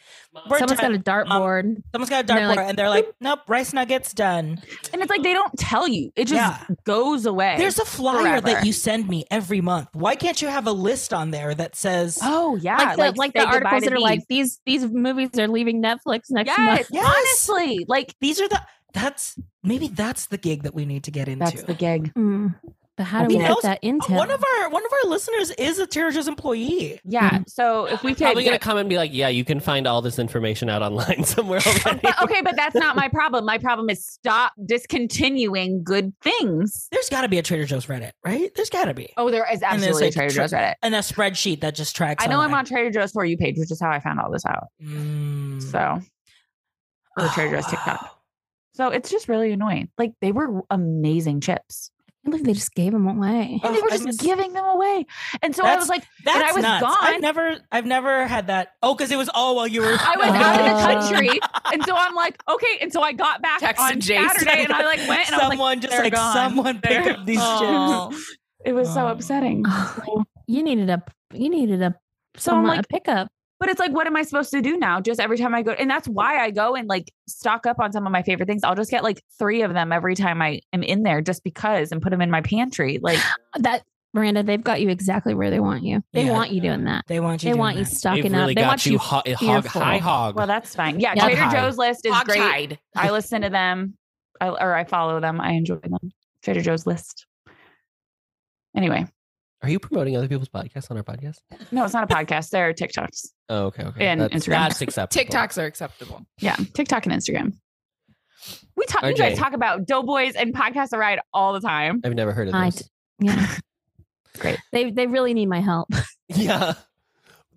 Speaker 2: we're
Speaker 4: someone's
Speaker 2: done.
Speaker 4: got a dartboard.
Speaker 2: someone's got a
Speaker 4: they're
Speaker 2: dartboard,
Speaker 4: like,
Speaker 2: and they're like, nope, rice nuggets done.
Speaker 1: And it's like they don't tell you. It just
Speaker 2: Yeah.
Speaker 1: goes away.
Speaker 2: There's a flyer that
Speaker 1: forever.
Speaker 2: you send me every month. Why can't you have a list on there that says?
Speaker 1: Oh yeah,
Speaker 4: like the like, the
Speaker 1: say goodbye
Speaker 4: articles
Speaker 1: to
Speaker 4: that are
Speaker 1: these.
Speaker 4: like these these movies are leaving Netflix next month.
Speaker 1: E. yes,
Speaker 2: Yes.
Speaker 1: honestly, like
Speaker 2: These are the that's maybe that's the gig that we need to get into.
Speaker 1: that's the gig.
Speaker 4: Mm. But how do
Speaker 2: Who
Speaker 4: we
Speaker 2: knows?
Speaker 4: put that into?
Speaker 2: one of our one of our listeners is a Trader Joe's employee.
Speaker 1: Yeah.
Speaker 4: Mhm.
Speaker 1: So if we
Speaker 3: I'm
Speaker 1: could,
Speaker 3: probably gonna
Speaker 1: get-
Speaker 3: come and be like, yeah, you can find all this information out online somewhere already.
Speaker 1: But- okay, but that's not my problem. My problem is stop discontinuing good things.
Speaker 2: There's got to be a Trader Joe's Reddit, right? There's got to be,
Speaker 1: Oh, there is
Speaker 2: And there's,
Speaker 1: absolutely
Speaker 2: like,
Speaker 1: Trader
Speaker 2: tra-
Speaker 1: Joe's Reddit.
Speaker 2: and a spreadsheet that just tracks.
Speaker 1: I know
Speaker 2: all
Speaker 1: I'm
Speaker 2: that.
Speaker 1: on Trader Joe's for you page, which is how I found all this out.
Speaker 2: Mm.
Speaker 1: So, or Trader Joe's
Speaker 2: Oh,
Speaker 1: TikTok.
Speaker 2: wow.
Speaker 1: So it's just really annoying. Like they were amazing chips.
Speaker 4: I believe they just gave them away.
Speaker 1: And they
Speaker 2: Oh,
Speaker 1: were
Speaker 2: I
Speaker 1: just
Speaker 2: miss-
Speaker 1: giving them away. And so I
Speaker 2: That's-
Speaker 1: was like,
Speaker 2: That's
Speaker 1: I was
Speaker 2: nuts. I've
Speaker 1: gone.
Speaker 2: never, I've never had that. Oh, because it was all while you were.
Speaker 1: I was out of
Speaker 4: Uh.
Speaker 1: the country. And so I'm like, okay. And so I got back
Speaker 5: Text
Speaker 1: on
Speaker 5: Jason.
Speaker 1: Saturday and I like went and I was
Speaker 2: someone
Speaker 1: like,
Speaker 2: just
Speaker 1: "They're
Speaker 2: like
Speaker 1: gone.
Speaker 2: someone pick
Speaker 1: They're-
Speaker 2: up these chips.
Speaker 5: Aw.
Speaker 1: it was so
Speaker 2: Oh.
Speaker 1: upsetting.
Speaker 4: you needed a you needed a
Speaker 1: So I'm
Speaker 4: someone-
Speaker 1: like,
Speaker 4: a pickup.
Speaker 1: but it's like, what am I supposed to do now? Just every time I go, and that's why I go and like stock up on some of my favorite things. I'll just get like three of them every time I am in there, just because, and put them in my pantry. Like,
Speaker 4: That Miranda, they've got you exactly where they want you. They
Speaker 2: Yeah.
Speaker 4: want you doing that.
Speaker 2: They want you.
Speaker 4: They
Speaker 2: doing
Speaker 4: want you
Speaker 2: that.
Speaker 3: They've
Speaker 4: stocking
Speaker 3: really
Speaker 4: up. They
Speaker 3: got
Speaker 4: want
Speaker 3: you,
Speaker 4: you.
Speaker 3: ho- hog,
Speaker 4: fearful.
Speaker 3: high hog.
Speaker 1: well, that's fine. Yeah,
Speaker 4: Yeah.
Speaker 1: Trader
Speaker 3: Hog-tied.
Speaker 1: Joe's list is great.
Speaker 5: Hog-tied.
Speaker 1: I listen to them, I, or I follow them. I enjoy them. Trader Joe's list. Anyway,
Speaker 3: Are you promoting other people's podcasts on our podcast?
Speaker 1: no, it's not a podcast. They're TikToks.
Speaker 3: Oh, okay, okay.
Speaker 1: And
Speaker 3: That's-
Speaker 1: Instagram.
Speaker 3: That's acceptable.
Speaker 5: TikToks are acceptable.
Speaker 1: Yeah, TikTok and Instagram. We talk. You
Speaker 3: RJ.
Speaker 1: guys talk about Doughboys and Podcast a Ride all the time.
Speaker 3: I've never heard of
Speaker 4: I
Speaker 3: those.
Speaker 4: d- yeah.
Speaker 1: Great.
Speaker 4: They they really need my help.
Speaker 3: Yeah.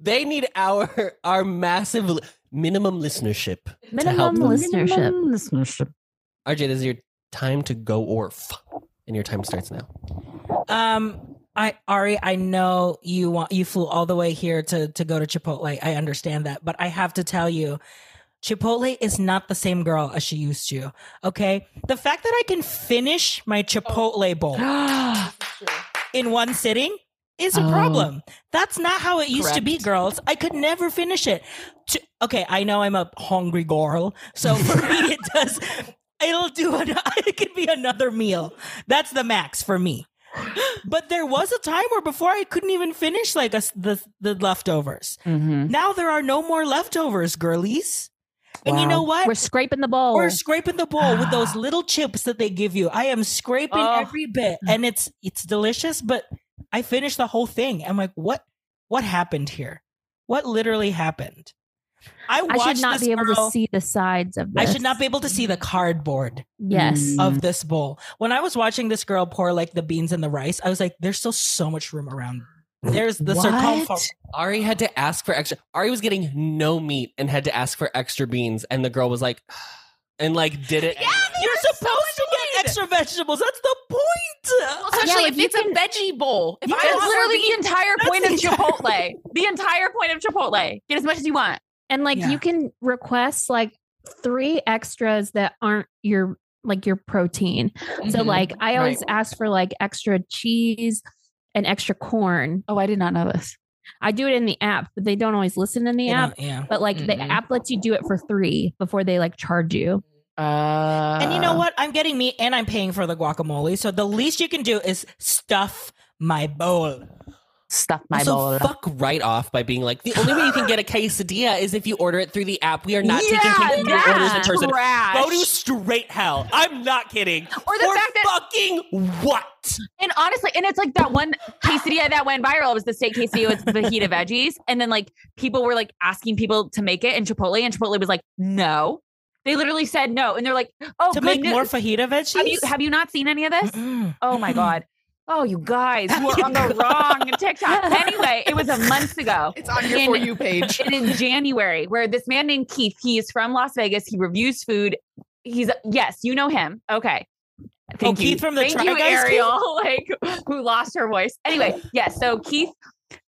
Speaker 3: They need our our massive li- minimum listenership.
Speaker 4: Minimum
Speaker 3: them.
Speaker 4: listenership.
Speaker 3: RJ, this is your time to go orf. And your time starts now.
Speaker 2: Um, I Ari, I know you want you flew all the way here to to go to Chipotle. I understand that, but I have to tell you, Chipotle is not the same girl as she used to. Okay, the fact that I can finish my Chipotle bowl in one sitting is a
Speaker 4: Oh.
Speaker 2: problem. That's not how it used to be,
Speaker 5: Correct.
Speaker 2: girls. I could never finish it. To- okay, I know I'm a hungry girl, so for me it does. It'll do. An- it could be another meal. That's the max for me. But there was a time where before I couldn't even finish like a s the the leftovers.
Speaker 1: Mm-hmm.
Speaker 2: Now there are no more leftovers, girlies. And you
Speaker 1: Wow.
Speaker 2: know what?
Speaker 4: We're scraping the bowl.
Speaker 2: We're scraping the bowl with those little chips that they give you. I am scraping
Speaker 1: Oh.
Speaker 2: every bit, and it's it's delicious. But I finished the whole thing. I'm like, what? What happened here? What literally happened? I watched
Speaker 4: I should not
Speaker 2: this
Speaker 4: be able
Speaker 2: girl-
Speaker 4: to see the sides of
Speaker 2: I
Speaker 4: this.
Speaker 2: should not be able to see the cardboard
Speaker 4: Yes.
Speaker 1: Mm.
Speaker 2: of this bowl. When I was watching this girl pour like the beans and the rice, I was like, there's still so much room around. There's the
Speaker 4: What?
Speaker 2: circumference.
Speaker 3: Ari had to ask for extra. Ari was getting no meat and had to ask for extra beans. And the girl was like, and like did it.
Speaker 2: You're supposed to get extra vegetables. That's the point.
Speaker 5: Especially
Speaker 4: Yeah,
Speaker 5: if
Speaker 4: if you
Speaker 5: it's a veggie bowl. If
Speaker 2: Yes.
Speaker 5: I
Speaker 1: That's
Speaker 5: offer
Speaker 1: literally
Speaker 5: beans-
Speaker 1: the entire
Speaker 2: That's
Speaker 1: point
Speaker 2: the
Speaker 1: of
Speaker 2: entire
Speaker 1: Chipotle. The entire point of Chipotle. Get as much as you want.
Speaker 4: And like
Speaker 2: Yeah.
Speaker 4: you can request like three extras that aren't your like your protein. So
Speaker 2: Mm-hmm.
Speaker 1: Mm-hmm.
Speaker 5: Mhm.
Speaker 4: like I
Speaker 5: Right.
Speaker 4: always ask for like extra cheese and extra corn.
Speaker 1: Oh, I did not know this.
Speaker 4: I do it in the app, but they don't always listen in the
Speaker 2: You know,
Speaker 4: app.
Speaker 2: yeah.
Speaker 4: But like the
Speaker 5: Mm-mm.
Speaker 4: app lets you do it for three before they like charge you.
Speaker 1: Uh,
Speaker 2: And you know what? I'm getting meat and I'm paying for the guacamole. So the least you can do is stuff my bowl.
Speaker 1: Stuff my
Speaker 3: also,
Speaker 1: bowl.
Speaker 3: fuck right off by being like, the only way you can get a quesadilla is if you order it through the app. We are not
Speaker 1: yeah,
Speaker 3: taking payment
Speaker 1: that's
Speaker 3: orders in person.
Speaker 1: trash.
Speaker 3: Go to straight hell. I'm not kidding.
Speaker 1: or the
Speaker 3: For
Speaker 1: fact that,
Speaker 3: fucking what?
Speaker 1: and honestly, and it's like that one quesadilla that went viral. It was the steak quesadilla with fajita veggies, and then like people were like asking people to make it, and Chipotle, and Chipotle was like, no. They literally said no, and they're like, oh,
Speaker 2: to
Speaker 1: good
Speaker 2: make
Speaker 1: news.
Speaker 2: more fajita veggies? Mm-hmm.
Speaker 1: Have you have you not seen any of this?
Speaker 2: Mm-mm.
Speaker 1: Oh my
Speaker 2: Mm-mm.
Speaker 1: god. Oh, you guys, you are on the wrong TikTok. Anyway, it was a month ago.
Speaker 5: it's on your
Speaker 1: in-
Speaker 5: for you page.
Speaker 1: And in January, where this man named Keith, he is from Las Vegas. He reviews food. He's yes, you know him. Okay. Thank you.
Speaker 2: Oh, Keith from the
Speaker 1: Thank
Speaker 2: Try
Speaker 1: you,
Speaker 2: Guys Keith?
Speaker 1: Ariel, like who lost her voice. Anyway, yes. So Keith,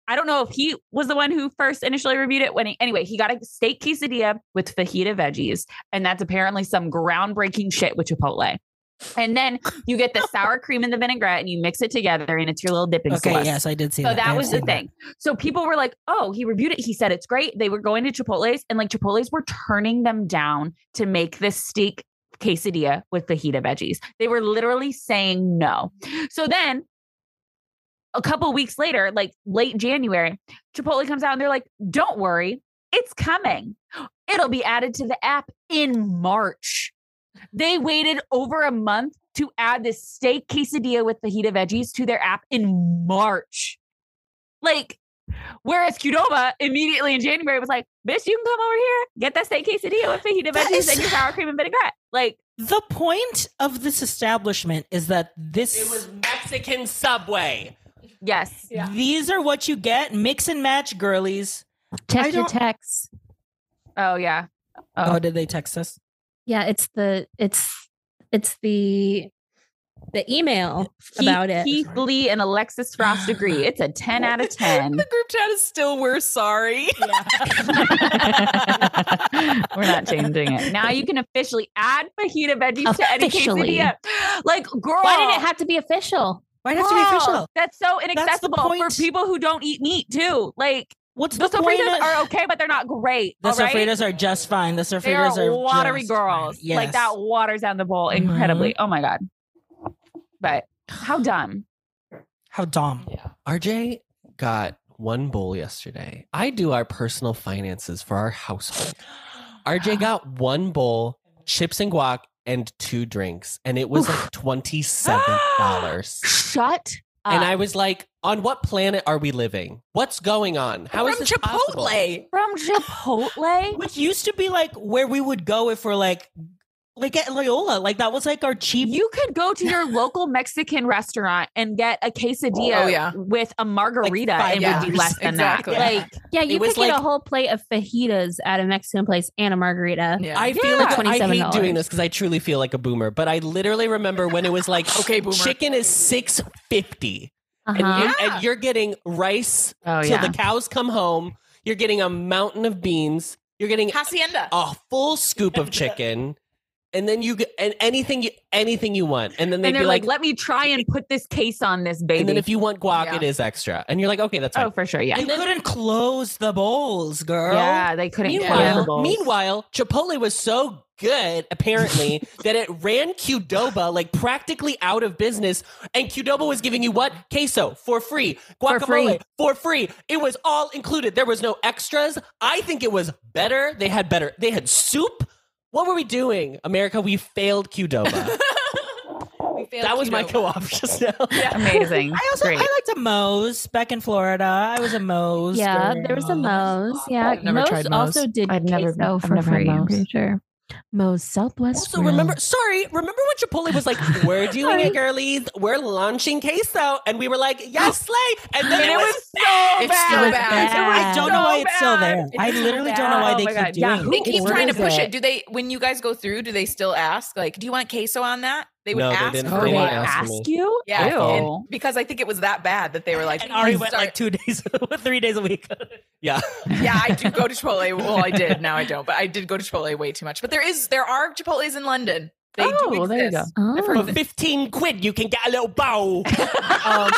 Speaker 1: I don't know if he was the one who first initially reviewed it. When he, anyway, he got a steak quesadilla with fajita veggies, and that's apparently some groundbreaking shit with Chipotle. And then you get the sour cream and the vinaigrette, and you mix it together, and it's your little dipping
Speaker 2: Okay,
Speaker 1: sauce.
Speaker 2: yes, I did see
Speaker 1: So
Speaker 2: that. I
Speaker 1: that
Speaker 2: have
Speaker 1: was the
Speaker 2: seen that.
Speaker 1: thing. So people were like, oh, he reviewed it. He said it's great. They were going to Chipotle's and like Chipotle's were turning them down to make this steak quesadilla with fajita veggies. They were literally saying no. So then a couple weeks later, like late January, Chipotle comes out and they're like, don't worry, it's coming. It'll be added to the app in March. They waited over a month to add this steak quesadilla with fajita veggies to their app in March. Like, whereas Qdoba immediately in January was like, bitch, you can come over here, get that steak quesadilla with fajita
Speaker 2: That
Speaker 1: veggies
Speaker 2: is-
Speaker 1: and your sour cream and vinaigrette. Like,
Speaker 2: The point of this establishment is that this
Speaker 3: Mexican Subway.
Speaker 1: yes.
Speaker 5: Yeah.
Speaker 2: these are what you get. Mix and match girlies. I
Speaker 4: Check your
Speaker 2: don't-
Speaker 4: texts.
Speaker 1: Oh, yeah.
Speaker 2: Oh,
Speaker 1: Oh.
Speaker 2: did they text us?
Speaker 4: Yeah, it's the it's it's the the email
Speaker 1: Keith-
Speaker 4: about it.
Speaker 1: Keith Lee and Alexis Frost agree. It's a 10 out of 10.
Speaker 5: the group chat is still we're sorry.
Speaker 1: We're not changing it. Now you can officially add fajita veggies to any
Speaker 4: Officially.
Speaker 1: quesadilla. Like, girl.
Speaker 4: Why did it have to be official?
Speaker 2: Why does it have to be
Speaker 1: girl,
Speaker 2: official?
Speaker 1: That's so
Speaker 2: the
Speaker 1: inaccessible for
Speaker 2: point.
Speaker 1: people who don't eat meat, too. Like,
Speaker 2: What's the
Speaker 1: the
Speaker 2: point?
Speaker 1: sofritas
Speaker 2: of-
Speaker 1: are okay, but they're not great.
Speaker 2: the
Speaker 1: all right?
Speaker 2: sofritas are just fine. The
Speaker 1: They
Speaker 2: sofritas
Speaker 1: are
Speaker 2: are
Speaker 1: watery
Speaker 2: just
Speaker 1: girls.
Speaker 2: fine.
Speaker 1: Like
Speaker 2: Yes. Mm-hmm.
Speaker 1: that waters down the bowl incredibly. Oh my god. But how dumb.
Speaker 2: How dumb.
Speaker 3: RJ got one bowl yesterday. I do our personal finances for our household. RJ got one bowl, chips and guac, and two drinks, and it was like twenty seven dollars.
Speaker 1: Shut up.
Speaker 3: and I was like, "On what planet are we living? What's going on? How is
Speaker 5: From
Speaker 3: this possible?"
Speaker 5: Chipotle.
Speaker 1: from Chipotle.
Speaker 2: which used to be like where we would go if we're like like at Loyola. Like that was like our cheap
Speaker 1: You could go to your local Mexican restaurant and get a quesadilla
Speaker 5: Oh, yeah.
Speaker 1: with a margarita and
Speaker 2: five
Speaker 1: it would be
Speaker 5: dollars.
Speaker 1: less than
Speaker 5: Exactly.
Speaker 1: that. Like,
Speaker 4: Yeah, you
Speaker 3: was
Speaker 4: could get
Speaker 3: like-
Speaker 4: a whole plate of fajitas at a Mexican place and a margarita.
Speaker 5: Yeah.
Speaker 3: I feel like
Speaker 4: Yeah.
Speaker 3: I hate
Speaker 4: $27.
Speaker 3: doing this because I truly feel like a boomer. But I literally remember when it was like,
Speaker 5: Okay, boomer.
Speaker 3: chicken is six fifty,
Speaker 4: Uh-huh.
Speaker 3: and, you-
Speaker 5: Yeah.
Speaker 3: and you're getting rice
Speaker 1: oh
Speaker 3: till the cows come home. You're getting a mountain of beans. You're getting
Speaker 5: Hacienda.
Speaker 3: a full scoop of chicken, and then you get and anything you anything you want, and then they'd
Speaker 1: and
Speaker 3: be
Speaker 1: they're like,
Speaker 3: like,
Speaker 1: let me try and put this case on this
Speaker 3: and then
Speaker 1: baby.
Speaker 3: if you want guac,
Speaker 5: Yeah.
Speaker 3: it is extra, and you're like, okay, that's fine.
Speaker 1: oh, for sure. Yeah.
Speaker 2: You couldn't close the bowls, girl.
Speaker 1: Yeah. They couldn't
Speaker 5: Meanwhile-
Speaker 1: close the
Speaker 3: Meanwhile,
Speaker 1: bowls.
Speaker 3: meanwhile, Chipotle was so good, apparently, that it ran Qdoba like practically out of business. And Qdoba was giving you what? Queso for free,
Speaker 1: For
Speaker 3: guacamole
Speaker 1: free.
Speaker 3: for free. It was all included. There was no extras. I think it was better. They had better. They had soup. What were we doing, America? We failed Qdoba.
Speaker 5: We failed
Speaker 3: that was my
Speaker 5: Keto.
Speaker 3: co-op just now.
Speaker 1: Amazing.
Speaker 2: I also
Speaker 1: Great.
Speaker 2: I liked a Moe's back in Florida. I was a Moe's.
Speaker 4: Yeah,
Speaker 2: girl.
Speaker 4: there was a Moe's. Yeah,
Speaker 5: I've never
Speaker 4: Moe's
Speaker 5: tried Moe's.
Speaker 4: also did
Speaker 1: I've never-
Speaker 4: queso
Speaker 1: I've
Speaker 4: for
Speaker 1: never had
Speaker 4: free. I'm
Speaker 1: Moe's.
Speaker 4: pretty sure. Moe's Southwest.
Speaker 3: Also,
Speaker 4: Grill.
Speaker 3: remember, sorry, remember when Chipotle was like, we're doing it, girlies. We're launching queso. And we were like, yes, slay. And then
Speaker 1: And
Speaker 3: it
Speaker 1: it
Speaker 3: was
Speaker 1: was so
Speaker 5: It's so
Speaker 1: bad.
Speaker 4: bad.
Speaker 2: I don't know
Speaker 1: so
Speaker 2: why it's still
Speaker 1: bad.
Speaker 2: there.
Speaker 5: It's
Speaker 2: I
Speaker 5: so
Speaker 2: literally don't know
Speaker 5: bad.
Speaker 2: why
Speaker 1: Oh
Speaker 2: they
Speaker 1: my
Speaker 2: keep
Speaker 1: God.
Speaker 2: doing
Speaker 1: Yeah,
Speaker 2: it.
Speaker 1: who
Speaker 5: They keep
Speaker 1: Orders
Speaker 5: trying to push
Speaker 1: it.
Speaker 5: it. Do they, when you guys go through, do they still ask, like, do you want queso on that? They would
Speaker 3: No, they
Speaker 5: ask
Speaker 3: didn't.
Speaker 5: for
Speaker 1: Oh,
Speaker 5: a
Speaker 1: they
Speaker 3: didn't
Speaker 5: while.
Speaker 3: ask me.
Speaker 1: ask you?
Speaker 5: Yeah.
Speaker 1: Ew.
Speaker 5: And because I think it was that bad that they were like,
Speaker 2: And Ari
Speaker 5: "Please
Speaker 2: went
Speaker 5: start-
Speaker 2: like two days, three days a week.
Speaker 3: Yeah.
Speaker 5: yeah, I do go to Chipotle. Well, I did. Now I don't, but I did go to Chipotle way too much. But there is, there are Chipotle's in London. They
Speaker 1: Oh,
Speaker 5: do
Speaker 1: well,
Speaker 5: exist.
Speaker 1: there you go.
Speaker 3: For
Speaker 4: Oh.
Speaker 3: 15 quid, you can get a little bowl. um,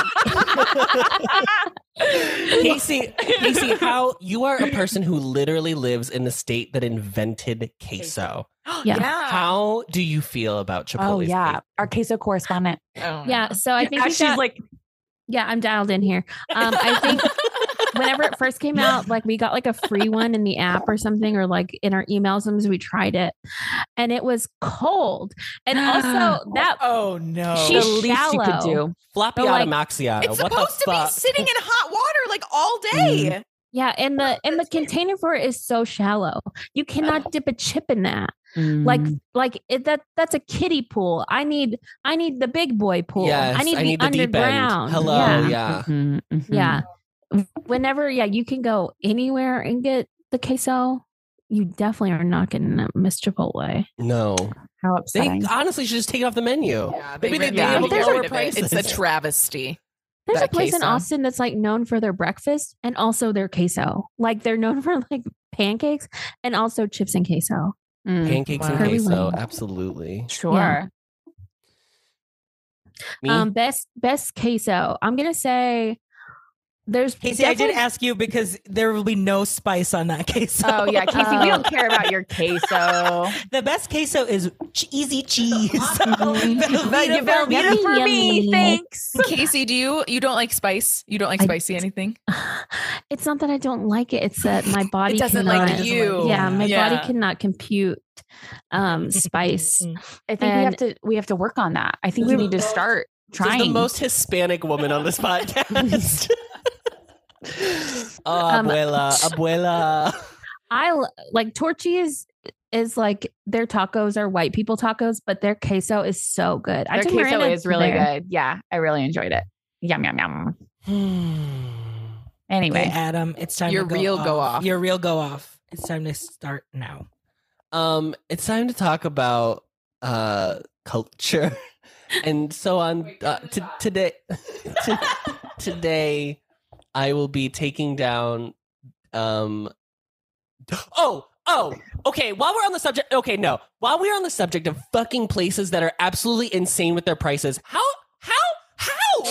Speaker 3: Casey, Casey, how you are a person who literally lives in the state that invented queso.
Speaker 4: Yeah.
Speaker 3: How do you feel about Chipotle?
Speaker 1: Oh, yeah. Our queso correspondent.
Speaker 5: Oh.
Speaker 4: Yeah, so I think
Speaker 1: As
Speaker 4: we've
Speaker 1: she's
Speaker 4: got-
Speaker 1: like,
Speaker 4: yeah, I'm dialed in here. Um, I think whenever it first came out, like we got like a free one in the app or something, or like in our emails, sometimes we tried it, and it was cold, and also that
Speaker 2: Oh no!
Speaker 1: the
Speaker 4: She's
Speaker 1: least you could
Speaker 4: shallow.
Speaker 1: do.
Speaker 3: Floppy
Speaker 4: But, like,
Speaker 5: It's
Speaker 3: what
Speaker 5: supposed
Speaker 3: the
Speaker 5: to be
Speaker 3: fuck?
Speaker 5: sitting in hot water like all day.
Speaker 4: yeah, and the and the container for it is so shallow, you cannot dip a chip in that. Like
Speaker 3: Mm-hmm.
Speaker 4: like it, that that's a kiddie pool. I need I need the big boy pool.
Speaker 3: Yes,
Speaker 4: I need to
Speaker 3: I
Speaker 4: be
Speaker 3: need the deep end.
Speaker 4: underground.
Speaker 3: Hello,
Speaker 4: yeah.
Speaker 3: yeah.
Speaker 1: Mhm, mhm.
Speaker 4: Yeah. Whenever, yeah, you can go anywhere and get the queso. You definitely are not getting it, Miss Chipotle.
Speaker 3: No.
Speaker 1: How
Speaker 3: They
Speaker 1: upsetting.
Speaker 3: honestly should just take it off the menu.
Speaker 5: Yeah,
Speaker 3: Maybe they-
Speaker 5: really
Speaker 1: they
Speaker 5: need to
Speaker 1: will
Speaker 5: get
Speaker 3: lower
Speaker 5: rid of it. It's a
Speaker 3: prices.
Speaker 5: travesty.
Speaker 4: There's a
Speaker 5: That
Speaker 4: place in
Speaker 5: queso.
Speaker 4: Austin that's like known for their breakfast and also their queso. Like they're known for like pancakes and also chips and queso.
Speaker 1: Mm,
Speaker 3: Pancakes and
Speaker 5: Wow.
Speaker 3: queso,
Speaker 4: Everyone.
Speaker 3: absolutely.
Speaker 1: Sure.
Speaker 3: Me?
Speaker 4: Um, best best queso. I'm gonna say there's
Speaker 2: Casey, I did
Speaker 4: definitely-
Speaker 2: ask you because there will be no spice on that queso.
Speaker 1: Oh yeah, Casey, we don't
Speaker 4: Oh.
Speaker 1: care about your queso.
Speaker 2: the best queso is ch- easy cheese.
Speaker 4: Mhm.
Speaker 2: Velveeta for me.
Speaker 1: Velveeta for me,
Speaker 4: yummy.
Speaker 1: thanks.
Speaker 5: Casey, do you you don't like spice? You don't like
Speaker 4: I-
Speaker 5: spicy anything?
Speaker 4: it's not that I don't like it. It's that my body
Speaker 5: It doesn't
Speaker 4: cannot,
Speaker 5: like you.
Speaker 4: Yeah, my
Speaker 5: Yeah.
Speaker 4: body cannot compute um spice.
Speaker 1: I think we have
Speaker 4: And-
Speaker 1: to we have to work on that. I think we
Speaker 3: This is
Speaker 1: need
Speaker 3: the
Speaker 1: to
Speaker 3: most-
Speaker 1: start
Speaker 3: This is
Speaker 1: trying.
Speaker 3: the most Hispanic woman on this podcast. oh,
Speaker 4: Um,
Speaker 3: abuela, abuela.
Speaker 4: I l- like tortillas is like their tacos are white people tacos, but their queso is so good. I
Speaker 1: Their
Speaker 4: took
Speaker 1: queso
Speaker 4: Miranda
Speaker 1: is really
Speaker 4: there.
Speaker 1: good. Yeah, I really enjoyed it. Yum yum yum.
Speaker 2: Anyway,
Speaker 1: Anyway,
Speaker 2: Adam, it's time.
Speaker 5: Your
Speaker 2: to go
Speaker 5: real
Speaker 2: off.
Speaker 5: go off.
Speaker 2: Your real go off. It's time to start now.
Speaker 3: um, it's time to talk about uh culture, and so on. Uh, t- today, t- today, I will be taking down. Um. Oh. Oh, okay. While we're on the subject, okay, no. While we're on the subject of fucking places that are absolutely insane with their prices, how, how, how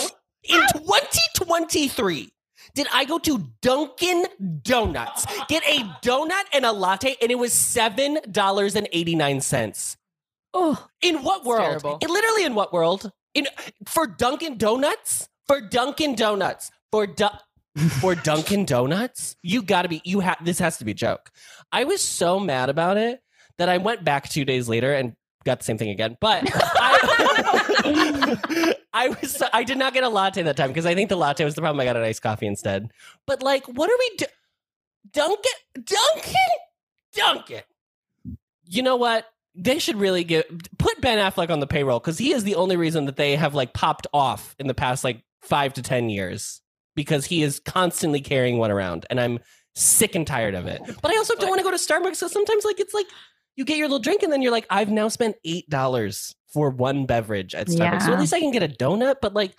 Speaker 3: in 2023 did I go to Dunkin' Donuts, get a donut and a latte, and it was seven dollars and eighty nine cents?
Speaker 4: Oh,
Speaker 3: In what
Speaker 5: It's
Speaker 3: world?
Speaker 5: terrible.
Speaker 3: It- literally, in what world? In for Dunkin' Donuts? For Dunkin' Donuts? For du- for Dunkin' Donuts? You gotta be. You have. This has to be a joke. I was so mad about it that I went back two days later and got the same thing again. But I, I was so- I did not get a latte that time because I think the latte was the problem. I got an iced coffee instead. But like, what are we do? Dunk it, dunk it, dunk it. You know what? They should really get put Ben Affleck on the payroll because he is the only reason that they have like popped off in the past like five to ten years because he is constantly carrying one around, and I'm sick and tired of it. But I also don't want to go to Starbucks because sometimes like it's like you get your little drink and then you're like, I've now spent eight dollars for one beverage at Starbucks. So
Speaker 4: Yeah.
Speaker 3: at least I can get a donut, but like,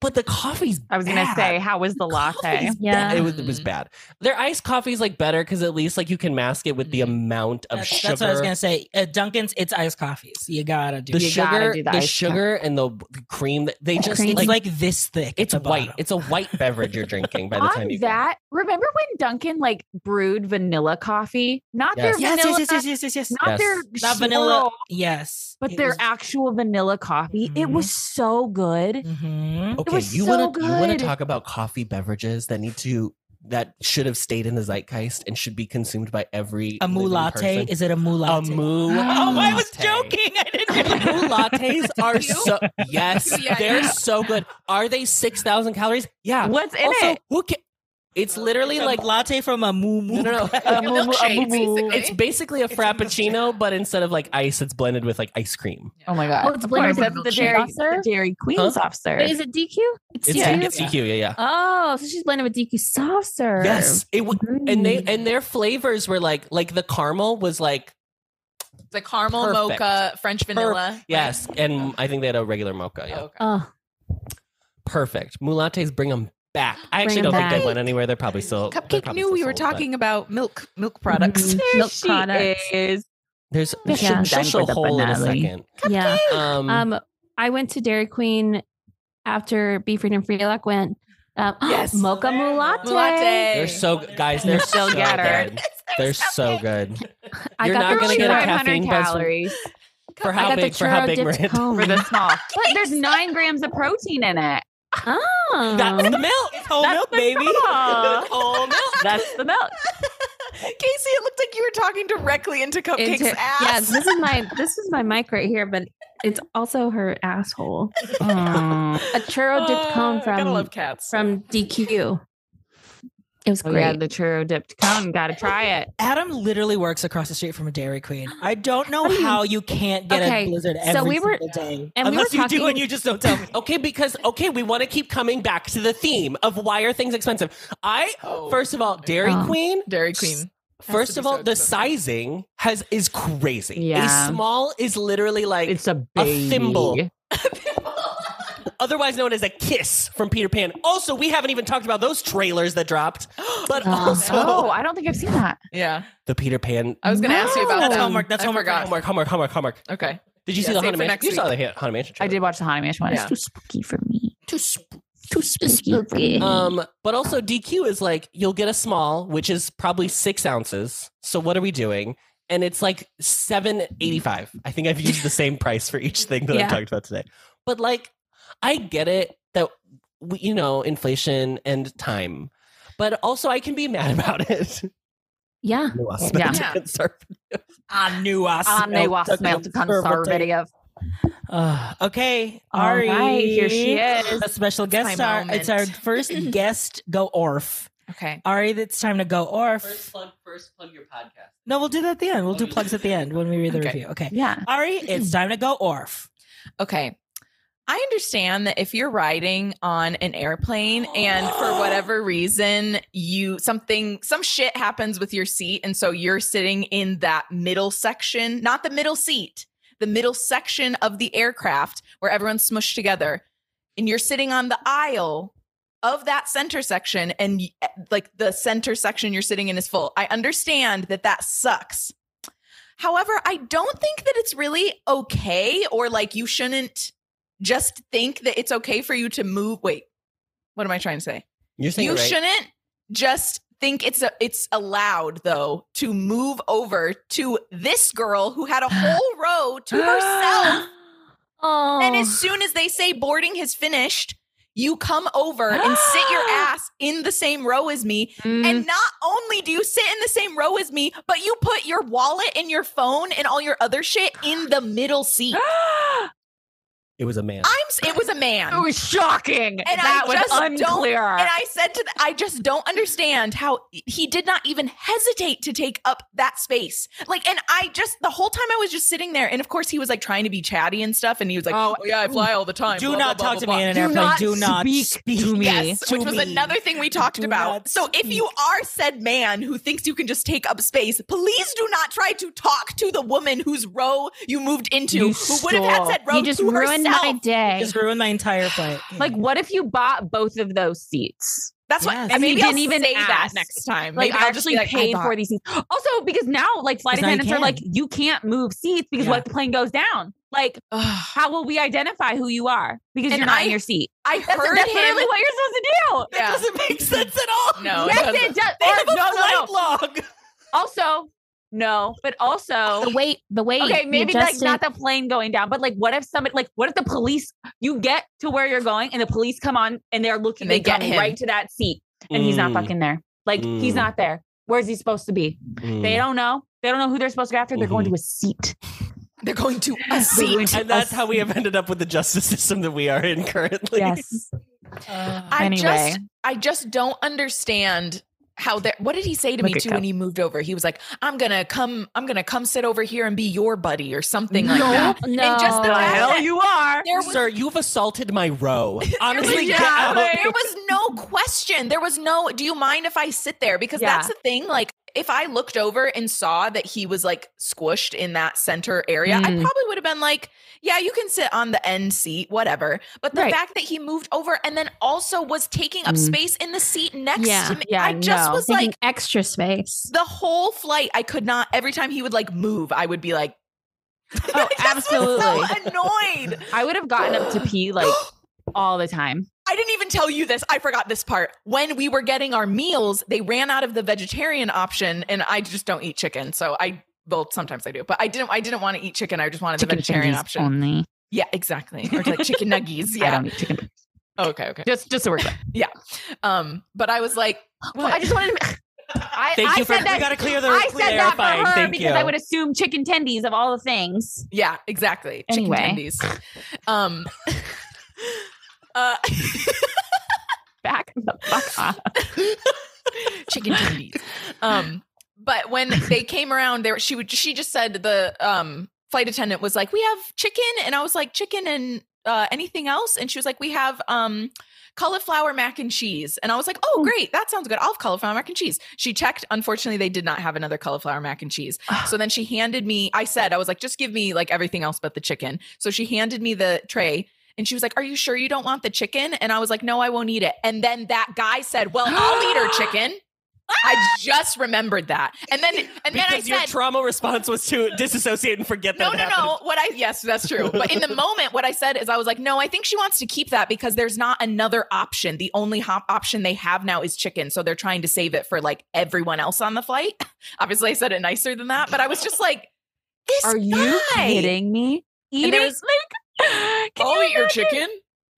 Speaker 3: but the coffee's
Speaker 1: I was gonna
Speaker 3: bad.
Speaker 1: say, how was the latte?
Speaker 3: Coffee's
Speaker 4: Yeah.
Speaker 3: bad. it was, it
Speaker 2: Mm-hmm.
Speaker 3: was bad. Their iced coffee's like better because at least like you can mask it with the
Speaker 5: Mm.
Speaker 3: amount of
Speaker 2: Mm-hmm. That's,
Speaker 3: sugar.
Speaker 2: that's what I was gonna say. At Duncan's, it's iced coffees. You gotta do.
Speaker 3: the
Speaker 2: it.
Speaker 1: You gotta
Speaker 3: sugar,
Speaker 1: do the
Speaker 3: the,
Speaker 1: iced
Speaker 3: sugar, and the the cream. They just
Speaker 4: cream.
Speaker 2: It's like,
Speaker 3: like
Speaker 2: this thick. at
Speaker 3: it's
Speaker 2: the
Speaker 3: white.
Speaker 2: bottom.
Speaker 3: It's a white beverage you're drinking by the time you
Speaker 1: On
Speaker 3: go.
Speaker 1: that, remember when Duncan like brewed vanilla coffee? Not their
Speaker 3: Yes.
Speaker 2: yes,
Speaker 1: vanilla,
Speaker 2: yes, yes, yes, yes, yes, yes.
Speaker 1: not their
Speaker 2: Not vanilla.
Speaker 1: swirl,
Speaker 2: Yes,
Speaker 1: but
Speaker 2: It
Speaker 1: their
Speaker 2: was-
Speaker 1: actual vanilla coffee. It
Speaker 2: Mhm.
Speaker 1: was so good.
Speaker 2: Mhm.
Speaker 3: Okay,
Speaker 1: was
Speaker 3: you
Speaker 1: so
Speaker 3: want to you want
Speaker 1: good.
Speaker 3: to talk about coffee beverages that need to that should have stayed in the zeitgeist and should be consumed by every
Speaker 2: A moo
Speaker 3: living
Speaker 2: latte.
Speaker 3: person?
Speaker 2: Is it a moo
Speaker 3: a
Speaker 2: latte?
Speaker 3: moo.
Speaker 2: Oh, I was
Speaker 3: latte.
Speaker 2: joking. I didn't.
Speaker 3: Moo lattes are
Speaker 5: You?
Speaker 3: so yes,
Speaker 5: Yeah,
Speaker 3: they're
Speaker 5: yeah.
Speaker 3: so good. Are they six thousand calories? Yeah.
Speaker 1: What's in
Speaker 3: also,
Speaker 1: it?
Speaker 3: who can? It's literally like
Speaker 2: like latte from a moo moo.
Speaker 3: no, no, no.
Speaker 2: guy.
Speaker 1: A
Speaker 5: Your
Speaker 1: moo- a
Speaker 5: milkshake,
Speaker 1: moo- moo.
Speaker 5: basically.
Speaker 3: It's basically a
Speaker 2: It's a milkshake.
Speaker 3: frappuccino, but instead of like ice, it's blended with like ice cream.
Speaker 1: Oh my god!
Speaker 4: Oh, it's
Speaker 1: of
Speaker 4: blended
Speaker 1: course,
Speaker 4: with
Speaker 1: that's the
Speaker 4: milkshake.
Speaker 1: dairy,
Speaker 4: Officer?
Speaker 1: the dairy queen's officer.
Speaker 4: Wait, is it DQ?
Speaker 3: It's,
Speaker 1: Yeah.
Speaker 3: it's DQ, yeah, yeah.
Speaker 4: Oh, so she's blended with DQ soft serve.
Speaker 3: Yes, it w- and they
Speaker 4: Mm.
Speaker 3: and their flavors were like like the caramel was like
Speaker 5: the caramel
Speaker 3: Perfect.
Speaker 5: mocha, French vanilla.
Speaker 3: yes, and I think they had a regular mocha. Yeah,
Speaker 5: Okay.
Speaker 4: Oh,
Speaker 3: perfect. Mulattes, bring them back. I actually
Speaker 4: Bring 'em
Speaker 3: don't think
Speaker 4: back.
Speaker 3: they went anywhere. They're probably still Oh, they're
Speaker 5: Cupcake
Speaker 3: probably
Speaker 5: knew
Speaker 3: still
Speaker 5: we were
Speaker 3: sold, but
Speaker 5: talking about milk milk products.
Speaker 4: Mhm.
Speaker 1: There
Speaker 4: milk
Speaker 1: she
Speaker 4: products.
Speaker 1: is.
Speaker 3: There's
Speaker 1: Yeah.
Speaker 3: she'll- she'll
Speaker 1: Back
Speaker 3: show
Speaker 1: with the
Speaker 3: hole in a
Speaker 1: finale.
Speaker 3: second.
Speaker 4: yeah.
Speaker 3: Um,
Speaker 4: Um, I went to Dairy Queen after Beef Freedom Freelock went. Um,
Speaker 5: Yes.
Speaker 4: mocha mulatte.
Speaker 5: Latte.
Speaker 3: they're so good, guys. They're so
Speaker 1: They'll get her.
Speaker 3: good. They're so good.
Speaker 4: I
Speaker 3: You're
Speaker 4: got
Speaker 3: not
Speaker 4: the
Speaker 3: gonna get a
Speaker 4: churro-
Speaker 1: 500
Speaker 3: caffeine buzz from-
Speaker 1: calories
Speaker 3: For
Speaker 4: I
Speaker 3: how
Speaker 4: got the
Speaker 3: big? For how
Speaker 4: churro
Speaker 3: big?
Speaker 4: dipped
Speaker 3: Miranda?
Speaker 4: cone.
Speaker 1: for the small. But there's nine grams of protein in it.
Speaker 4: Oh.
Speaker 2: That's the milk. It's whole
Speaker 1: That's
Speaker 2: milk,
Speaker 1: the
Speaker 2: baby.
Speaker 1: milk.
Speaker 2: whole milk.
Speaker 1: That's the milk.
Speaker 5: Casey, it looked like you were talking directly into Cupcake's
Speaker 4: Into-
Speaker 5: ass.
Speaker 4: yeah, this is my this is my mic right here, but it's also her asshole. A churro dipped cone
Speaker 5: Uh, gotta
Speaker 4: from
Speaker 5: love cats.
Speaker 4: from DQ. It was
Speaker 1: Oh, yeah,
Speaker 4: great.
Speaker 1: the churro dipped cone. Got to try it.
Speaker 2: Adam literally works across the street from a Dairy Queen. I don't know how you can't get a
Speaker 4: Okay,
Speaker 2: blizzard every
Speaker 4: so we were-
Speaker 2: single day,
Speaker 4: and we were
Speaker 2: unless you do
Speaker 4: talking-
Speaker 2: and you just don't tell me.
Speaker 3: Okay, because okay, we want to keep coming back to the theme of why are things expensive. I
Speaker 5: Oh.
Speaker 3: first of all, Dairy
Speaker 4: Oh.
Speaker 3: Queen.
Speaker 5: Dairy Queen. to
Speaker 3: First
Speaker 5: be
Speaker 3: of all,
Speaker 5: so
Speaker 3: the
Speaker 5: expensive.
Speaker 3: sizing has is crazy.
Speaker 1: Yeah.
Speaker 3: A small is literally like
Speaker 1: It's a
Speaker 3: A thimble.
Speaker 1: baby.
Speaker 3: otherwise known as a kiss from Peter Pan. Also, we haven't even talked about those trailers that dropped, but
Speaker 4: Oh.
Speaker 3: also
Speaker 1: Oh, I don't think I've seen that.
Speaker 5: Yeah.
Speaker 3: the Peter Pan
Speaker 5: I was gonna ask you about
Speaker 2: That's
Speaker 1: Um,
Speaker 5: them.
Speaker 2: homework. That's
Speaker 5: I
Speaker 2: homework.
Speaker 5: forgot.
Speaker 3: homework, homework, homework, homework.
Speaker 5: Okay.
Speaker 3: Did you
Speaker 5: Yeah,
Speaker 3: see the
Speaker 5: save it for
Speaker 3: haunted mansion?
Speaker 5: next
Speaker 3: You saw the
Speaker 5: week.
Speaker 3: Ha- haunted mansion.
Speaker 1: I
Speaker 3: Trailer.
Speaker 1: did watch the Hanamish one.
Speaker 5: Yeah.
Speaker 1: It's too spooky for me.
Speaker 3: Too sp-
Speaker 1: Too spooky. for me.
Speaker 3: Um, but also DQ is like you'll get a small, which is probably six ounces. So what are we doing? And it's like seven eighty five. I think I've used the same price for each thing that
Speaker 4: Yeah.
Speaker 3: I talked about today. But like, I get it that we, you know inflation and time, but also I can be mad about it.
Speaker 4: Yeah.
Speaker 3: No, I
Speaker 1: Yeah.
Speaker 3: spent it. Sorry.
Speaker 2: I knew I
Speaker 1: I knew I
Speaker 2: smelled
Speaker 1: smelled conservative.
Speaker 2: Uh, okay,
Speaker 1: All
Speaker 2: Ari,
Speaker 1: right, here she is.
Speaker 2: A special guest
Speaker 5: my
Speaker 2: star. It's our
Speaker 5: moment.
Speaker 2: first guest go orf.
Speaker 5: Okay.
Speaker 2: Ari, it's time to go orf.
Speaker 3: plug. First plug your podcast.
Speaker 2: No, we'll do that at the end. We'll do plugs at the end when we read the
Speaker 5: Okay.
Speaker 2: review. Okay,
Speaker 1: Yeah.
Speaker 2: Ari, it's time to go orf.
Speaker 5: Okay. I understand that if you're riding on an airplane and for whatever reason you something some shit happens with your seat and so you're sitting in that middle section, not the middle seat, the middle section of the aircraft where everyone's smushed together and you're sitting on the aisle of that center section and y- eh, like the center section you're sitting in is full. I understand that that sucks. However, I don't think that it's really okay or like you shouldn't just think that it's okay for you to move. Wait, what am I trying to say?
Speaker 3: You're saying
Speaker 5: you
Speaker 3: it right.
Speaker 5: shouldn't just think it's a, it's allowed though to move over to this girl who had a whole row to herself
Speaker 4: Oh.
Speaker 5: and as soon as they say boarding has finished, You come over and sit your ass in the same row as me.
Speaker 4: Mm.
Speaker 5: And not only do you sit in the same row as me, but you put your wallet and your phone and all your other shit in the middle seat.
Speaker 3: It was a man.
Speaker 5: I'm s- it was a man.
Speaker 2: Oh,
Speaker 1: It was shocking.
Speaker 5: I
Speaker 1: that was
Speaker 5: just don't-
Speaker 1: unclear.
Speaker 5: And I said to the, I just don't understand how he did not even hesitate to take up that space. Like, and I just the whole time I was just sitting there, and of course he was like trying to be chatty and stuff, and he was like, "Oh,
Speaker 1: Oh,
Speaker 5: yeah, I fly all the time."
Speaker 2: Do
Speaker 5: blah,
Speaker 2: not
Speaker 5: blah, blah,
Speaker 2: talk to
Speaker 5: blah,
Speaker 2: me in an
Speaker 1: Do
Speaker 2: airplane.
Speaker 1: not
Speaker 2: do not
Speaker 1: speak to me.
Speaker 5: Yes,
Speaker 2: to
Speaker 5: which was
Speaker 2: me.
Speaker 5: another thing we talked
Speaker 2: Do
Speaker 5: about.
Speaker 2: not
Speaker 5: So if you are said man who thinks you can just take up space, please do not try to talk to the woman whose row you moved into,
Speaker 1: You
Speaker 5: who would have had
Speaker 1: stole.
Speaker 5: said row
Speaker 4: you just
Speaker 5: to
Speaker 4: ruined
Speaker 5: herself.
Speaker 4: my day.
Speaker 2: Just ruined my entire flight.
Speaker 1: like, what if you bought both of those seats?
Speaker 5: That's what.
Speaker 2: Yes.
Speaker 5: And
Speaker 1: And you
Speaker 5: maybe I'll
Speaker 1: didn't even
Speaker 5: say that
Speaker 1: ask.
Speaker 5: next time.
Speaker 1: Like,
Speaker 5: maybe
Speaker 1: I
Speaker 5: I'll just be
Speaker 1: actually
Speaker 5: like, I
Speaker 1: paid
Speaker 5: bought-
Speaker 1: for these seats. Also, because now, like, flight
Speaker 2: 'Cause now you
Speaker 1: attendants are
Speaker 2: can.
Speaker 1: like, you can't move seats because
Speaker 2: Yeah.
Speaker 1: what the plane goes down. Like,
Speaker 5: Ugh.
Speaker 1: how will we identify who you are because
Speaker 5: And
Speaker 1: you're not
Speaker 5: I
Speaker 1: in your seat?
Speaker 5: I Oh,
Speaker 1: That's,
Speaker 5: heard
Speaker 1: that's
Speaker 5: him.
Speaker 1: literally what you're supposed to do.
Speaker 5: Yeah.
Speaker 2: doesn't make sense at all.
Speaker 5: No, it
Speaker 1: yes,
Speaker 5: doesn't.
Speaker 1: it does.
Speaker 2: They
Speaker 1: Or-
Speaker 2: have
Speaker 1: no,
Speaker 2: a
Speaker 1: no, no.
Speaker 2: flight log.
Speaker 1: Also, no, but also,
Speaker 4: the weight, the weight.
Speaker 1: Oh, okay,
Speaker 4: the
Speaker 1: maybe like
Speaker 4: adjusted-
Speaker 1: not the plane going down, but like, what if somebody, like, what if the police, you get to where you're going and the police come on and they're looking,
Speaker 5: And they get
Speaker 1: come
Speaker 5: him.
Speaker 1: right to that seat and he's not
Speaker 3: Mm,
Speaker 1: fucking there. Like,
Speaker 3: Mm.
Speaker 1: he's not there. Where's he supposed to be?
Speaker 3: mm. Mm-hmm.
Speaker 1: They don't know. They don't know who they're supposed to go after. They're going to a seat.
Speaker 5: They're going to a
Speaker 1: They're going
Speaker 5: seat.
Speaker 1: to
Speaker 3: And
Speaker 1: a
Speaker 3: that's how we have ended up with the justice system that we are in currently.
Speaker 1: Yes.
Speaker 5: I
Speaker 1: anyway,
Speaker 5: just, I just don't understand how that. What did he say to me
Speaker 1: Look at
Speaker 5: too
Speaker 1: Kev.
Speaker 5: when he moved over? He was like, "I'm gonna come. I'm gonna come sit over here and be your buddy or something like that."
Speaker 4: no,
Speaker 5: And just the
Speaker 1: the
Speaker 5: fact
Speaker 1: hell
Speaker 5: that
Speaker 1: you are.
Speaker 5: there was
Speaker 3: Sir, you've assaulted my row. Honestly,
Speaker 1: Yeah,
Speaker 3: get out.
Speaker 1: like-
Speaker 5: there was no question. There was no, do you mind if I sit there? Because
Speaker 1: Yeah.
Speaker 5: that's the thing. Like, if I looked over and saw that he was like squished in that center area, I
Speaker 4: Mm.
Speaker 5: probably would have been like, yeah, you can sit on the end seat, whatever. But the
Speaker 1: Right.
Speaker 5: fact that he moved over and then also was taking up
Speaker 1: Mm.
Speaker 5: space in the seat next
Speaker 4: Yeah,
Speaker 5: to me,
Speaker 1: yeah,
Speaker 5: I just
Speaker 1: no.
Speaker 5: was
Speaker 4: taking
Speaker 5: like,
Speaker 4: extra space.
Speaker 5: the whole flight, I could not, every time he would like move, I would be like,
Speaker 1: Oh,
Speaker 5: I just was so
Speaker 1: absolutely.
Speaker 5: annoyed.
Speaker 1: I would have gotten up to pee like all the time.
Speaker 5: I didn't even tell you this. I forgot this part. When we were getting our meals, they ran out of the vegetarian option, and I just don't eat chicken. So I well, sometimes I do, but I didn't. I didn't want to eat chicken. I just wanted the vegetarian
Speaker 1: fingers
Speaker 5: option.
Speaker 1: only.
Speaker 5: Yeah, exactly. Or like chicken nuggies.
Speaker 1: I
Speaker 5: Yeah.
Speaker 1: don't eat chicken.
Speaker 5: Okay. Okay.
Speaker 1: Just just so we're clear.
Speaker 5: Um. But I was like,
Speaker 1: Well, I just wanted to. I,
Speaker 3: Thank
Speaker 1: I
Speaker 3: you for
Speaker 1: said
Speaker 3: we
Speaker 1: that.
Speaker 3: gotta clear the
Speaker 1: I said that for
Speaker 3: clarifying.
Speaker 1: her
Speaker 3: Thank
Speaker 1: because
Speaker 3: you.
Speaker 1: I would assume chicken tendies of all the things.
Speaker 5: yeah, exactly. Chicken
Speaker 1: Anyway.
Speaker 5: tendies. Um. uh,
Speaker 1: Back the fuck off.
Speaker 5: chicken tendies. Um, but when they came around, there she would she just said the um flight attendant was like, "We have chicken," and I was like, "Chicken and uh, anything else?" And she was like, "We have um." Cauliflower mac and cheese. And I was like, oh, great. That sounds good. I'll have cauliflower mac and cheese. She checked. Unfortunately, they did not have another cauliflower mac and cheese. So then she handed me, I said, I was like, just give me like everything else but the chicken. So she handed me the tray and she was like, Are you sure you don't want the chicken? And I was like, No, I won't eat it. And then that guy said, Well, I'll eat her chicken. I just remembered that. And then and then I
Speaker 3: because your
Speaker 5: said,
Speaker 3: trauma response was to disassociate and forget
Speaker 5: no,
Speaker 3: that.
Speaker 5: no, no. What I yes, that's true. But in the moment, what I said is I was like, no, I think she wants to keep that because there's not another option. The only hop option they have now is chicken, so they're trying to save it for like everyone else on the flight. Obviously, I said it nicer than that, but I was just like, this
Speaker 1: Are you
Speaker 5: guy.
Speaker 1: kidding me?
Speaker 5: And
Speaker 1: Eating
Speaker 5: there
Speaker 1: like,
Speaker 5: was-
Speaker 1: can
Speaker 5: I'll
Speaker 1: you
Speaker 5: eat your
Speaker 1: imagine?
Speaker 5: chicken.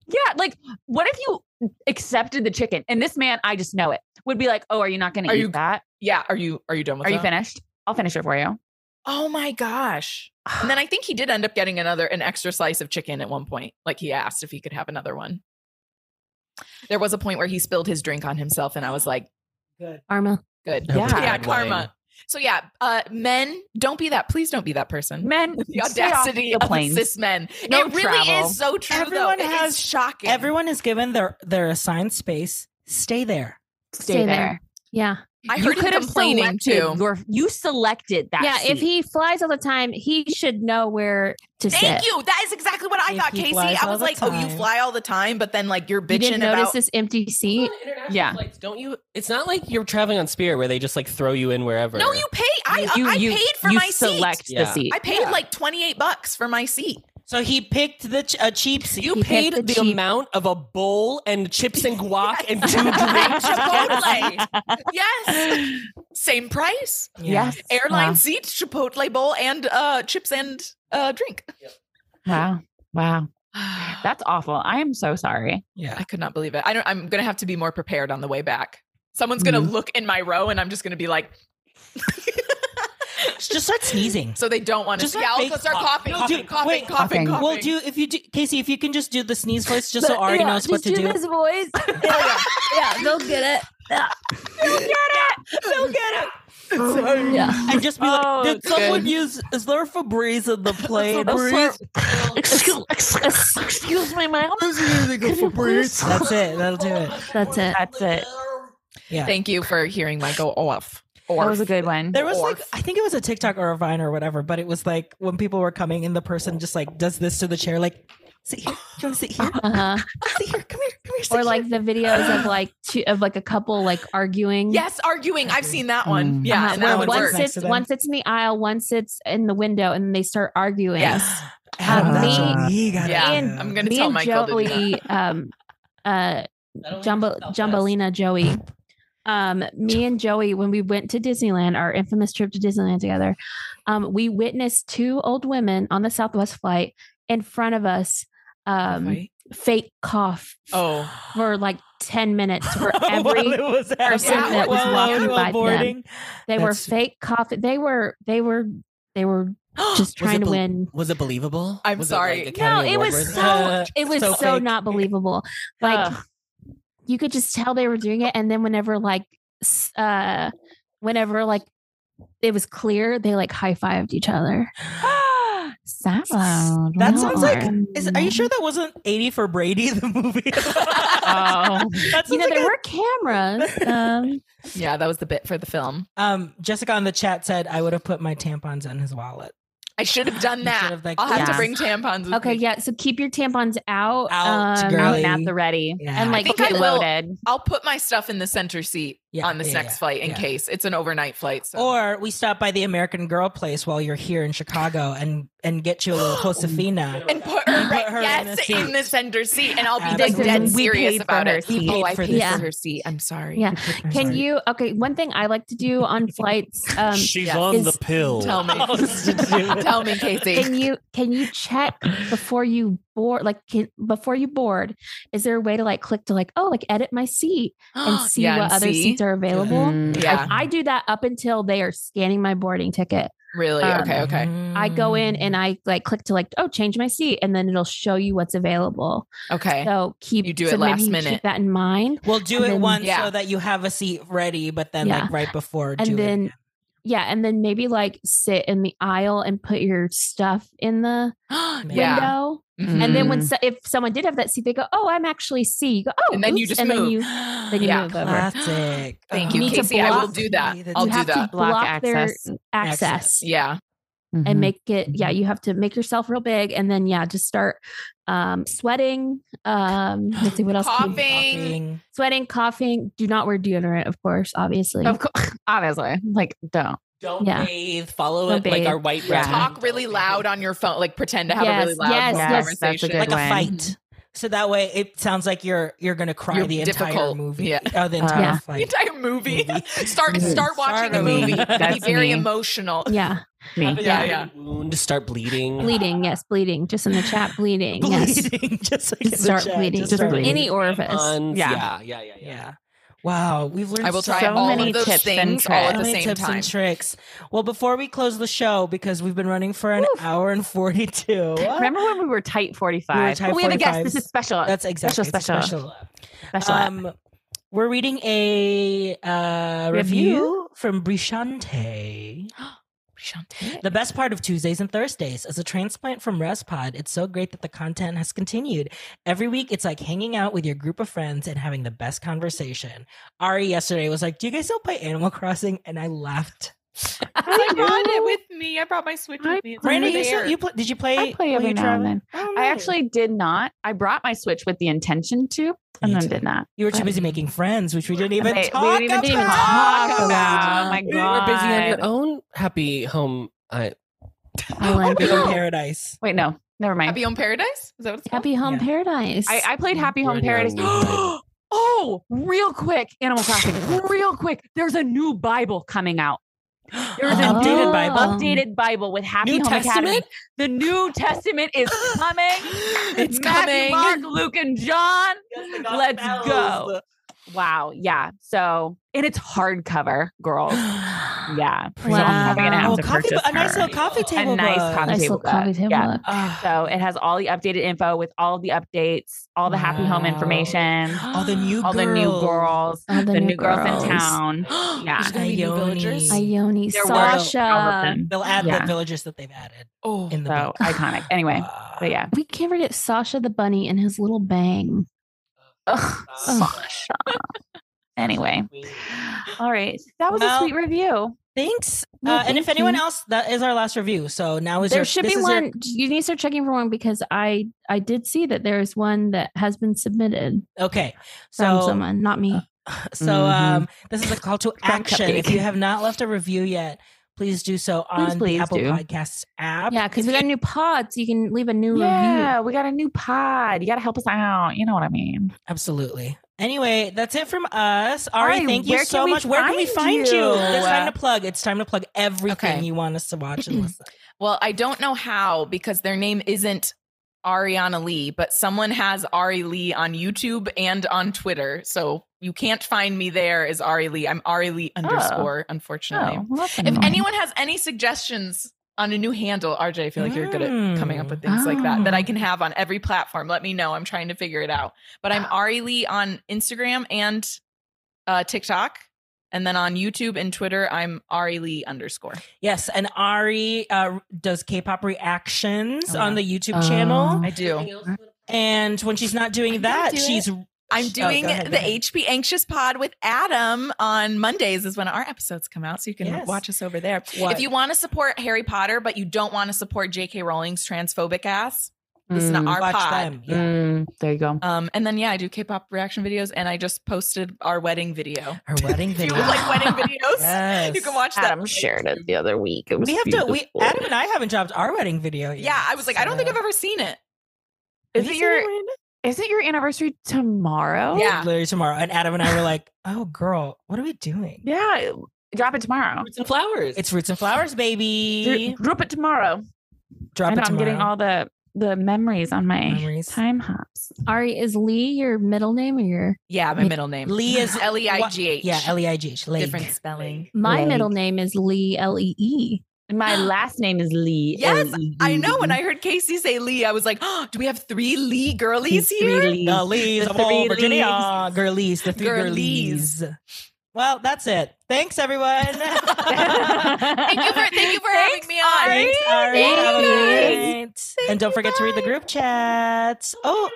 Speaker 1: Yeah, like what if you accepted the chicken and this man, I just know it, would be like, "Oh, are you not going to
Speaker 5: Are
Speaker 1: eat
Speaker 5: you-
Speaker 1: that?
Speaker 5: Yeah. Are you are you done with
Speaker 1: are you
Speaker 5: that?
Speaker 1: finished? I'll finish it for you."
Speaker 5: Oh my gosh. And then I think he did end up getting another an extra slice of chicken at one point. Like he asked if he could have another one. There was a point where he spilled his drink on himself and I was like,
Speaker 4: Karma.
Speaker 5: good.
Speaker 1: Yeah.
Speaker 5: Yeah, karma. So yeah, uh, men, don't be that. Please don't be that person.
Speaker 1: Men,
Speaker 5: the
Speaker 1: stay off
Speaker 5: audacity
Speaker 1: the
Speaker 5: of
Speaker 1: planes.
Speaker 5: cis men.
Speaker 1: No
Speaker 5: it really
Speaker 1: travel.
Speaker 5: is so true.
Speaker 2: Everyone
Speaker 5: though. It is
Speaker 2: has-
Speaker 5: shocking.
Speaker 2: Everyone is given their their assigned space. Stay there.
Speaker 1: Stay,
Speaker 4: Stay there.
Speaker 1: there.
Speaker 4: Yeah.
Speaker 5: I heard him complaining too.
Speaker 1: selected Your, you selected that.
Speaker 4: yeah. If
Speaker 1: seat.
Speaker 4: he flies all the time, he should know where to
Speaker 5: Thank
Speaker 4: sit.
Speaker 5: you. That is exactly what I
Speaker 2: If
Speaker 5: thought,
Speaker 2: he
Speaker 5: Casey.
Speaker 2: flies
Speaker 5: I
Speaker 2: all
Speaker 5: was
Speaker 2: the
Speaker 5: like, oh, you
Speaker 2: time.
Speaker 5: fly all the time, but then like you're
Speaker 4: You
Speaker 5: bitching
Speaker 4: didn't notice
Speaker 5: about.
Speaker 4: this empty seat.
Speaker 1: Yeah.
Speaker 3: Don't you? It's not like you're traveling on Spirit where they just like throw you in wherever.
Speaker 5: No, you pay. I
Speaker 1: you,
Speaker 5: I
Speaker 1: you-
Speaker 5: paid for
Speaker 1: you
Speaker 5: my
Speaker 1: select
Speaker 5: seat.
Speaker 1: the
Speaker 3: Yeah.
Speaker 1: seat.
Speaker 5: I paid
Speaker 3: Yeah.
Speaker 5: like twenty eight bucks for my seat.
Speaker 2: So he picked the ch- a cheap seat.
Speaker 3: You
Speaker 4: He
Speaker 3: paid
Speaker 4: picked
Speaker 3: the,
Speaker 4: the cheap-
Speaker 3: amount of a bowl and chips and guac and two drinks.
Speaker 5: Chipotle. yes, same price.
Speaker 1: Yes.
Speaker 5: Airline
Speaker 1: Wow.
Speaker 5: seat, Chipotle bowl, and uh, chips and uh, drink.
Speaker 1: Wow. Wow.
Speaker 5: I
Speaker 1: That's awful. I am so sorry.
Speaker 2: Yeah.
Speaker 5: could not believe it. I don't. I'm gonna have to be more prepared on the way back. Someone's gonna look in my row, and I'm just gonna be like.
Speaker 2: Just start sneezing.
Speaker 5: so they don't want to.
Speaker 2: Just like
Speaker 5: Yeah, I'll go
Speaker 2: fake
Speaker 5: start
Speaker 2: cough-
Speaker 5: coughing,
Speaker 2: no,
Speaker 5: coughing,
Speaker 2: dude,
Speaker 5: coughing,
Speaker 2: wait.
Speaker 5: coughing, coughing.
Speaker 2: Well, do if you do, Casey, if you can just do the sneeze voice, just so Ari knows what to do.
Speaker 4: This voice. Yeah, yeah, yeah, they'll get it.
Speaker 2: They'll get it.
Speaker 4: Yeah.
Speaker 2: And just be
Speaker 1: Oh,
Speaker 2: like, did
Speaker 5: good.
Speaker 2: someone use? Is there a Febreze in the plane?
Speaker 4: Excuse, excuse, excuse me, ma'am.
Speaker 2: That's it. That'll do it.
Speaker 4: That's it.
Speaker 1: That's it.
Speaker 2: Yeah.
Speaker 5: Thank you for hearing my go off. Or
Speaker 1: That was a good one.
Speaker 2: There was like
Speaker 5: Orf.
Speaker 2: I think it was a TikTok or a Vine or whatever, but it was like when people were coming and the person just like does this to the chair, like sit here, do you want to sit here,
Speaker 4: Uh-huh.
Speaker 2: sit here, come here, come here, sit
Speaker 4: Or like the videos of like two of like a couple like arguing.
Speaker 5: yes, arguing. I've seen that one.
Speaker 2: Mm.
Speaker 5: Yeah,
Speaker 4: Uh-huh.
Speaker 5: and
Speaker 2: Where
Speaker 4: Where
Speaker 5: that one
Speaker 2: one's
Speaker 4: one
Speaker 5: worked.
Speaker 2: next
Speaker 4: sits
Speaker 2: to them.
Speaker 4: one sits in the aisle, one sits in the window, and they start arguing.
Speaker 5: Yes.
Speaker 2: Adam, that's
Speaker 4: Me-
Speaker 2: what we gotta
Speaker 5: Yeah,
Speaker 2: do.
Speaker 5: I'm gonna
Speaker 4: me
Speaker 5: tell
Speaker 4: and
Speaker 5: Michael to do
Speaker 4: Joey, um, uh, Jumbo, Jumbolina Joey. Um, me and Joey, when we went to Disneyland, our infamous trip to Disneyland together, um, we witnessed two old women on the Southwest flight in front of us, um,
Speaker 5: Right.
Speaker 4: fake cough
Speaker 5: oh,
Speaker 4: for like 10 minutes for
Speaker 2: While
Speaker 4: every
Speaker 2: it was
Speaker 4: person
Speaker 2: happening,
Speaker 5: that was
Speaker 2: while
Speaker 5: walking
Speaker 2: we were
Speaker 4: by them.
Speaker 2: boarding.
Speaker 4: they were
Speaker 2: That's-
Speaker 4: fake coughing. They were, they were, they were just trying to
Speaker 3: bel-
Speaker 4: win.
Speaker 3: Was it believable?
Speaker 5: I'm
Speaker 3: Was it,
Speaker 5: sorry.
Speaker 3: like,
Speaker 4: No,
Speaker 3: Academy
Speaker 4: it
Speaker 3: Award
Speaker 4: was
Speaker 3: worthy?
Speaker 4: so
Speaker 2: Uh,
Speaker 4: it was
Speaker 2: so
Speaker 4: so,
Speaker 2: fake.
Speaker 4: not believable. Like
Speaker 1: Ugh.
Speaker 4: you could just tell they were doing it, and then whenever like s- uh whenever like it was clear, they like high fived each other. Sad.
Speaker 2: That sounds like. Is, are you sure that wasn't 80 for Brady the movie?
Speaker 5: Uh,
Speaker 1: Oh.
Speaker 2: That sounds
Speaker 4: You know
Speaker 2: like
Speaker 4: there
Speaker 2: a-
Speaker 4: were cameras. Um,
Speaker 5: yeah, that was the bit for the film.
Speaker 2: um, Jessica on the chat said I would have put my tampons in his wallet.
Speaker 5: I should have done
Speaker 2: You
Speaker 5: that.
Speaker 2: should have, like,
Speaker 5: I'll have to
Speaker 4: Yeah.
Speaker 5: bring tampons. With
Speaker 4: okay,
Speaker 5: me.
Speaker 4: yeah. So keep your tampons out.
Speaker 2: Out,
Speaker 4: um,
Speaker 2: girl.
Speaker 1: Out and at the ready.
Speaker 2: Yeah.
Speaker 4: And like
Speaker 5: I think I will.
Speaker 1: loaded.
Speaker 5: I'll put my stuff in the center seat
Speaker 2: Yeah,
Speaker 5: on this
Speaker 2: yeah,
Speaker 5: next
Speaker 2: yeah,
Speaker 5: flight in
Speaker 2: yeah.
Speaker 5: case it's an overnight flight. So.
Speaker 2: Or we stop by the American Girl place while you're here in Chicago and and get you a little Josefina.
Speaker 5: and put her,
Speaker 2: And put
Speaker 5: right,
Speaker 2: her in
Speaker 5: yes,
Speaker 2: the
Speaker 5: in the,
Speaker 2: seat.
Speaker 5: center seat, and I'll be like
Speaker 2: Absolutely.
Speaker 5: dead
Speaker 1: We
Speaker 5: serious
Speaker 1: paid for
Speaker 5: about
Speaker 1: her
Speaker 5: it.
Speaker 1: seat.
Speaker 5: Oh, I
Speaker 2: Paid for
Speaker 5: paid
Speaker 4: this.
Speaker 5: for her seat. I'm sorry.
Speaker 4: Yeah.
Speaker 2: I'm
Speaker 4: Can
Speaker 2: sorry.
Speaker 4: you? Okay, one thing I like to do on flights. Um,
Speaker 6: She's
Speaker 5: yeah.
Speaker 6: on the
Speaker 4: Is-
Speaker 6: pill.
Speaker 5: Tell me.
Speaker 3: Oh,
Speaker 5: Tell me, Casey.
Speaker 4: can you can you check before you board like can, before you board is there a way to like click to like oh like edit my seat and see
Speaker 5: Yeah,
Speaker 4: what
Speaker 5: and
Speaker 4: other
Speaker 5: see.
Speaker 4: seats are available
Speaker 1: Mm-hmm.
Speaker 5: Yeah,
Speaker 4: i do that up until they are scanning my boarding ticket
Speaker 5: really.
Speaker 4: Um,
Speaker 5: Okay, okay,
Speaker 4: i go in
Speaker 5: Mm.
Speaker 4: and i like click to like oh change my seat and then it'll show you what's available
Speaker 5: okay.
Speaker 4: so keep
Speaker 5: You do it
Speaker 4: so maybe
Speaker 5: last
Speaker 4: you
Speaker 5: minute.
Speaker 4: keep that in mind
Speaker 2: We'll do
Speaker 4: and
Speaker 2: it
Speaker 4: then-
Speaker 2: once
Speaker 5: Yeah.
Speaker 2: so that you have a seat ready, but then
Speaker 4: Yeah.
Speaker 2: like right before.
Speaker 4: And
Speaker 2: do it
Speaker 4: then-
Speaker 2: again.
Speaker 4: yeah and then maybe like sit in the aisle and put your stuff in the
Speaker 5: yeah.
Speaker 4: window
Speaker 5: Mhm.
Speaker 4: and then when so- if someone did have that seat they go oh i'm actually c you go oh
Speaker 5: And then you
Speaker 4: oops,"
Speaker 5: just
Speaker 4: and then
Speaker 5: move.
Speaker 4: you then you
Speaker 5: Yeah.
Speaker 4: move over
Speaker 2: classic.
Speaker 5: Thank
Speaker 2: Oh,
Speaker 5: you,
Speaker 4: You need to
Speaker 5: Casey. I will
Speaker 4: block-
Speaker 5: do that.
Speaker 2: You
Speaker 5: I'll
Speaker 4: you
Speaker 5: do
Speaker 4: have to
Speaker 5: that.
Speaker 1: Block
Speaker 4: block,
Speaker 1: access.
Speaker 4: their access,
Speaker 2: Access.
Speaker 5: Yeah.
Speaker 1: Mm-hmm.
Speaker 4: and make it yeah you have to make yourself real big and then yeah just start um sweating um let's see what else can we-
Speaker 5: Coughing.
Speaker 4: sweating coughing do not wear deodorant of course obviously
Speaker 1: Of course, obviously. Like, don't.
Speaker 3: Don't
Speaker 4: Yeah.
Speaker 3: bathe. Follow
Speaker 4: Don't
Speaker 3: it like
Speaker 4: bathe.
Speaker 3: our white
Speaker 1: Yeah.
Speaker 3: bread.
Speaker 5: Talk really loud on your phone. Like pretend to have a
Speaker 4: Yes,
Speaker 5: really loud
Speaker 4: yes,
Speaker 5: phone
Speaker 4: yes.
Speaker 5: conversation.
Speaker 1: That's a good
Speaker 2: like
Speaker 1: one.
Speaker 2: a fight. So that way, it sounds like you're you're gonna cry
Speaker 5: Mm-hmm. You're
Speaker 2: the entire
Speaker 5: difficult.
Speaker 2: movie.
Speaker 5: Yeah.
Speaker 2: Oh, the entire
Speaker 4: Yeah.
Speaker 5: The
Speaker 2: flight.
Speaker 5: entire movie. Start
Speaker 2: Movie.
Speaker 5: Mm-hmm. start watching
Speaker 2: Start
Speaker 5: a
Speaker 2: a
Speaker 5: movie.
Speaker 2: movie.
Speaker 5: Be
Speaker 1: That's
Speaker 5: very
Speaker 1: me.
Speaker 5: emotional.
Speaker 4: yeah
Speaker 1: Me.
Speaker 5: Yeah,
Speaker 4: Yeah.
Speaker 5: yeah.
Speaker 3: Wound. Start bleeding.
Speaker 4: bleeding yes bleeding just in the chat bleeding, yes
Speaker 2: bleeding. Just like in the
Speaker 4: start
Speaker 2: chat,
Speaker 4: bleeding
Speaker 2: Just
Speaker 1: Just
Speaker 2: start
Speaker 1: bleed.
Speaker 2: bleeding.
Speaker 4: any orifice
Speaker 3: Tons.
Speaker 1: Yeah.
Speaker 3: Yeah. Yeah. Yeah. Yeah.
Speaker 2: Yeah. Wow. We've learned
Speaker 5: I will try
Speaker 2: so
Speaker 5: all
Speaker 2: many
Speaker 5: of those
Speaker 1: tips and
Speaker 5: things all at
Speaker 2: so
Speaker 5: the
Speaker 2: many
Speaker 5: same
Speaker 2: tips
Speaker 5: time.
Speaker 2: and tricks. Well, before we close the show, because we've been running for an
Speaker 4: Woof.
Speaker 2: hour and forty-two.
Speaker 1: Remember when we were tight 45?
Speaker 2: We were tight
Speaker 1: But we have a guest.
Speaker 2: 45s.
Speaker 1: This is special.
Speaker 2: That's exactly it's
Speaker 1: special.
Speaker 2: special.
Speaker 1: special.
Speaker 2: Um, we're reading a uh,
Speaker 1: Review?
Speaker 2: review from Brishante.
Speaker 5: Shantae.
Speaker 2: The best part of Tuesdays and Thursdays as a transplant from ResPod, it's so great that the content has continued. Every week, it's like hanging out with your group of friends and having the best conversation. Ari yesterday was like, "Do you guys still play Animal Crossing?" And I laughed.
Speaker 1: Oh
Speaker 5: I brought it with me. I brought my Switch
Speaker 1: I
Speaker 5: with me. It's
Speaker 1: play-
Speaker 5: over
Speaker 2: Brandon, you, still,
Speaker 5: there.
Speaker 2: you play, did you play?
Speaker 1: I play every
Speaker 2: you
Speaker 1: now and then. I actually did not. I brought my Switch with the intention to, and
Speaker 2: Me
Speaker 1: then
Speaker 2: too.
Speaker 1: did not.
Speaker 2: you were too busy making friends, which we didn't even
Speaker 1: Wait,
Speaker 2: talk
Speaker 1: we even
Speaker 2: about.
Speaker 1: didn't even talk
Speaker 3: about.
Speaker 1: about. Oh my
Speaker 3: You were
Speaker 1: god.
Speaker 3: busy on your own happy home. uh, I,
Speaker 4: Ellen.
Speaker 2: Happy Home Paradise.
Speaker 1: Wait, no, never mind.
Speaker 5: Happy Home Paradise? Is that what it's called?
Speaker 4: happy home
Speaker 2: Yeah.
Speaker 4: paradise
Speaker 1: I, I played Happy
Speaker 3: You're
Speaker 1: Home
Speaker 3: in your
Speaker 1: Paradise.
Speaker 3: own world.
Speaker 1: oh, real quick, Animal Crossing. Real quick, there's a new Bible coming out. There was an
Speaker 2: Oh.
Speaker 1: updated
Speaker 2: Updated
Speaker 1: Bible.
Speaker 2: Bible.
Speaker 1: Updated Bible with Happy
Speaker 3: New
Speaker 1: Home Academy.
Speaker 3: Testament?
Speaker 1: The New Testament is coming.
Speaker 5: it's
Speaker 1: Matthew,
Speaker 5: coming.
Speaker 1: Mark, Luke, and John. Let's go. Wow. Yeah. So, and it's hardcover, girls. Yeah. So I'm probably gonna have
Speaker 4: Wow.
Speaker 1: to
Speaker 2: Oh, coffee
Speaker 1: purchase
Speaker 2: bu- a nice
Speaker 1: her
Speaker 2: little coffee table
Speaker 1: a nice
Speaker 2: book.
Speaker 1: coffee
Speaker 4: Nice
Speaker 1: table
Speaker 4: little coffee
Speaker 1: book.
Speaker 4: table
Speaker 1: Yeah.
Speaker 4: book.
Speaker 2: Ah,
Speaker 1: So it has all the updated info with all the updates, all the happy home
Speaker 2: Wow.
Speaker 1: information,
Speaker 2: all the new
Speaker 1: all the new girls,
Speaker 4: All
Speaker 1: the, new girls. in town. Yeah.
Speaker 5: There's gonna be new villagers.
Speaker 4: Ione,
Speaker 1: There were all of
Speaker 4: Sasha.
Speaker 1: them.
Speaker 2: They'll add
Speaker 1: Yeah.
Speaker 2: the villages that they've added
Speaker 5: Oh,
Speaker 2: in the
Speaker 1: So
Speaker 2: book.
Speaker 1: iconic. Anyway, but yeah.
Speaker 4: We can't forget Sasha the bunny and his little bang.
Speaker 1: Ugh,
Speaker 4: Ugh.
Speaker 1: Sasha. Anyway. All right. That was
Speaker 2: Well,
Speaker 1: a sweet review.
Speaker 2: Thanks.
Speaker 4: No,
Speaker 2: uh, and if
Speaker 4: thank
Speaker 2: anyone
Speaker 4: you.
Speaker 2: else, that is our last review. So now is
Speaker 4: there
Speaker 2: your,
Speaker 4: should
Speaker 2: this
Speaker 4: be
Speaker 2: is your-
Speaker 4: one. you need to start checking for one because I I did see that there is one that has been submitted
Speaker 2: okay.
Speaker 4: from
Speaker 2: So uh,
Speaker 4: someone, not me.
Speaker 2: so
Speaker 1: Mhm.
Speaker 2: um, this is a call to
Speaker 1: From
Speaker 2: action. If
Speaker 1: Cupcake.
Speaker 2: you have not left a review yet, please do so on
Speaker 1: please
Speaker 2: the Apple
Speaker 1: do.
Speaker 2: Podcasts app.
Speaker 4: yeah, because we got a new pod, so you can leave a new
Speaker 1: Yeah, we got a new pod. You got to help us out. You know what I mean?
Speaker 2: Absolutely. Anyway, that's it from us. Ari,
Speaker 1: Ari,
Speaker 2: thank you
Speaker 1: where
Speaker 2: so
Speaker 1: can we
Speaker 2: much. Where can we
Speaker 1: find
Speaker 2: find you?
Speaker 1: you?
Speaker 2: It's time to plug. It's time to plug everything
Speaker 5: Okay.
Speaker 2: you want us to watch and listen.
Speaker 5: Well, I don't know how because their name isn't Ariana Lee, but someone has Ari Lee on YouTube and on Twitter. So you can't find me there as Ari Lee. I'm Ari Lee underscore, unfortunately.
Speaker 1: Oh, well, that's
Speaker 5: If
Speaker 1: annoying.
Speaker 5: anyone has any suggestions on a new handle, RJ, I feel like you're good at coming
Speaker 1: Mm.
Speaker 5: up with things like that
Speaker 1: Oh.
Speaker 5: that I can have on every platform. Let me know. I'm trying to figure it out. But I'm
Speaker 1: Ah.
Speaker 5: Ari Lee on Instagram and uh, TikTok. And then on YouTube and Twitter, I'm Ari Lee underscore.
Speaker 2: Yes, and Ari uh, does K-pop reactions
Speaker 5: Oh,
Speaker 2: on the YouTube
Speaker 4: Oh.
Speaker 2: channel.
Speaker 5: I do.
Speaker 2: And when she's not doing
Speaker 5: I
Speaker 2: that,
Speaker 5: gotta do
Speaker 2: she's
Speaker 5: I'm
Speaker 2: Oh,
Speaker 5: doing
Speaker 2: go ahead, go
Speaker 5: the
Speaker 2: ahead.
Speaker 5: HP Anxious Pod with Adam on Mondays is when our episodes come out, so you can
Speaker 2: Yes.
Speaker 5: watch us over there.
Speaker 2: What?
Speaker 5: If you want to support Harry Potter, but you don't want to support J.K. Rowling's transphobic ass, this is not our
Speaker 2: Mm. watch
Speaker 5: pod.
Speaker 2: them. Yeah.
Speaker 1: Mm, there you go.
Speaker 5: Um, and then yeah, I do K-pop reaction videos, and I just posted our wedding video.
Speaker 2: Her wedding
Speaker 5: If you
Speaker 2: video.
Speaker 5: like wedding videos,
Speaker 2: Yes.
Speaker 5: you can watch that.
Speaker 1: Adam shared it the other week. It was
Speaker 2: We have to. We
Speaker 1: beautiful.
Speaker 2: Adam and I haven't dropped our wedding video yet.
Speaker 5: Yeah, I was like, I don't think
Speaker 2: so-
Speaker 5: I've ever seen it.
Speaker 1: is
Speaker 2: Have
Speaker 1: it
Speaker 2: you seen
Speaker 1: your
Speaker 2: mine?
Speaker 1: is it your anniversary tomorrow?
Speaker 5: Yeah.
Speaker 2: literally tomorrow. And Adam and I were like, oh girl, what are we doing?
Speaker 1: Yeah. Drop it tomorrow.
Speaker 3: Fruits and flowers.
Speaker 2: It's roots and flowers, baby.
Speaker 1: Dro- Drop it tomorrow.
Speaker 2: Drop
Speaker 1: I
Speaker 2: it
Speaker 1: know,
Speaker 2: tomorrow.
Speaker 1: I'm getting all the the memories on my
Speaker 2: Memories.
Speaker 1: time hops.
Speaker 4: view. Ari, is Lee your middle name or your
Speaker 5: Yeah, my middle name
Speaker 2: Lee is
Speaker 5: L E I G H.
Speaker 2: yeah, L E I G H. Lake.
Speaker 5: different spelling.
Speaker 4: my
Speaker 2: Lee.
Speaker 4: middle name is Lee L E E.
Speaker 1: My last name is Lee. E
Speaker 5: Yes,
Speaker 1: L-E-E.
Speaker 5: I know. When I heard Casey say Lee, I was like, oh, do we have three Lee girlies
Speaker 1: These
Speaker 5: here?
Speaker 1: three Lees.
Speaker 2: The Lees
Speaker 1: The
Speaker 2: of all
Speaker 1: three
Speaker 2: Virginia girlies, the three
Speaker 5: Girlies.
Speaker 2: girlies. Well, that's it. Thanks, everyone.
Speaker 5: Thank you for thank you for having
Speaker 1: Thanks,
Speaker 5: me on.
Speaker 2: Thanks, Ari.
Speaker 1: Thank
Speaker 2: Have a
Speaker 1: you,
Speaker 2: good
Speaker 1: guys.
Speaker 2: night. And don't forget to read the group chat. Oh,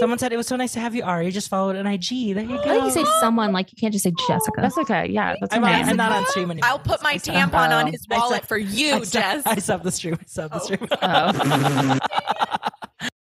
Speaker 2: someone said it was so nice to have you, Ari. Just followed an IG. There you
Speaker 5: Oh,
Speaker 4: I think
Speaker 2: go.
Speaker 4: you say someone like you can't just say Jessica.
Speaker 1: That's okay. Yeah, that's
Speaker 2: I'm, on,
Speaker 1: okay.
Speaker 2: I'm not on stream anymore.
Speaker 5: I'll put my
Speaker 2: I
Speaker 5: tampon on
Speaker 1: Oh.
Speaker 5: his
Speaker 2: I
Speaker 5: wallet
Speaker 2: said-
Speaker 5: for you,
Speaker 2: I stopped-
Speaker 5: Jess.
Speaker 2: I stopped the stream. I stopped the
Speaker 5: Oh.
Speaker 2: stream.
Speaker 1: Oh.